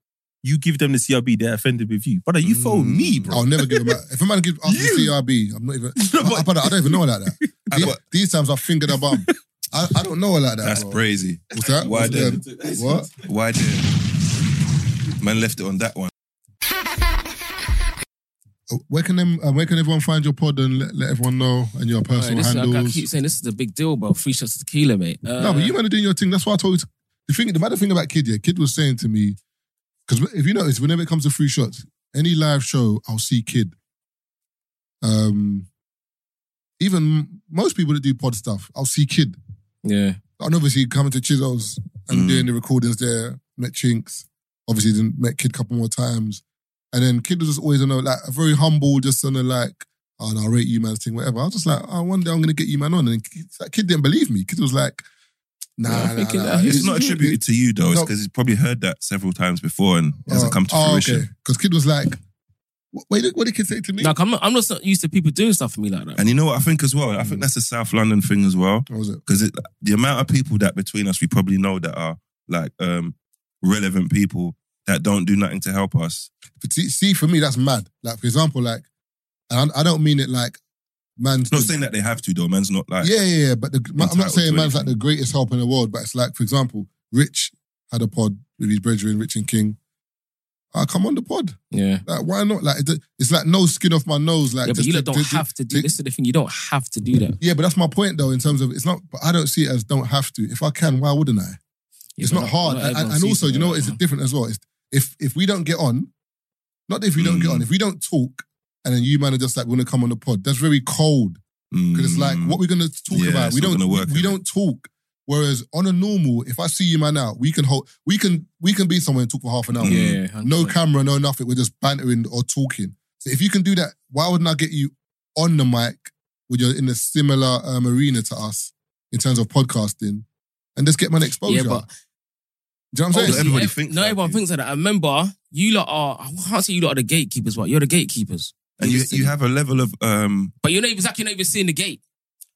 S7: you give them the CRB, they're offended with you. Brother, you fold me, bro.
S6: I'll never give a man. If a man gives us
S7: You-
S6: the CRB, I'm not even.
S7: No,
S6: I,
S7: but-
S6: I, brother, I don't even know her like that.
S4: Ah,
S6: these,
S4: but-
S6: these times I fingered her bum. I, I don't know her like that.
S4: That's
S6: bro.
S4: crazy.
S6: What's that?
S4: Why
S6: What's
S4: then?
S6: them? What?
S4: Why did man left it on that one?
S6: Uh, Where can them? Uh, where can everyone find your pod and let, let everyone know and your
S5: Alright,
S6: personal
S5: this is, I- I
S6: handles?
S5: keep saying this is a big deal, bro. Three shots of tequila, mate. Uh,
S6: no, but you man are doing your thing. That's why I told you. To, the thing, the matter thing about Kid, yeah, Kid was saying to me, because if you notice, whenever it comes to free shots, any live show, I'll see Kid. Um, even m- most people that do pod stuff, I'll see Kid.
S5: yeah.
S6: And obviously coming to Chisels and
S4: Mm.
S6: doing the recordings there, met Chinks. Obviously didn't met Kid a couple more times. And then Kid was just always on a like a very humble, just on a like, oh no, I rate you man's thing, whatever. I was just like, oh, one day I'm gonna get you man on. And Kid, that kid didn't believe me. Kid was like, nah,
S5: Yeah, I
S6: nah, nah,
S5: think it-
S6: nah.
S4: uh, It's not attributed to you though, it's
S6: No. Oh,
S4: because he's probably heard that several times before and it
S6: uh,
S4: hasn't come to fruition.
S6: Because Kid was like, "Wh- wait, what did Kid say to me?
S5: Like I'm not, I'm not so used to people doing stuff for me like that.
S4: And you know what I think as well? I
S7: Hmm.
S6: Mm.
S4: think that's a South London thing as well.
S6: What was it?
S4: Because the amount of people that between us we probably know that are like um relevant people that don't do nothing to help us.
S6: But see, see, for me, that's mad. Like, for example, like, and I, I don't mean it like man's
S4: It's
S6: Hmm.
S4: not saying that they have to though, man's not like
S6: Yeah, yeah, yeah. But the, man, I'm not
S4: Entitled
S6: saying
S4: to
S6: man's like the
S4: anything.
S6: greatest help in the world, but it's like, for example, Rich had a pod with his brethren, Rich and King. I come on the pod.
S5: yeah.
S6: Like, why not? Like, it- it's like no skin off my nose. Like,
S5: Yeah, but
S6: just
S5: you
S6: to-
S5: lot don't
S6: to- to-
S5: have to do.
S6: to-
S5: This is the thing. You don't have to do that.
S6: Yeah, but that's my point though. In terms of, it's not. But I don't see it as don't have to. If I can, why wouldn't I?
S5: Yeah,
S6: it's
S5: but
S6: not hard. And-
S5: everyone
S6: and, and
S5: sees
S6: also,
S5: it
S6: you know,
S5: like
S6: what? it's
S5: that.
S6: different as well. It's, if if we don't get on, not that if we don't get
S4: Mm.
S6: on, if we don't talk, and then you man are just like, want to come on the pod. That's very cold. Because it's like,
S4: mm,
S6: what we're gonna talk
S4: Yeah,
S6: about?
S4: it's
S6: We
S4: not
S6: don't
S4: gonna work,
S6: we
S4: innit?
S6: don't talk. Whereas on a normal, if I see you man out, we can hold we can we can be somewhere and talk for half an hour.
S5: Yeah, yeah, yeah.
S6: No
S5: 100%.
S6: camera, no nothing. We're just bantering or talking. So if you can do that, why wouldn't I get you on the mic when you're in a similar um, arena to us in terms of podcasting and just get my exposure?
S5: Yeah, but
S6: do you know what I'm
S4: Not
S5: obviously,
S6: saying?
S4: everybody
S5: ev-
S4: thinks
S5: no,
S4: like
S5: everyone
S4: you.
S5: thinks like that. I remember you lot are. I can't say you lot are the gatekeepers, but you're the gatekeepers.
S4: and you,
S5: Listen.
S4: you have a level of um
S5: but you're not exactly not even seeing the gate.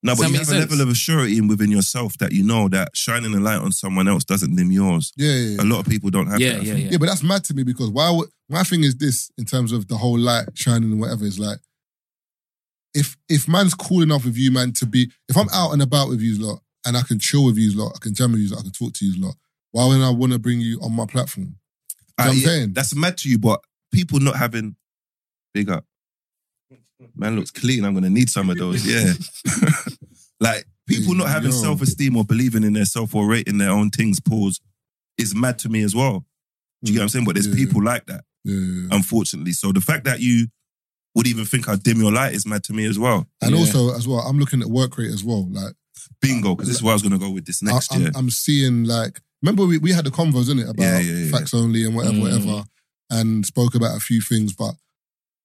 S4: no,
S5: Does
S4: but
S5: that
S4: you
S5: make
S4: have a
S5: sense?
S4: level of assurity within yourself that you know that shining a light on someone else doesn't dim yours.
S6: Yeah, yeah, yeah.
S4: A lot of people don't have
S5: Yeah,
S4: that. I
S5: yeah,
S4: think.
S5: yeah.
S6: Yeah, but that's mad to me because why would my thing is this in terms of the whole light shining and whatever is like if if man's cool enough with you, man, to be if I'm out and about with you lot and I can chill with you lot, I can jam with you lot, I can talk to you lot, why wouldn't I want to bring you on my platform? Do you know
S4: Ah,
S6: what I'm
S4: yeah,
S6: saying?
S4: That's mad to you, but people not having big up. Man looks clean. I'm gonna need some of those. Yeah. like people not having
S6: Yo.
S4: self-esteem or believing in their self or rating their own things, pause, is mad to me as well. Do you get what I'm saying? But there's
S6: Mm. Yeah.
S4: people like that,
S6: Yeah, yeah, yeah.
S4: unfortunately. So the fact that you would even think I dim your light is mad to me as well.
S6: And
S5: Yeah.
S6: also as well, I'm looking at work rate as well. Like
S4: Bingo, because this is where I was gonna go with this next
S6: I, I'm,
S4: year.
S6: I'm seeing like remember we, we had the convos in it about
S4: Yeah, yeah, yeah.
S6: facts only and whatever
S5: Mm.
S6: whatever and spoke about a few things but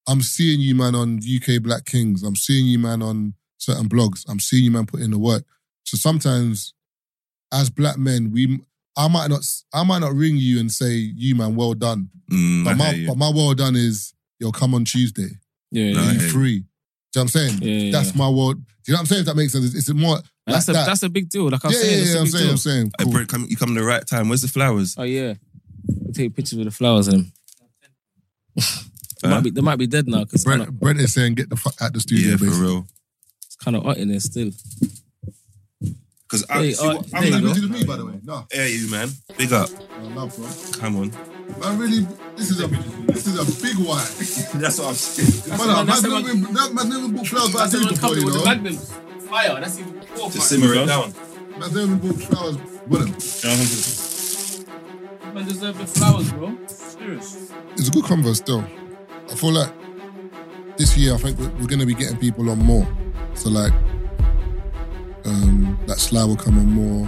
S6: I'm seeing you man on UK Black Kings I'm seeing you man on certain blogs I'm seeing you man put in the work so sometimes as black men we I might not I might not ring you and say you man well done
S4: Mm, I
S6: but my
S4: hear you.
S6: but my well done is yo come on Tuesday
S5: Yeah,
S4: No,
S5: yeah.
S4: I
S6: are you
S4: hear you.
S6: free do you know what I'm saying
S5: Yeah, yeah,
S6: that's
S5: yeah.
S6: my world do you know what I'm saying if that makes sense it's, it's more
S5: that's a
S6: like that.
S5: that's a big deal. Like I was
S6: yeah,
S5: saying,
S6: yeah,
S5: it's
S6: yeah,
S5: a
S6: I'm
S5: big
S6: saying,
S5: deal.
S6: I'm saying.
S4: Hey,
S6: Cool.
S4: Brent, come, you come in the right time. Where's the flowers?
S5: Oh yeah, we take pictures with the flowers in them. they
S4: Huh?
S5: might be they might be dead now because
S6: Brent, Brent is saying get the fuck out the studio,
S4: yeah, for
S6: basically.
S4: real.
S5: it's kind of hot in there still.
S4: Because I, Ah,
S5: Hey,
S4: see
S5: uh,
S4: what-
S5: there
S4: I'm
S5: you
S4: like,
S5: go.
S6: to me, by the way. No,
S4: Hey, you man. Big up.
S6: no love, bro.
S4: Come on.
S6: Man, really, this is a this is a big one.
S4: That's what I'm saying.
S6: Man,
S5: man,
S6: man,
S5: that's
S6: never
S5: someone-
S6: been- that man's never bought flowers by Duke before, you know. Man's
S5: Fire, that's even more
S4: Just simmer it down.
S6: never bought flowers with him.
S5: Man deserve the flowers, bro. Serious.
S6: It's a good converse, though. I feel like this year, I think we're, we're going to be getting people on more. So, like, um, that Sly will come on more.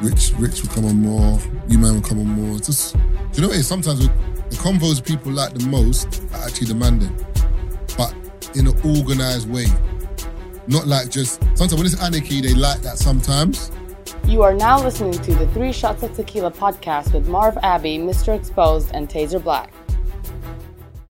S6: Rich, Rich will come on more. You man will come on more. It's just, do you know what it is? Sometimes we, the convos people like the most are actually demanding, but in an organized way. Not like just sometimes when it's anarchy, they like that sometimes.
S8: You are now listening to the Three Shots of Tequila podcast with Marv Abbey, Mr. Exposed, and Taser Black.